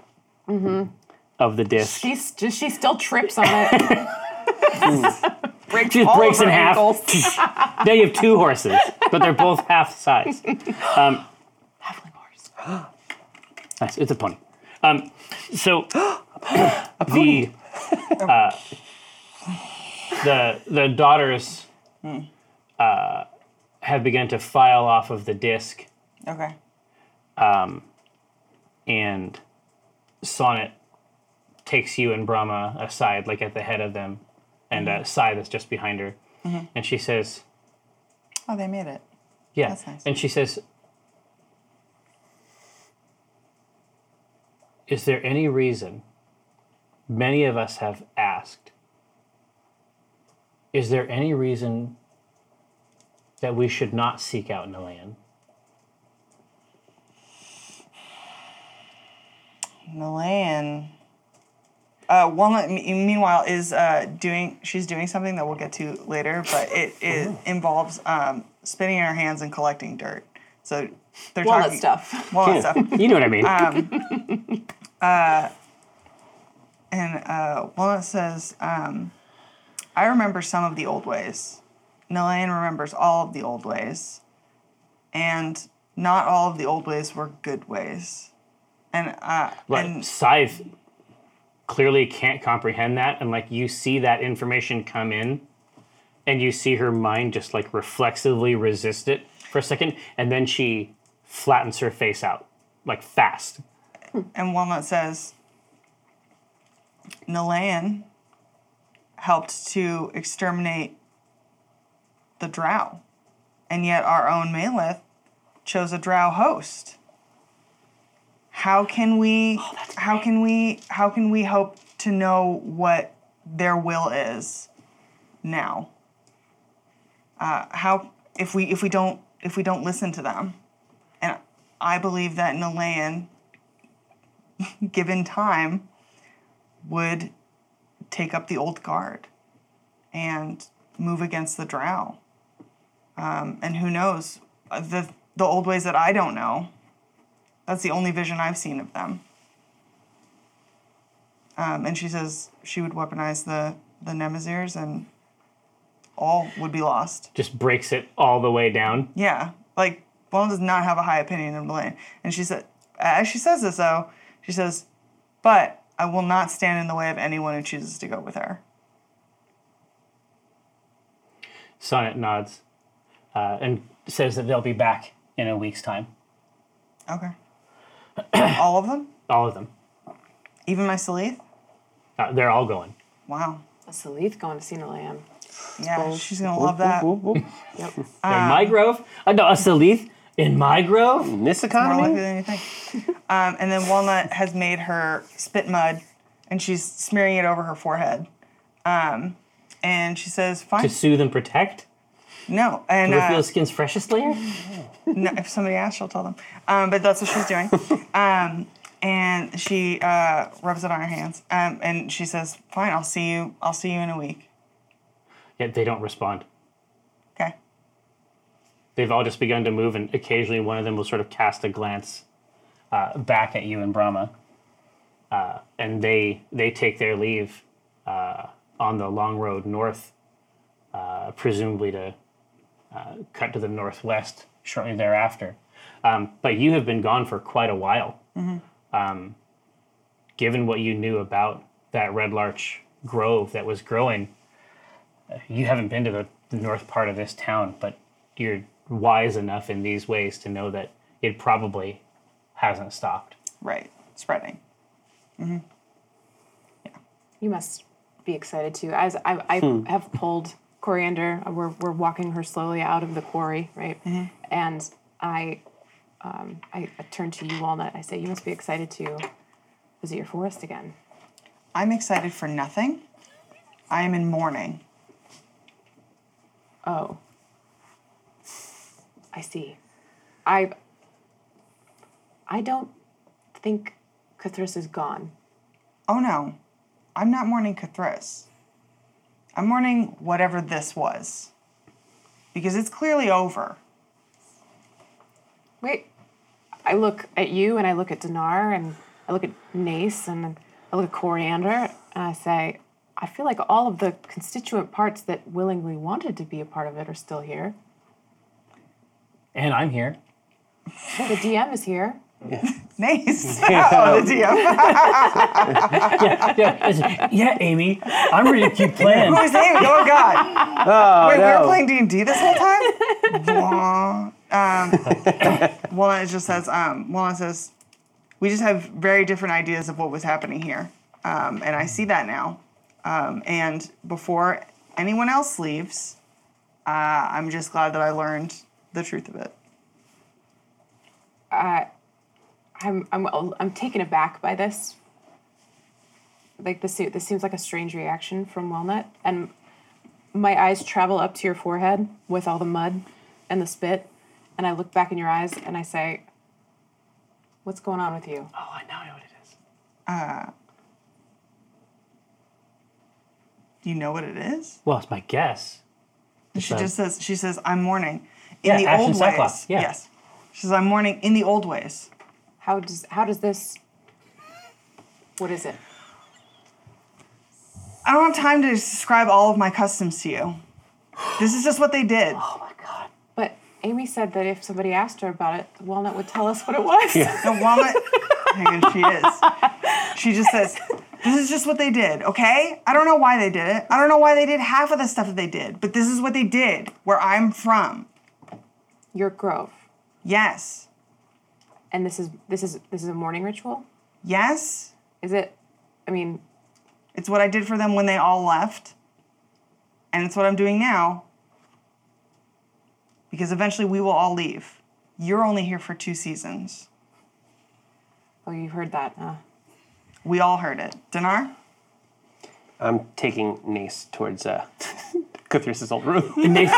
C: Mm-hmm. of the disc.
D: she, s- she still trips on it.
C: She just breaks in half. now you have two horses, but they're both half size. Um, Nice, It's a pony. Um, so the uh, the the daughters uh, have begun to file off of the disc,
E: Okay.
C: and Sonnet takes you and Brahma aside, like at the head of them, and uh, Sai that's just behind her, and she says.
E: Oh, they made it.
C: Yeah.
E: That's nice.
C: And she says, Is there any reason many of us have asked? Is there any reason that we should not seek out Nalan?
E: Milan. Uh, Walnut. me- Meanwhile, is uh, doing. She's doing something that we'll get to later, but it,
D: Oh.
E: it involves um, spinning her hands and collecting dirt. So they're
D: Walnut
E: talking
D: stuff.
E: Walnut stuff.
C: You know what I mean?
E: And uh, Walnut says, um, I remember some of the old ways. Nilane remembers all of the old ways. And not all of the old ways were good ways. And, uh,
C: But
E: and
C: Scythe clearly can't comprehend that, and like you see that information come in, and you see her mind just like reflexively resist it for a second, and then she flattens her face out like fast.
E: and Walnut says, Nilan helped to exterminate the drow. And yet our own Maleth chose a drow host. How can we how can we how can we hope to know what their will is now? Uh, how if we if we don't if we don't listen to them. And I believe that Nilan given time, would take up the old guard and move against the drow. Um, and who knows uh, the the old ways that I don't know. That's the only vision I've seen of them. Um, and she says she would weaponize the the Nemesirs and all would be lost.
C: Just breaks it all the way down.
E: Yeah, like Bone does not have a high opinion of Blaine, and she said, as she says this though, she says, "But I will not stand in the way of anyone who chooses to go with her."
C: Sonnet nods uh, and says that they'll be back in a week's time.
E: Okay. all of them,
C: All of them.
E: even my Salith.
C: Uh, they're all going.
E: Wow.
D: Salith going to see Nalan.
E: Yeah, she's gonna love that.
C: They're in my grove? Uh, no, a Salith in my grove?
F: In this
E: More likely
F: economy?
E: than you think. um, and then Walnut has made her spit mud, and she's smearing it over her forehead. Um, and she says, "Fine,
C: To soothe and protect?
E: no." And
C: With
E: uh,
C: your skin's freshest layer?
E: No, if somebody asks, she'll tell them. Um, but that's what she's doing. um, and she uh, rubs it on her hands, um, and she says, "Fine, I'll see you. I'll see you in a week."
C: Yet they don't respond.
E: Okay.
C: they've all just begun to move, and occasionally one of them will sort of cast a glance uh, back at you and Brahma, uh, and they they take their leave uh, on the long road north, uh, presumably to uh, cut to the northwest shortly thereafter. Um, but you have been gone for quite a while. Um, given what you knew about that red larch grove that was growing, uh, you haven't been to the, the north part of this town, but you're wise enough in these ways to know that it probably hasn't stopped.
E: Right. Spreading.
D: You must be excited to. As I, I
C: Hmm.
D: have pulled Coriander, uh, we're, we're walking her slowly out of the quarry, right?
C: Mm-hmm.
D: And I, um, I, I turn to you, Walnut. I say, "You must be excited to visit your forest again."
E: I'm excited for nothing. I am in mourning.
D: Oh. I see. I I don't think Cthulhu is gone.
E: Oh no, I'm not mourning Cathris. I'm mourning whatever this was. Because it's clearly over.
D: Wait. I look at you and I look at Dinar and I look at Nace and I look at Coriander and I say, I feel like all of the constituent parts that willingly wanted to be a part of it are still here.
C: And I'm here.
D: Well, the DM is here.
E: Nice. oh, the DM.
C: Yeah, it's- yeah, Amy, I'm ready to keep playing.
E: Who is Amy? Oh God. Wait, we were playing D and D this whole time. Blah. um, Walnut just says. Um, Walnut says, we just have very different ideas of what was happening here, um, and I see that now. Um, and before anyone else leaves, uh, I'm just glad that I learned the truth of it.
D: I'm I'm I'm taken aback by this. Like this se- this seems like a strange reaction from Walnut, and my eyes travel up to your forehead with all the mud and the spit, and I look back in your eyes and I say, "What's going on with you?"
C: Oh, I now know what it is.
E: Do you know what it is?
C: Well, it's my guess.
E: She
C: So-
E: just says. She says, I'm mourning in
C: Yeah,
E: the
C: Ash and
E: old
C: Cyclops,
E: ways.
C: yeah.
E: Yes. She says, I'm mourning in the old ways.
D: How does how does this? What is it?
E: I don't have time to describe all of my customs to you. This is just what they did.
D: But Amy said that if somebody asked her about it, Walnut would tell us what it was.
E: And Walnut, hang on, she is. She just says, This is just what they did, okay? I don't know why they did it. I don't know why they did half of the stuff that they did, but this is what they did where I'm from.
D: Your grove,
E: Yes.
D: and this is this is this is a morning ritual.
E: Yes.
D: Is it? I mean,
E: It's what I did for them when they all left. And it's what I'm doing now. Because eventually we will all leave. You're only here for two seasons.
D: oh, you've heard that. Huh?
E: We all heard it. Dinar?
F: I'm taking Nace towards uh, Cuthrus's old room.
C: Nace,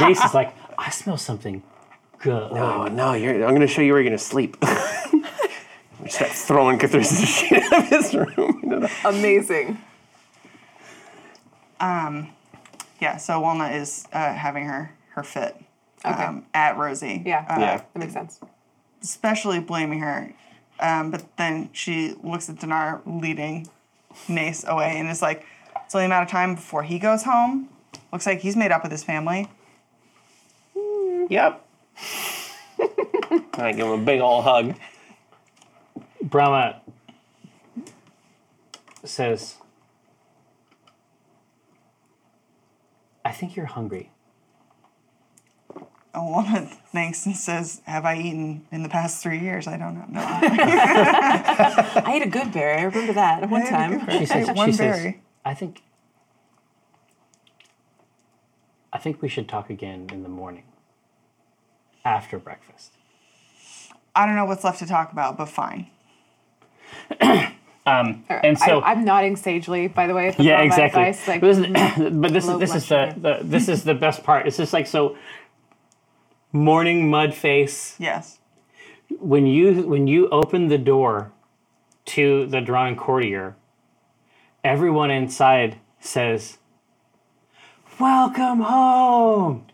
C: Nace is like, I smell something good.
F: oh no, you're, I'm going to show you where you're going to sleep. We Start throwing Cuthrus's shit out of his room.
D: Amazing.
E: Yeah, so Walnut is uh, having her, her fit
D: Okay.
E: um, at Rosie.
D: Yeah.
E: Uh,
F: yeah.
D: That makes sense.
E: Especially blaming her. Um, but then she looks at Dinar leading Nace away and is like, it's only a matter of time before he goes home. Looks like he's made up with his family.
F: Yep. I give him a big old hug.
C: Brahma says, I think you're hungry.
E: A woman thinks and says, Have I eaten in the past three years? I don't know. No.
D: I ate a good berry. I remember that one time.
C: She says,
E: Hey, one
C: she says
E: berry.
C: I think I think we should talk again in the morning. After breakfast.
E: I don't know what's left to talk about, but fine.
C: And so
D: I, am nodding sagely, by the way. if
C: yeah,
D: about my
C: exactly.
D: advice, like, mm,
C: This is- but this is
D: low
C: this is
D: blood
C: the, the this is the best part. It's just like so. Morning mud face.
E: Yes.
C: When you when you open the door to the drawn courtier, everyone inside says, "Welcome home."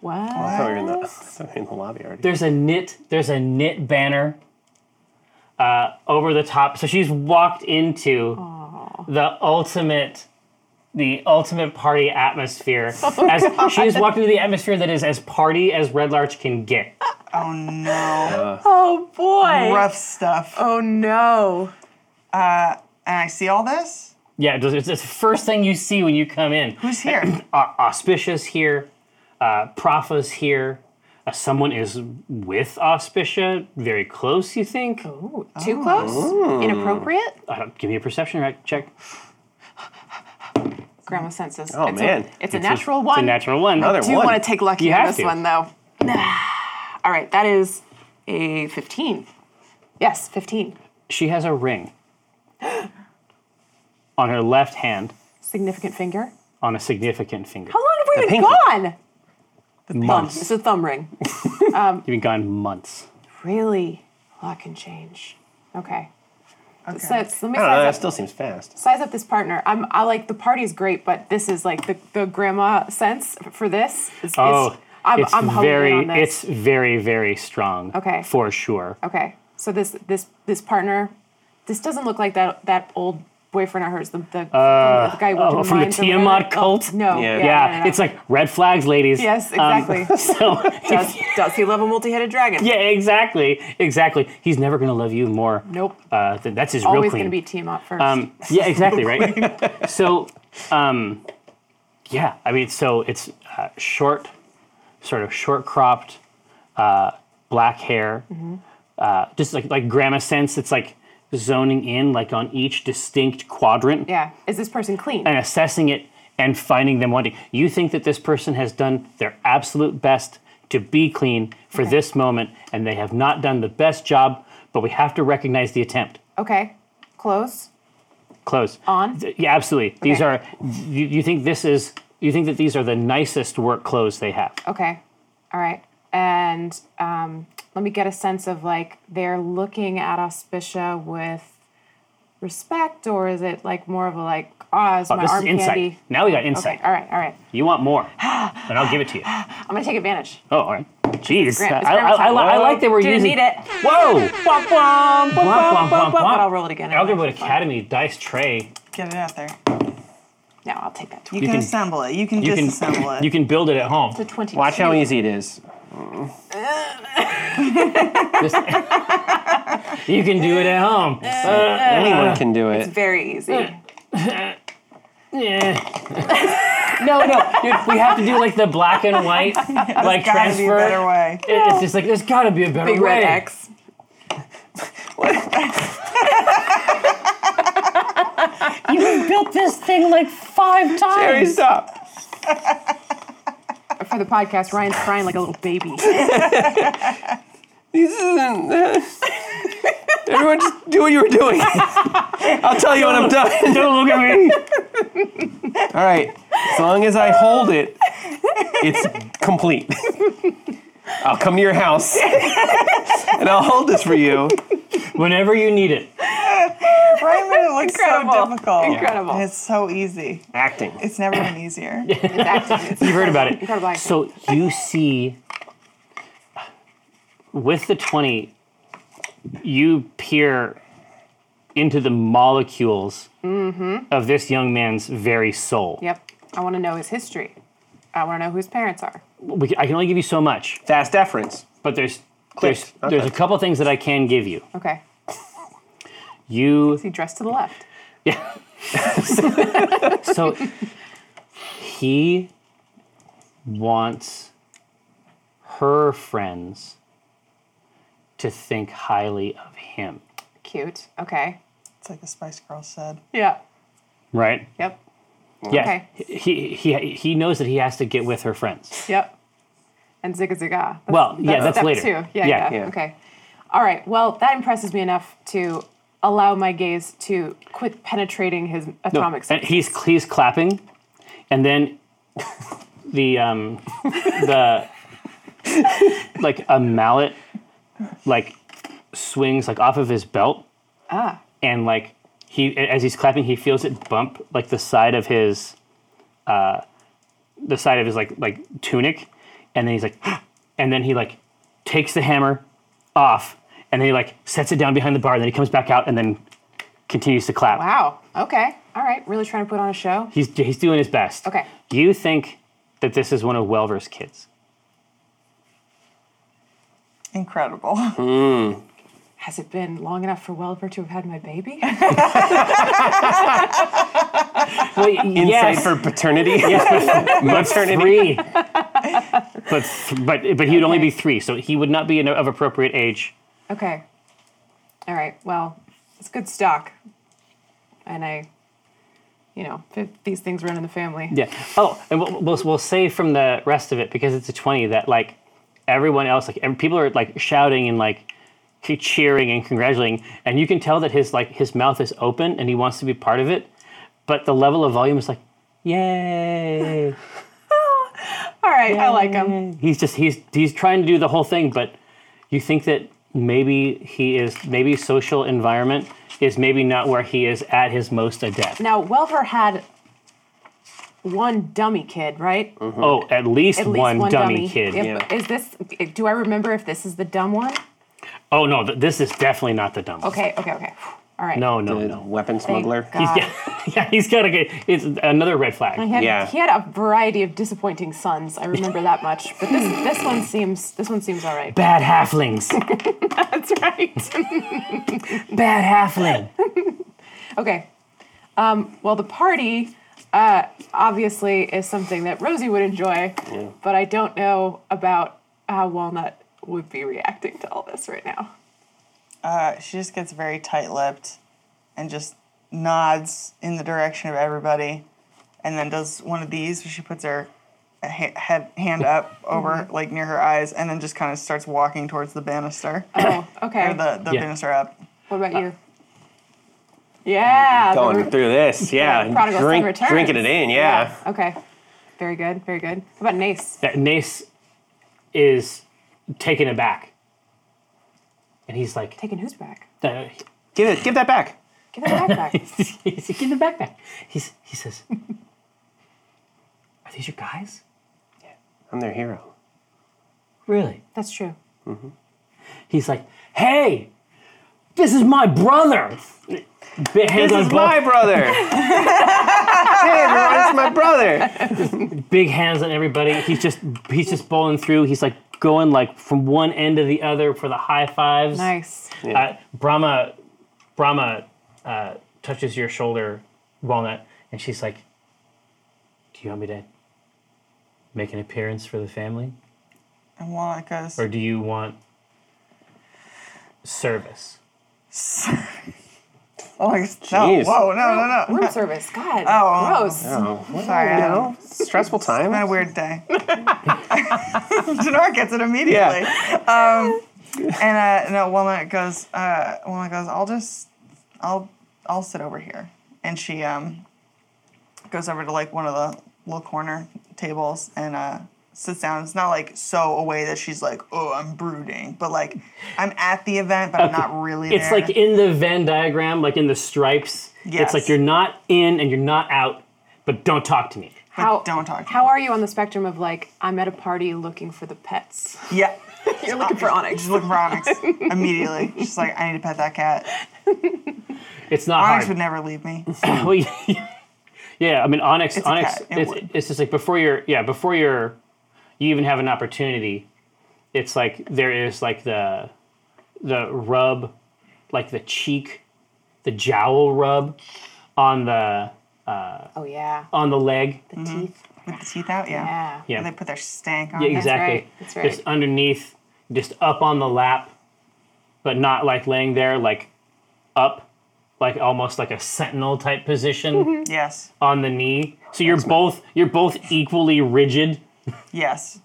D: what?
F: So we're in the, so we're in the lobby already.
C: There's a knit. There's a knit banner uh, over the top. So she's walked into the ultimate, the ultimate party atmosphere.
D: Oh
C: as she's walked into the atmosphere that is as party as Red Larch can get.
E: Oh no.
D: Oh boy.
E: Rough stuff.
D: Oh no.
E: And I see all this.
C: Yeah, it's, it's the first thing you see when you come in.
E: Who's here?
C: Au- Auspicious here, uh, Propha's here. Uh, someone is with Auspicia, very close. You think?
D: Oh, Too close?
C: Oh.
D: Inappropriate?
C: I don't, give me a perception right, check.
D: Grandma senses.
F: Oh,
D: it's
F: man.
D: A, it's, a natural one.
C: It's a natural one.
F: Another
D: Do you
F: one.
D: want to take lucky
C: You
D: on
C: have
D: this
C: to.
D: one, though? All right, that is a 15. Yes, 15.
C: She has a ring on her left hand
D: Significant finger.
C: on a significant finger.
D: How long have we been
F: pinky.
D: gone?
C: months.
D: It's a thumb ring.
C: You've been gone months.
D: Really? A lot can change. Okay. So that's- let me
F: I don't know, that
D: size up,
F: still seems fast.
D: size up this partner. I'm, I like the party's great, but this is like the, the grandma sense for this. Is, is-
C: Oh,
D: I'm,
C: it's
D: I'm holding
C: very,
D: on this.
C: it's very, very strong.
D: Okay.
C: for sure.
D: Okay. So this this this partner, this doesn't look like that that old boyfriend of hers, the the, the guy working
C: oh,
D: in
C: from the
D: mines or whatever.
C: Tiamat cult?
D: No.
F: Yeah.
D: Yeah.
C: Yeah,
D: no, no, no.
C: it's like red flags, ladies.
D: Yes,
C: Um,
D: exactly.
C: so,
D: does, does he love a multi-headed dragon?
C: yeah, exactly, exactly. He's never gonna love you more.
D: Nope.
C: Uh, th- that's his real
D: Always
C: queen.
D: going to be Tiamat first.
C: Um, yeah, exactly, right? so, um, yeah, I mean, so it's uh, short, sort of short cropped, uh, black hair,
D: Mm-hmm.
C: uh, just like, like grandma sense. It's like zoning in like on each distinct quadrant
D: yeah. Is this person clean?
C: and assessing it and finding them wanting. You think that this person has done their absolute best to be clean for
D: Okay.
C: this moment, and they have not done the best job, but we have to recognize the attempt.
D: Okay. Clothes.
C: Close.
D: On?
C: Th- Yeah, absolutely. These
D: Okay.
C: are. You, you think this is? You think that these are the nicest work clothes they have?
D: Okay. All right. And um, let me get a sense of like they're looking at Auspicia with respect, or is it like more of a like, ah, is
C: Oh,
D: my
C: this
D: arm
C: is insight.
D: candy?
C: Now we got
D: Okay.
C: insight.
D: All right. All right.
C: You want more, and I'll give it to you.
D: I'm gonna take advantage.
C: Oh, all right. Jeez,
D: Grant- it's
C: I, I,
D: Grandma's
C: I, li- I
D: time.
C: like that we're
D: Didn't
C: using.
D: need it.
C: Whoa!
D: Bum, bum, bum,
C: Womp, womp,
D: bum, bum,
C: womp,
D: bum. But
C: womp.
D: I'll roll it again.
C: Elderwood Academy dice tray.
E: Get it out there.
D: No, I'll take that.
E: You,
D: You
E: can,
C: can-
E: assemble it. You can
C: You
E: disassemble
C: can
E: it.
C: you can build it at home.
D: the 22.
F: Watch how easy it is.
C: You can do it at home.
F: Anyone can do it.
D: Uh, It's very easy.
C: Yeah. no, no, dude, we have to do like the black and white, like
E: Gotta be a
C: transfer.
E: better way.
C: It- it's just like there's got to be a better
D: Big
C: way.
D: red X.
C: You built this thing like five times.
F: Harry, stop.
D: For the podcast, Ryan's crying like a little baby.
F: This isn't. everyone, just do what you were doing. I'll tell you when I'm done.
C: Don't look at me.
F: All right. As long as I hold it, it's complete. I'll come to your house and I'll hold this for you.
C: Whenever you need it.
E: Right, but it looks so
D: Incredible.
E: difficult.
D: Incredible.
E: And it's so easy.
F: Acting.
E: It's never been easier.
D: Exactly.
C: You've heard about it.
D: Incredible acting.
C: So you see, with the 20, you peer into the molecules of this young man's very soul.
D: Yep. I want to know his history. I want to know who his parents are.
C: We, c- I can only give you so much,
F: Fast deference.
C: but there's,
F: Clicked.
C: there's, there's a
F: Okay.
C: couple things that I can give you.
D: Okay.
C: You
D: He dressed to the left.
C: Yeah. so he wants her friends to think highly of him,
D: Cute. Okay.
E: It's like the Spice Girls said.
D: Yeah.
C: right?
D: Yep.
C: Yeah.
D: Okay.
C: He, he he knows that he has to get with her friends.
D: Yep. And zigga zigga. That's,
C: Well, yeah, that's
D: step
C: later.
D: Two. Yeah,
C: Yeah,
D: yeah,
F: yeah.
D: Okay. All right. Well, that impresses me enough to allow my gaze to quit penetrating his atomic.
C: And he's he's clapping, and then the um the like a mallet like swings like off of his belt. And like he as he's clapping, he feels it bump like the side of his uh the side of his like like tunic, and then he's like and then he like takes the hammer off and then he like sets it down behind the bar and then he comes back out and then continues to clap.
D: Wow. Okay. All right. Really trying to put on a show.
C: He's he's doing his best.
D: Okay.
C: Do you think that this is one of Welver's kids?
E: Incredible.
D: Has it been long enough for Welver to have had my baby?
C: Well,
F: Insight
C: yes.
F: for paternity. maternity.
C: three. but th- but but he'd only be three, so he would not be an- of appropriate age
D: okay. All right. Well, it's good stock. And I, you know, th- these things run in the family.
C: Yeah. Oh, and we'll, we'll, we'll save from the rest of it because it's a 20 that, like, everyone else, like, ev- people are, like, shouting and, like, ke- cheering and congratulating. And you can tell that his, like, his mouth is open and he wants to be part of it. But the level of volume is like, yay.
D: All right. I like them.
C: he's just, he's, he's trying to do the whole thing, but you think that maybe he is, maybe social environment is maybe not where he is at his most adept.
D: Now, Welver had one dummy kid, right?
C: Oh, at least,
D: Mm-hmm. At least
C: one, dummy, kid.
D: If- Is this? Do I remember if this is the dumb one?
C: Oh no, th- this is definitely not the dumb. one.
D: Okay. Okay. Okay. All right.
C: No, no,
F: The
C: no.
F: weapon
D: Thank
F: smuggler.
D: God.
C: He's got, yeah, he's got to get. It's another red
D: He
C: flag.
D: had,
F: Yeah.
D: he had a variety of disappointing sons. I remember that much. But this this one seems this one seems all right.
C: Bad halflings.
D: That's right.
C: Bad halfling.
D: okay. Um, well, the party uh, obviously is something that Rosie would enjoy, but I don't know about how Walnut would be reacting to all this right now.
E: Uh, she just gets very tight-lipped and just nods in the direction of everybody, and then does one of these where she puts her ha- head hand up over
D: Mm-hmm.
E: like near her eyes, and then just kind of starts walking towards the banister
D: Oh,
E: or
D: okay.
E: the, the
C: Yeah.
E: banister up.
D: what about you? Yeah. the
F: Going
D: re-
F: through this, yeah.
D: Yeah, prodigal son
F: Drink,
D: returns.
F: drinking it in, yeah.
D: Okay. Very good. Very good. How about Nace?
C: that Nace is taken aback, and he's like,
D: Taking who's back?
C: uh,
F: Give it, give that back.
D: Give the backpack.
C: he's like, "Get in the backpack." He's, he says, "Are these your guys?
F: I'm their hero.
C: Really?"
D: That's true.
C: He's like, "Hey, this is my brother." Bit hands
F: This
C: on
F: is
C: both-
F: my brother. hey everyone, it's my brother.
C: big hands on everybody. He's just he's just bowling through. He's like going like from one end to the other for the high fives.
D: Nice.
C: Uh, Brahma, Brahma uh, touches your shoulder, Walnut, and she's like, "Do you want me to make an appearance for the family,
E: And while it goes,
C: or do you want service?"
E: oh, I guess, no,
F: Jeez.
E: whoa, no, no, no.
D: Room service. God.
E: Oh.
D: Gross.
E: Sorry, I
C: Oh,
E: know.
F: Stressful
E: It's been a
F: time.
E: weird day. Jannar gets it immediately. Um, and uh, no, Walnut goes. Uh, Walnut goes. I'll just, I'll, I'll sit over here. And she um, goes over to like one of the little corner tables and uh, sits down. It's not like so away that she's like, oh, I'm brooding, but like I'm at the event, but I'm not really.
C: It's
E: there.
C: like in the Venn diagram, like in the stripes. It's
E: Yes.
C: like you're not in and you're not out, but don't talk to me.
E: But don't talk to
D: How
E: me.
D: are you on the spectrum of like I'm at a party looking for the pets?
E: yeah.
D: You're looking for Onyx.
E: She's looking for Onyx immediately. She's like, I need to pet that cat.
C: It's not
E: Onyx
C: hard.
E: would never leave me.
C: Well, yeah, yeah, I mean Onyx.
E: It's a
C: Onyx.
E: cat, it
C: It's,
E: would.
C: it's just like before you're yeah before you're you even have an opportunity. It's like there is like the the rub, like the cheek, the jowl rub on the
D: Oh yeah.
C: on the leg.
D: The teeth.
E: With the teeth out, yeah.
D: Yeah.
C: Yeah,
E: And they put their stank on
C: Yeah,
E: it.
C: exactly.
D: right, that's right.
C: Just underneath, just up on the lap, but not like laying there, like up, like almost like a sentinel type position
E: Yes.
C: on the knee. So you're both you're both equally rigid.
E: Yes.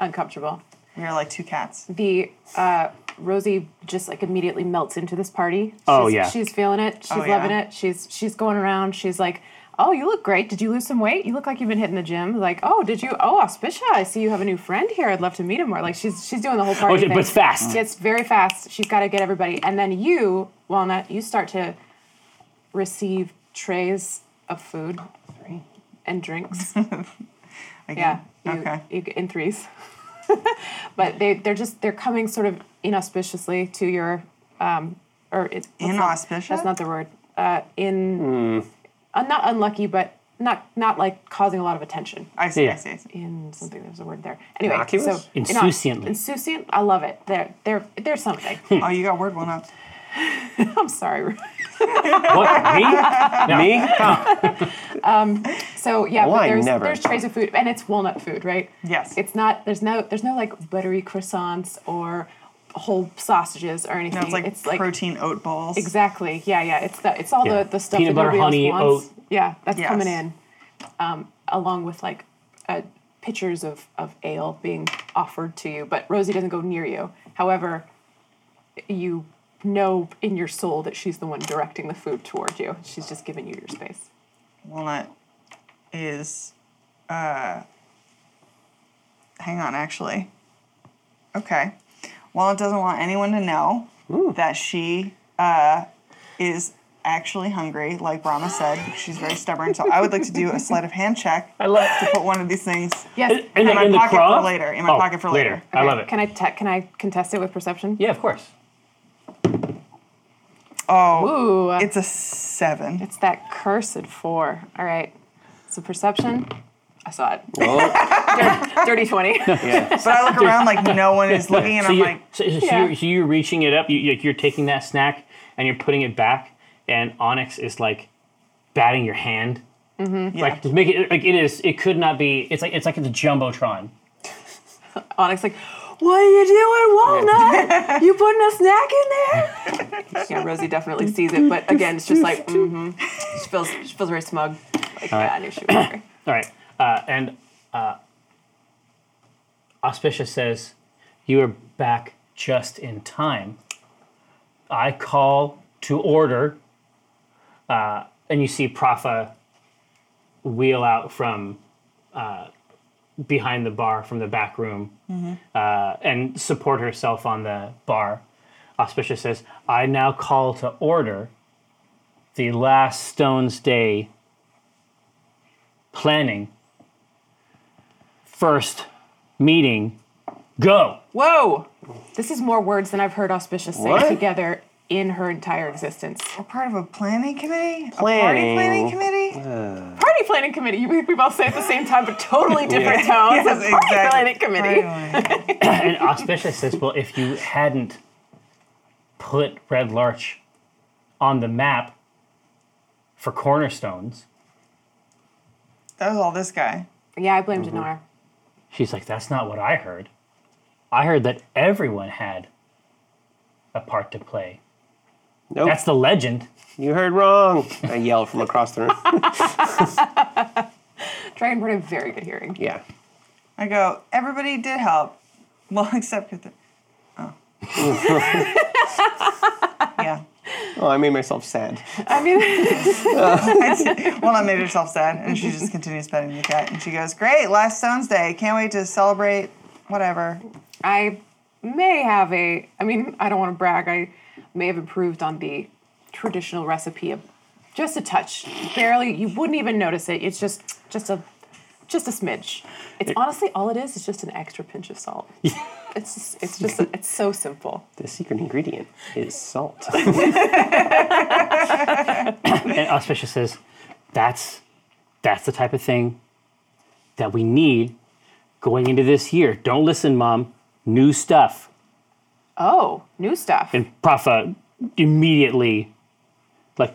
D: Uncomfortable.
E: We are like two cats.
D: The uh, Rosie just like immediately melts into this party. She's,
C: Oh, yeah.
D: She's feeling it. She's
E: Oh, yeah.
D: loving it. She's she's going around. She's like. Oh, you look great. Did you lose some weight? You look like you've been hitting the gym. Like, oh, did you? Oh, Auspicia, I see you have a new friend here. I'd love to meet him more. Like, she's she's doing the whole party.
C: Oh, shit, but
D: thing.
C: it's fast.
D: It's very fast. She's got to get everybody. And then you, Walnut, you start to receive trays of food and drinks. yeah.
E: Again.
D: You,
E: okay.
D: You, get in threes. but they, they're just, they're coming sort of inauspiciously to your, um, or it's what's that?
E: Inauspicious?
D: That's not the word. Uh, in, uh, not unlucky, but not not like causing a lot of attention
E: I see,
C: Yeah.
E: I see, I see.
D: in something. There's a word there. Anyway,
F: Innocuous?
D: so inno-
C: Insouciantly.
D: insouciant. I love it. There, there, there's something.
E: Oh, you got word one up.
D: I'm sorry.
C: What me?
F: Me?
D: So yeah,
F: Why
D: but there's,
F: never?
D: there's trays of food, and it's walnut food, right?
E: Yes.
D: It's not. There's no. There's no like buttery croissants or whole sausages or anything.
E: No, it's like
D: like
E: protein oat balls.
D: exactly yeah yeah. It's the it's all
C: Yeah.
D: the, the stuff
C: Peanut
D: that
C: butter,
D: nobody else
C: honey,
D: wants.
C: oat.
D: Yeah, that's
E: Yes.
D: coming in, um, along with like uh, pitchers of of ale being offered to you. But Rosie doesn't go near you. However, you know in your soul that she's the one directing the food toward you. She's just giving you your space.
E: Walnut is. Uh, hang on, actually. Okay. Walnut doesn't want anyone to know that she uh, is actually hungry, like Rama said. She's very stubborn, so I would like to do a sleight of hand check I
C: love-
E: to put one of these things
D: Yes.
E: in my
C: the
E: pocket for
C: craw?
E: later, in my
C: Oh,
E: pocket for later.
C: I love it.
D: Can I te- can I contest it with perception?
C: yeah, of course.
E: Oh,
D: Ooh, it's,
E: it's a seven.
D: that cursed four. All right. So perception. I saw it. Dirty, dirty twenty.
E: But I look around like no one is looking, and
C: So
E: I'm
C: you're,
E: like,
C: so, so
D: Yeah.
C: you're, so you're reaching it up. You, you're- you're taking that snack and you're putting it back. And Onyx is like batting your hand,
E: Mm-hmm. yeah.
C: like just make it like it is. It could not be. It's like it's like it's a jumbotron.
D: Onyx like, what are you doing, Walnut? you putting a snack in there? yeah, Rosie definitely sees it, but again, it's just like, mm-hmm. She feels she feels very smug. Like, yeah, I knew she was hungry.
C: All right, uh, and uh, Auspicious says, "You are back just in time." I call to order, uh, and you see Propha wheel out from uh, behind the bar from the back room uh, and support herself on the bar. Auspicious says, "I now call to order the last Stone's Day planning." First meeting, go.
D: Whoa! This is more words than I've heard Auspicious say
F: What?
D: together in her entire existence.
E: We're part of a planning committee? A party
F: Planning.
E: planning committee?
D: Party planning committee. You we both say it at the same time, but totally different tones.
E: Yes,
D: Oh, Party planning
E: exactly.
D: committee.
C: And
E: Anyway.
C: Auspicious says, well, if you hadn't put Red Larch on the map for cornerstones,
E: That was all this guy.
D: Yeah, I blame Dinar.
C: she's like, that's not what I heard. I heard that everyone had a part to play.
F: Nope.
C: That's the legend.
F: you heard wrong. I yelled from across the room.
D: Dragonborn have very good hearing.
F: Yeah.
E: I go, everybody did help. Well, except for the. Oh. yeah.
F: Oh, I made myself sad.
D: I mean,
E: Well, I made herself sad, and she just continues petting the cat. And she goes, Great, last Stones Day. Can't wait to celebrate whatever.
D: I may have a. I mean, I don't want to brag. I may have improved on the traditional recipe of just a touch, barely. You wouldn't even notice it. It's just, just a, just a smidge. It's honestly all it is. It's just an extra pinch of salt. It's just, it's just, it's so simple.
F: The secret ingredient is salt.
C: And Auspicious says, that's, that's the type of thing that we need going into this year. Don't listen, Mom. New stuff.
D: Oh, new stuff.
C: and Prophet immediately, like,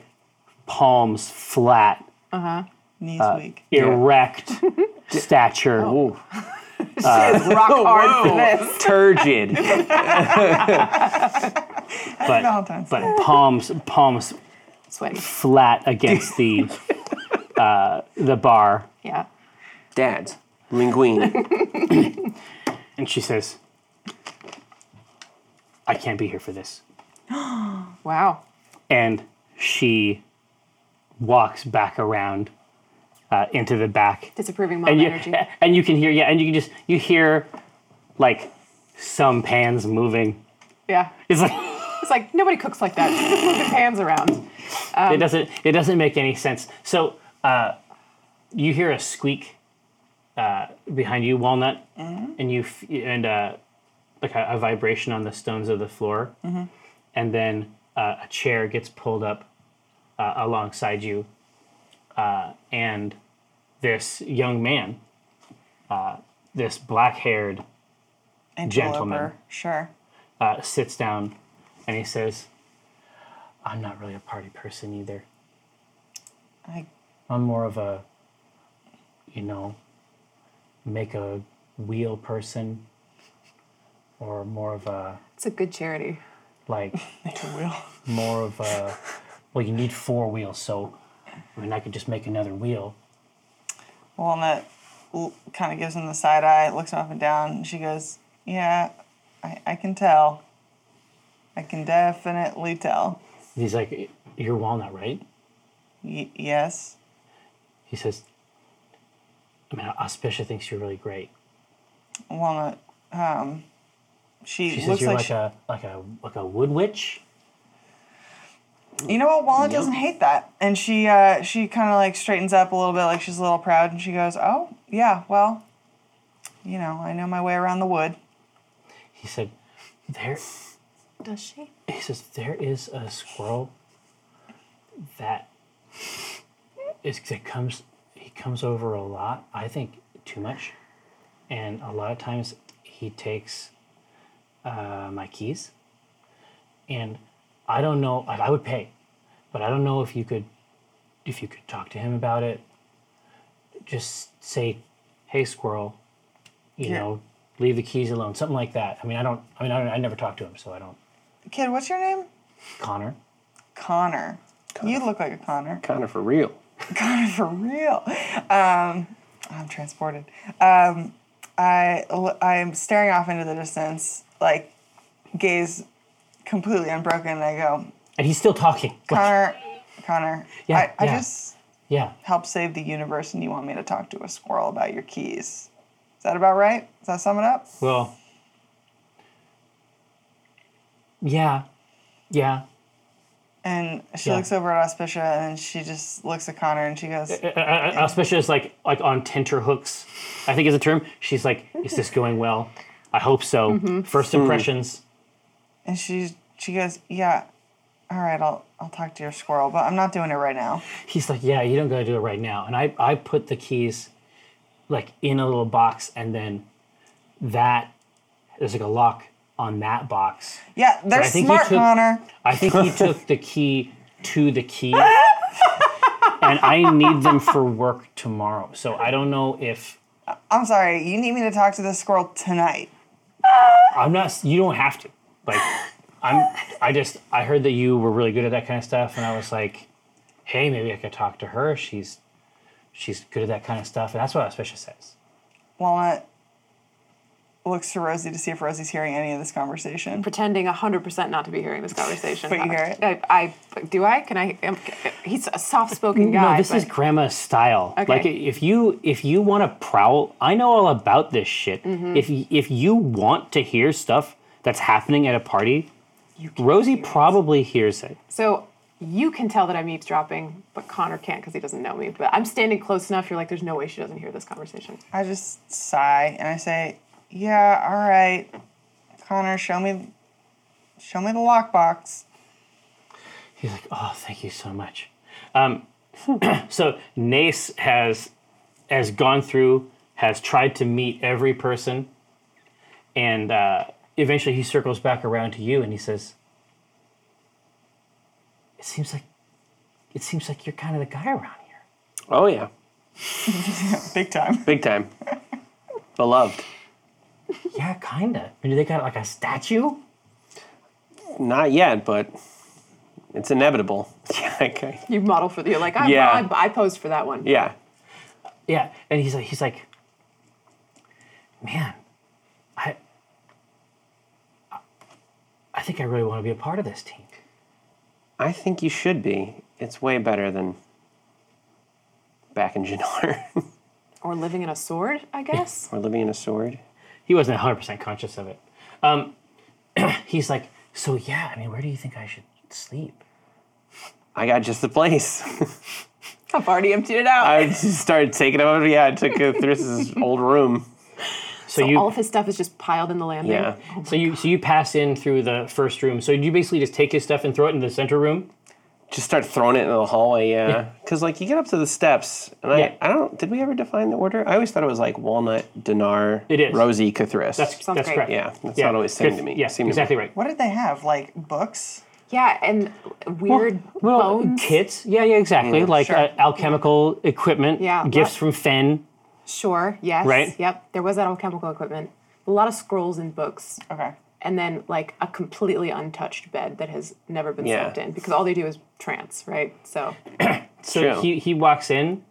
C: palms flat,
E: Knees weak.
C: erect, stature.
D: Rock hard for this.
F: Turgid.
C: But,
E: Valentine's Day.
C: but palms palms
D: Sweaty.
C: flat against the uh, the bar,
D: Yeah.
F: Dad's. Linguine.
C: and she says, "I can't be here for this."
D: Wow.
C: and she walks back around uh, into the back.
D: Disapproving mom
C: and you,
D: energy.
C: and you can hear yeah, and you can just you hear like some pans moving.
D: Yeah.
C: It's like
D: It's like nobody cooks like that. Just moving pans around.
C: it doesn't it doesn't make any sense. So uh, you hear a squeak uh, behind you, Walnut, and you f- and uh, like a, a vibration on the stones of the floor, and then uh, a chair gets pulled up uh, alongside you, uh, and this young man, uh, this black-haired
E: And
C: gentlemen.
E: developer, Sure.
C: uh, sits down and he says, I'm not really a party person either.
E: I,
C: I'm more of a, you know, make a wheel person. or more of a
D: It's a good charity.
C: like more of a well you need four wheels so i mean i could just make another wheel
E: Walnut kind of gives him the side eye, looks him up and down, and she goes, Yeah, I, I can tell. I can definitely tell.
C: And he's like you're walnut right
E: Y- yes.
C: he says i mean auspicia thinks you're really great
E: Walnut, um, she,
C: she says
E: looks
C: you're
E: like,
C: like,
E: she,
C: a like a like a wood witch
E: you know what? Walnut doesn't hate that, and she uh, she kind of like straightens up a little bit, like she's a little proud, and she goes, "Oh yeah, well, you know, I know my way around the wood."
C: he said there
D: Does she?
C: he says there is a squirrel that is that comes he comes over a lot i think too much and a lot of times he takes uh, my keys and i don't know like i would pay but i don't know if you could if you could talk to him about it just say hey squirrel you
E: Yeah.
C: know leave the keys alone something like that i mean i don't i mean i, don't, I never talked to him so i don't
E: Kid, what's your name?
C: Connor.
E: Connor. You look like a Connor.
F: Kind of for real.
E: Connor for real. Um, I'm transported. Um, I I'm staring off into the distance, like gaze completely unbroken. And I go,
C: And he's still talking. Like,
E: Connor, Connor.
C: Yeah,
E: I, I
C: yeah.
E: just
C: yeah.
E: help save the universe, and you want me to talk to a squirrel about your keys. Is that about right? Does that sum it up?
C: Well. Yeah. Yeah.
E: And she
C: Yeah.
E: looks over at Auspicia, and she just looks at Connor, and she goes,
C: Uh, uh, Auspicia is like like on tenterhooks. I think is the term. She's like, is this going well? I hope so. First impressions.
E: and she she goes, yeah. All right, I'll I'll talk to your squirrel, but I'm not doing it right now.
C: He's like, yeah, you don't gotta do it right now. And I I put the keys, like in a little box, and then that there's like a lock on that box.
E: Yeah, they're
C: I think he
E: smart,
C: took-
E: Connor.
C: I think he took the key to the key. and I need them for work tomorrow. So I don't know if
E: I'm sorry, you need me to talk to this squirrel tonight.
C: I'm not you don't have to. Like I'm I just I heard that you were really good at that kind of stuff and I was like, "Hey, maybe I could talk to her. She's she's good at that kind of stuff." And that's what Auspicia says.
E: Walnut looks to Rosie to see if Rosie's hearing any of this conversation.
D: Pretending 100% not to be hearing this conversation.
E: But you hear it?
D: I, I- do I? Can I? am- he's a soft spoken guy.
C: no, this
D: but-
C: is grandma style.
D: Okay.
C: Like if you if you want to prowl, I know all about this shit.
D: Mm-hmm.
C: If y- if you want to hear stuff that's happening at a party, Rosie probably hears it.
D: So you can tell that I'm eavesdropping, but Connor can't because he doesn't know me. But I'm standing close enough. You're like, there's no way she doesn't hear this conversation.
E: I just sigh and I say, "Yeah, all right, Connor, show me, show me the lockbox."
C: He's like, "Oh, thank you so much." Um, so Nace has has gone through, has tried to meet every person, and uh, eventually he circles back around to you and he says, "It seems like it seems like you're kind of the guy around here."
F: Oh yeah,
E: Big time.
F: big time. Beloved.
C: Yeah, kinda. I mean, they got like a statue.
F: Not yet, but it's inevitable. Yeah. Okay.
D: You model for the, you're like, I'm,
F: Yeah.
D: I, I posed for that one.
F: Yeah.
C: Yeah, and he's like, he's like, man, I, I think I really want to be a part of this team.
F: I think you should be. It's way better than back in Jannar.
D: Or living in a sword, I guess.
F: We're living in a sword.
C: He wasn't 100 percent conscious of it. Um, he's like, so yeah, I mean, where do you think I should sleep?
F: I got just the place.
D: I've already emptied it out.
F: I just started taking over. Yeah, I took a, there's this old room.
C: So,
D: All of
C: you,
D: his stuff is just piled in the landing.
F: Yeah.
C: so you, so you pass in through the first room. So you basically just take his stuff and throw it in the center room.
F: Just start throwing it in the hallway. Yeah. Because, like, you get up to the steps, and I,
C: Yeah.
F: I don't, did we ever define the order? I always thought it was like Walnut, Dinar,
C: It is.
F: Rosie, Cthulhu.
C: That's
D: Sounds
C: that's
D: great.
C: correct.
F: yeah, that's not always seemed to me.
C: Yeah,
F: seemed to me.
C: exactly right.
E: What did they have? Like books?
D: Yeah, and weird
C: Well,
D: bones.
C: kits. Yeah, yeah, exactly.
F: Mm.
C: like
E: sure.
C: uh, alchemical equipment.
D: Yeah,
C: Gifts
D: lot-
C: from Fen.
D: Sure, yes.
C: Right?
D: Yep, there was that old chemical equipment. a lot of scrolls and books,
E: Okay.
D: and then like a completely untouched bed that has never been
F: Yeah.
D: slept in because all they do is trance, right? So
C: So
F: True.
C: he, he walks in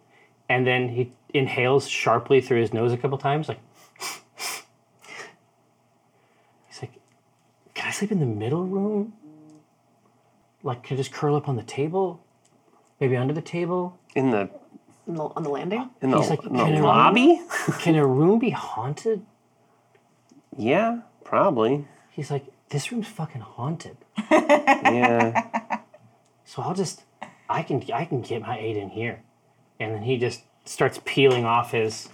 C: and then he inhales sharply through his nose a couple times, like he's like, Can I sleep in the middle room? Like can I just curl up on the table? Maybe under the table?
F: in the
D: on the, on the landing,
F: in the,
C: He's like,
F: in the
C: "Can I-
F: lobby.
C: Can a room be haunted?
F: yeah, probably.
C: He's like, This room's fucking haunted.
F: Yeah,
C: So I'll just I can I can get my eight in here. And then he just starts peeling off his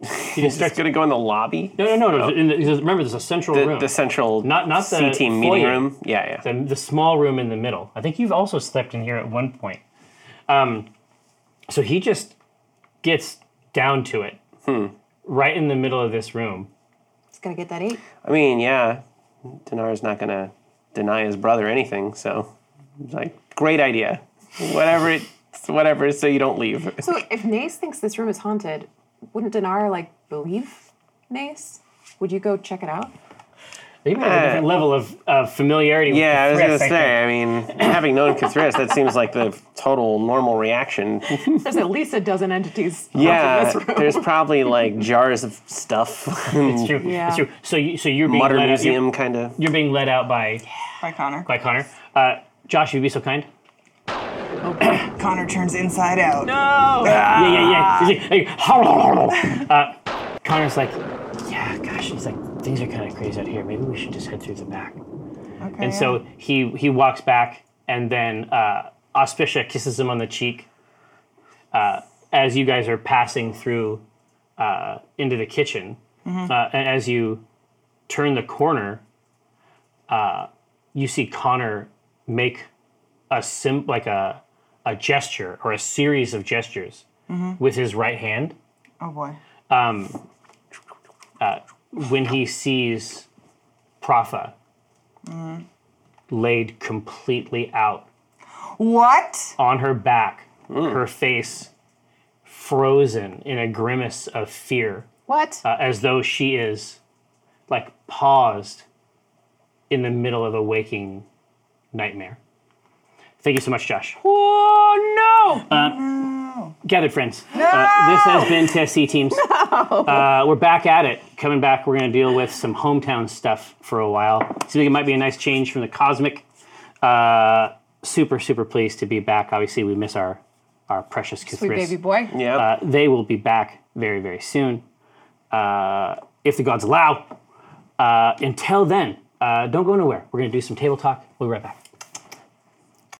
C: he just
F: he's just
C: starts
F: gonna go in the lobby.
C: No, no, no. no. in the- because remember, there's a central
F: The,
C: room.
F: the central
C: Oh, Not- not the
F: C team meeting
C: foyer.
F: room. Yeah, yeah.
C: the, the small room in the middle. I think you've also slept in here at one point. Um, so he just gets down to it,
F: Hmm.
C: right in the middle of this room.
D: it's gonna get that eight.
F: I mean, yeah. Dinar's not gonna deny his brother anything, so he's like, great idea. Whatever it, whatever. So you don't leave.
D: So if Nace thinks this room is haunted, wouldn't Dinar like believe Nace? Would you go check it out?
C: They might have a different level of, of familiarity.
F: Uh, Yeah, I was
C: with the
F: gonna
C: threats, think.
F: say. I mean, having known Kathris, that seems like the total normal reaction.
D: There's at least a dozen entities haunted
F: Yeah,
D: this room.
F: there's probably like jars of stuff,
C: It's true.
D: Yeah.
C: It's true. So you, so you're being
F: modern
C: led out, you're,
F: museum kind of.
C: you're being led out by
E: By Connor.
C: by Connor. Uh, Josh, you'd be so kind.
E: Connor turns inside out.
C: Yeah, yeah, yeah.
F: Ah.
C: He's like, hey, howl, howl, howl, howl. Uh, Connor's like, yeah, gosh, he's like, things are kind of crazy out here. Maybe we should just head through the back.
E: Okay.
C: And so he he walks back, and then uh, Auspicia kisses him on the cheek. Uh, as you guys are passing through uh, into the kitchen, uh, and as you turn the corner, uh, you see Connor make a sim like a a gesture or a series of gestures with his right hand
E: Oh boy.
C: when he sees Propha laid completely out
E: What?
C: on her back, her face frozen in a grimace of fear,
D: what?
C: uh, as though she is like paused in the middle of a waking nightmare. Thank you so much, Josh.
D: oh no!
C: Gathered friends, uh, this has been TSC Teams. Uh, we're back at it. Coming back, we're going to deal with some hometown stuff for a while. Seems like it might be a nice change from the cosmic. Uh, super, super pleased to be back. Obviously, we miss our our precious Kithris.
D: Sweet baby boy.
F: Yeah,
C: Uh, they will be back very, very soon, uh, if the gods allow. Uh, until then, uh, don't go nowhere. We're going to do some table talk. We'll be right back.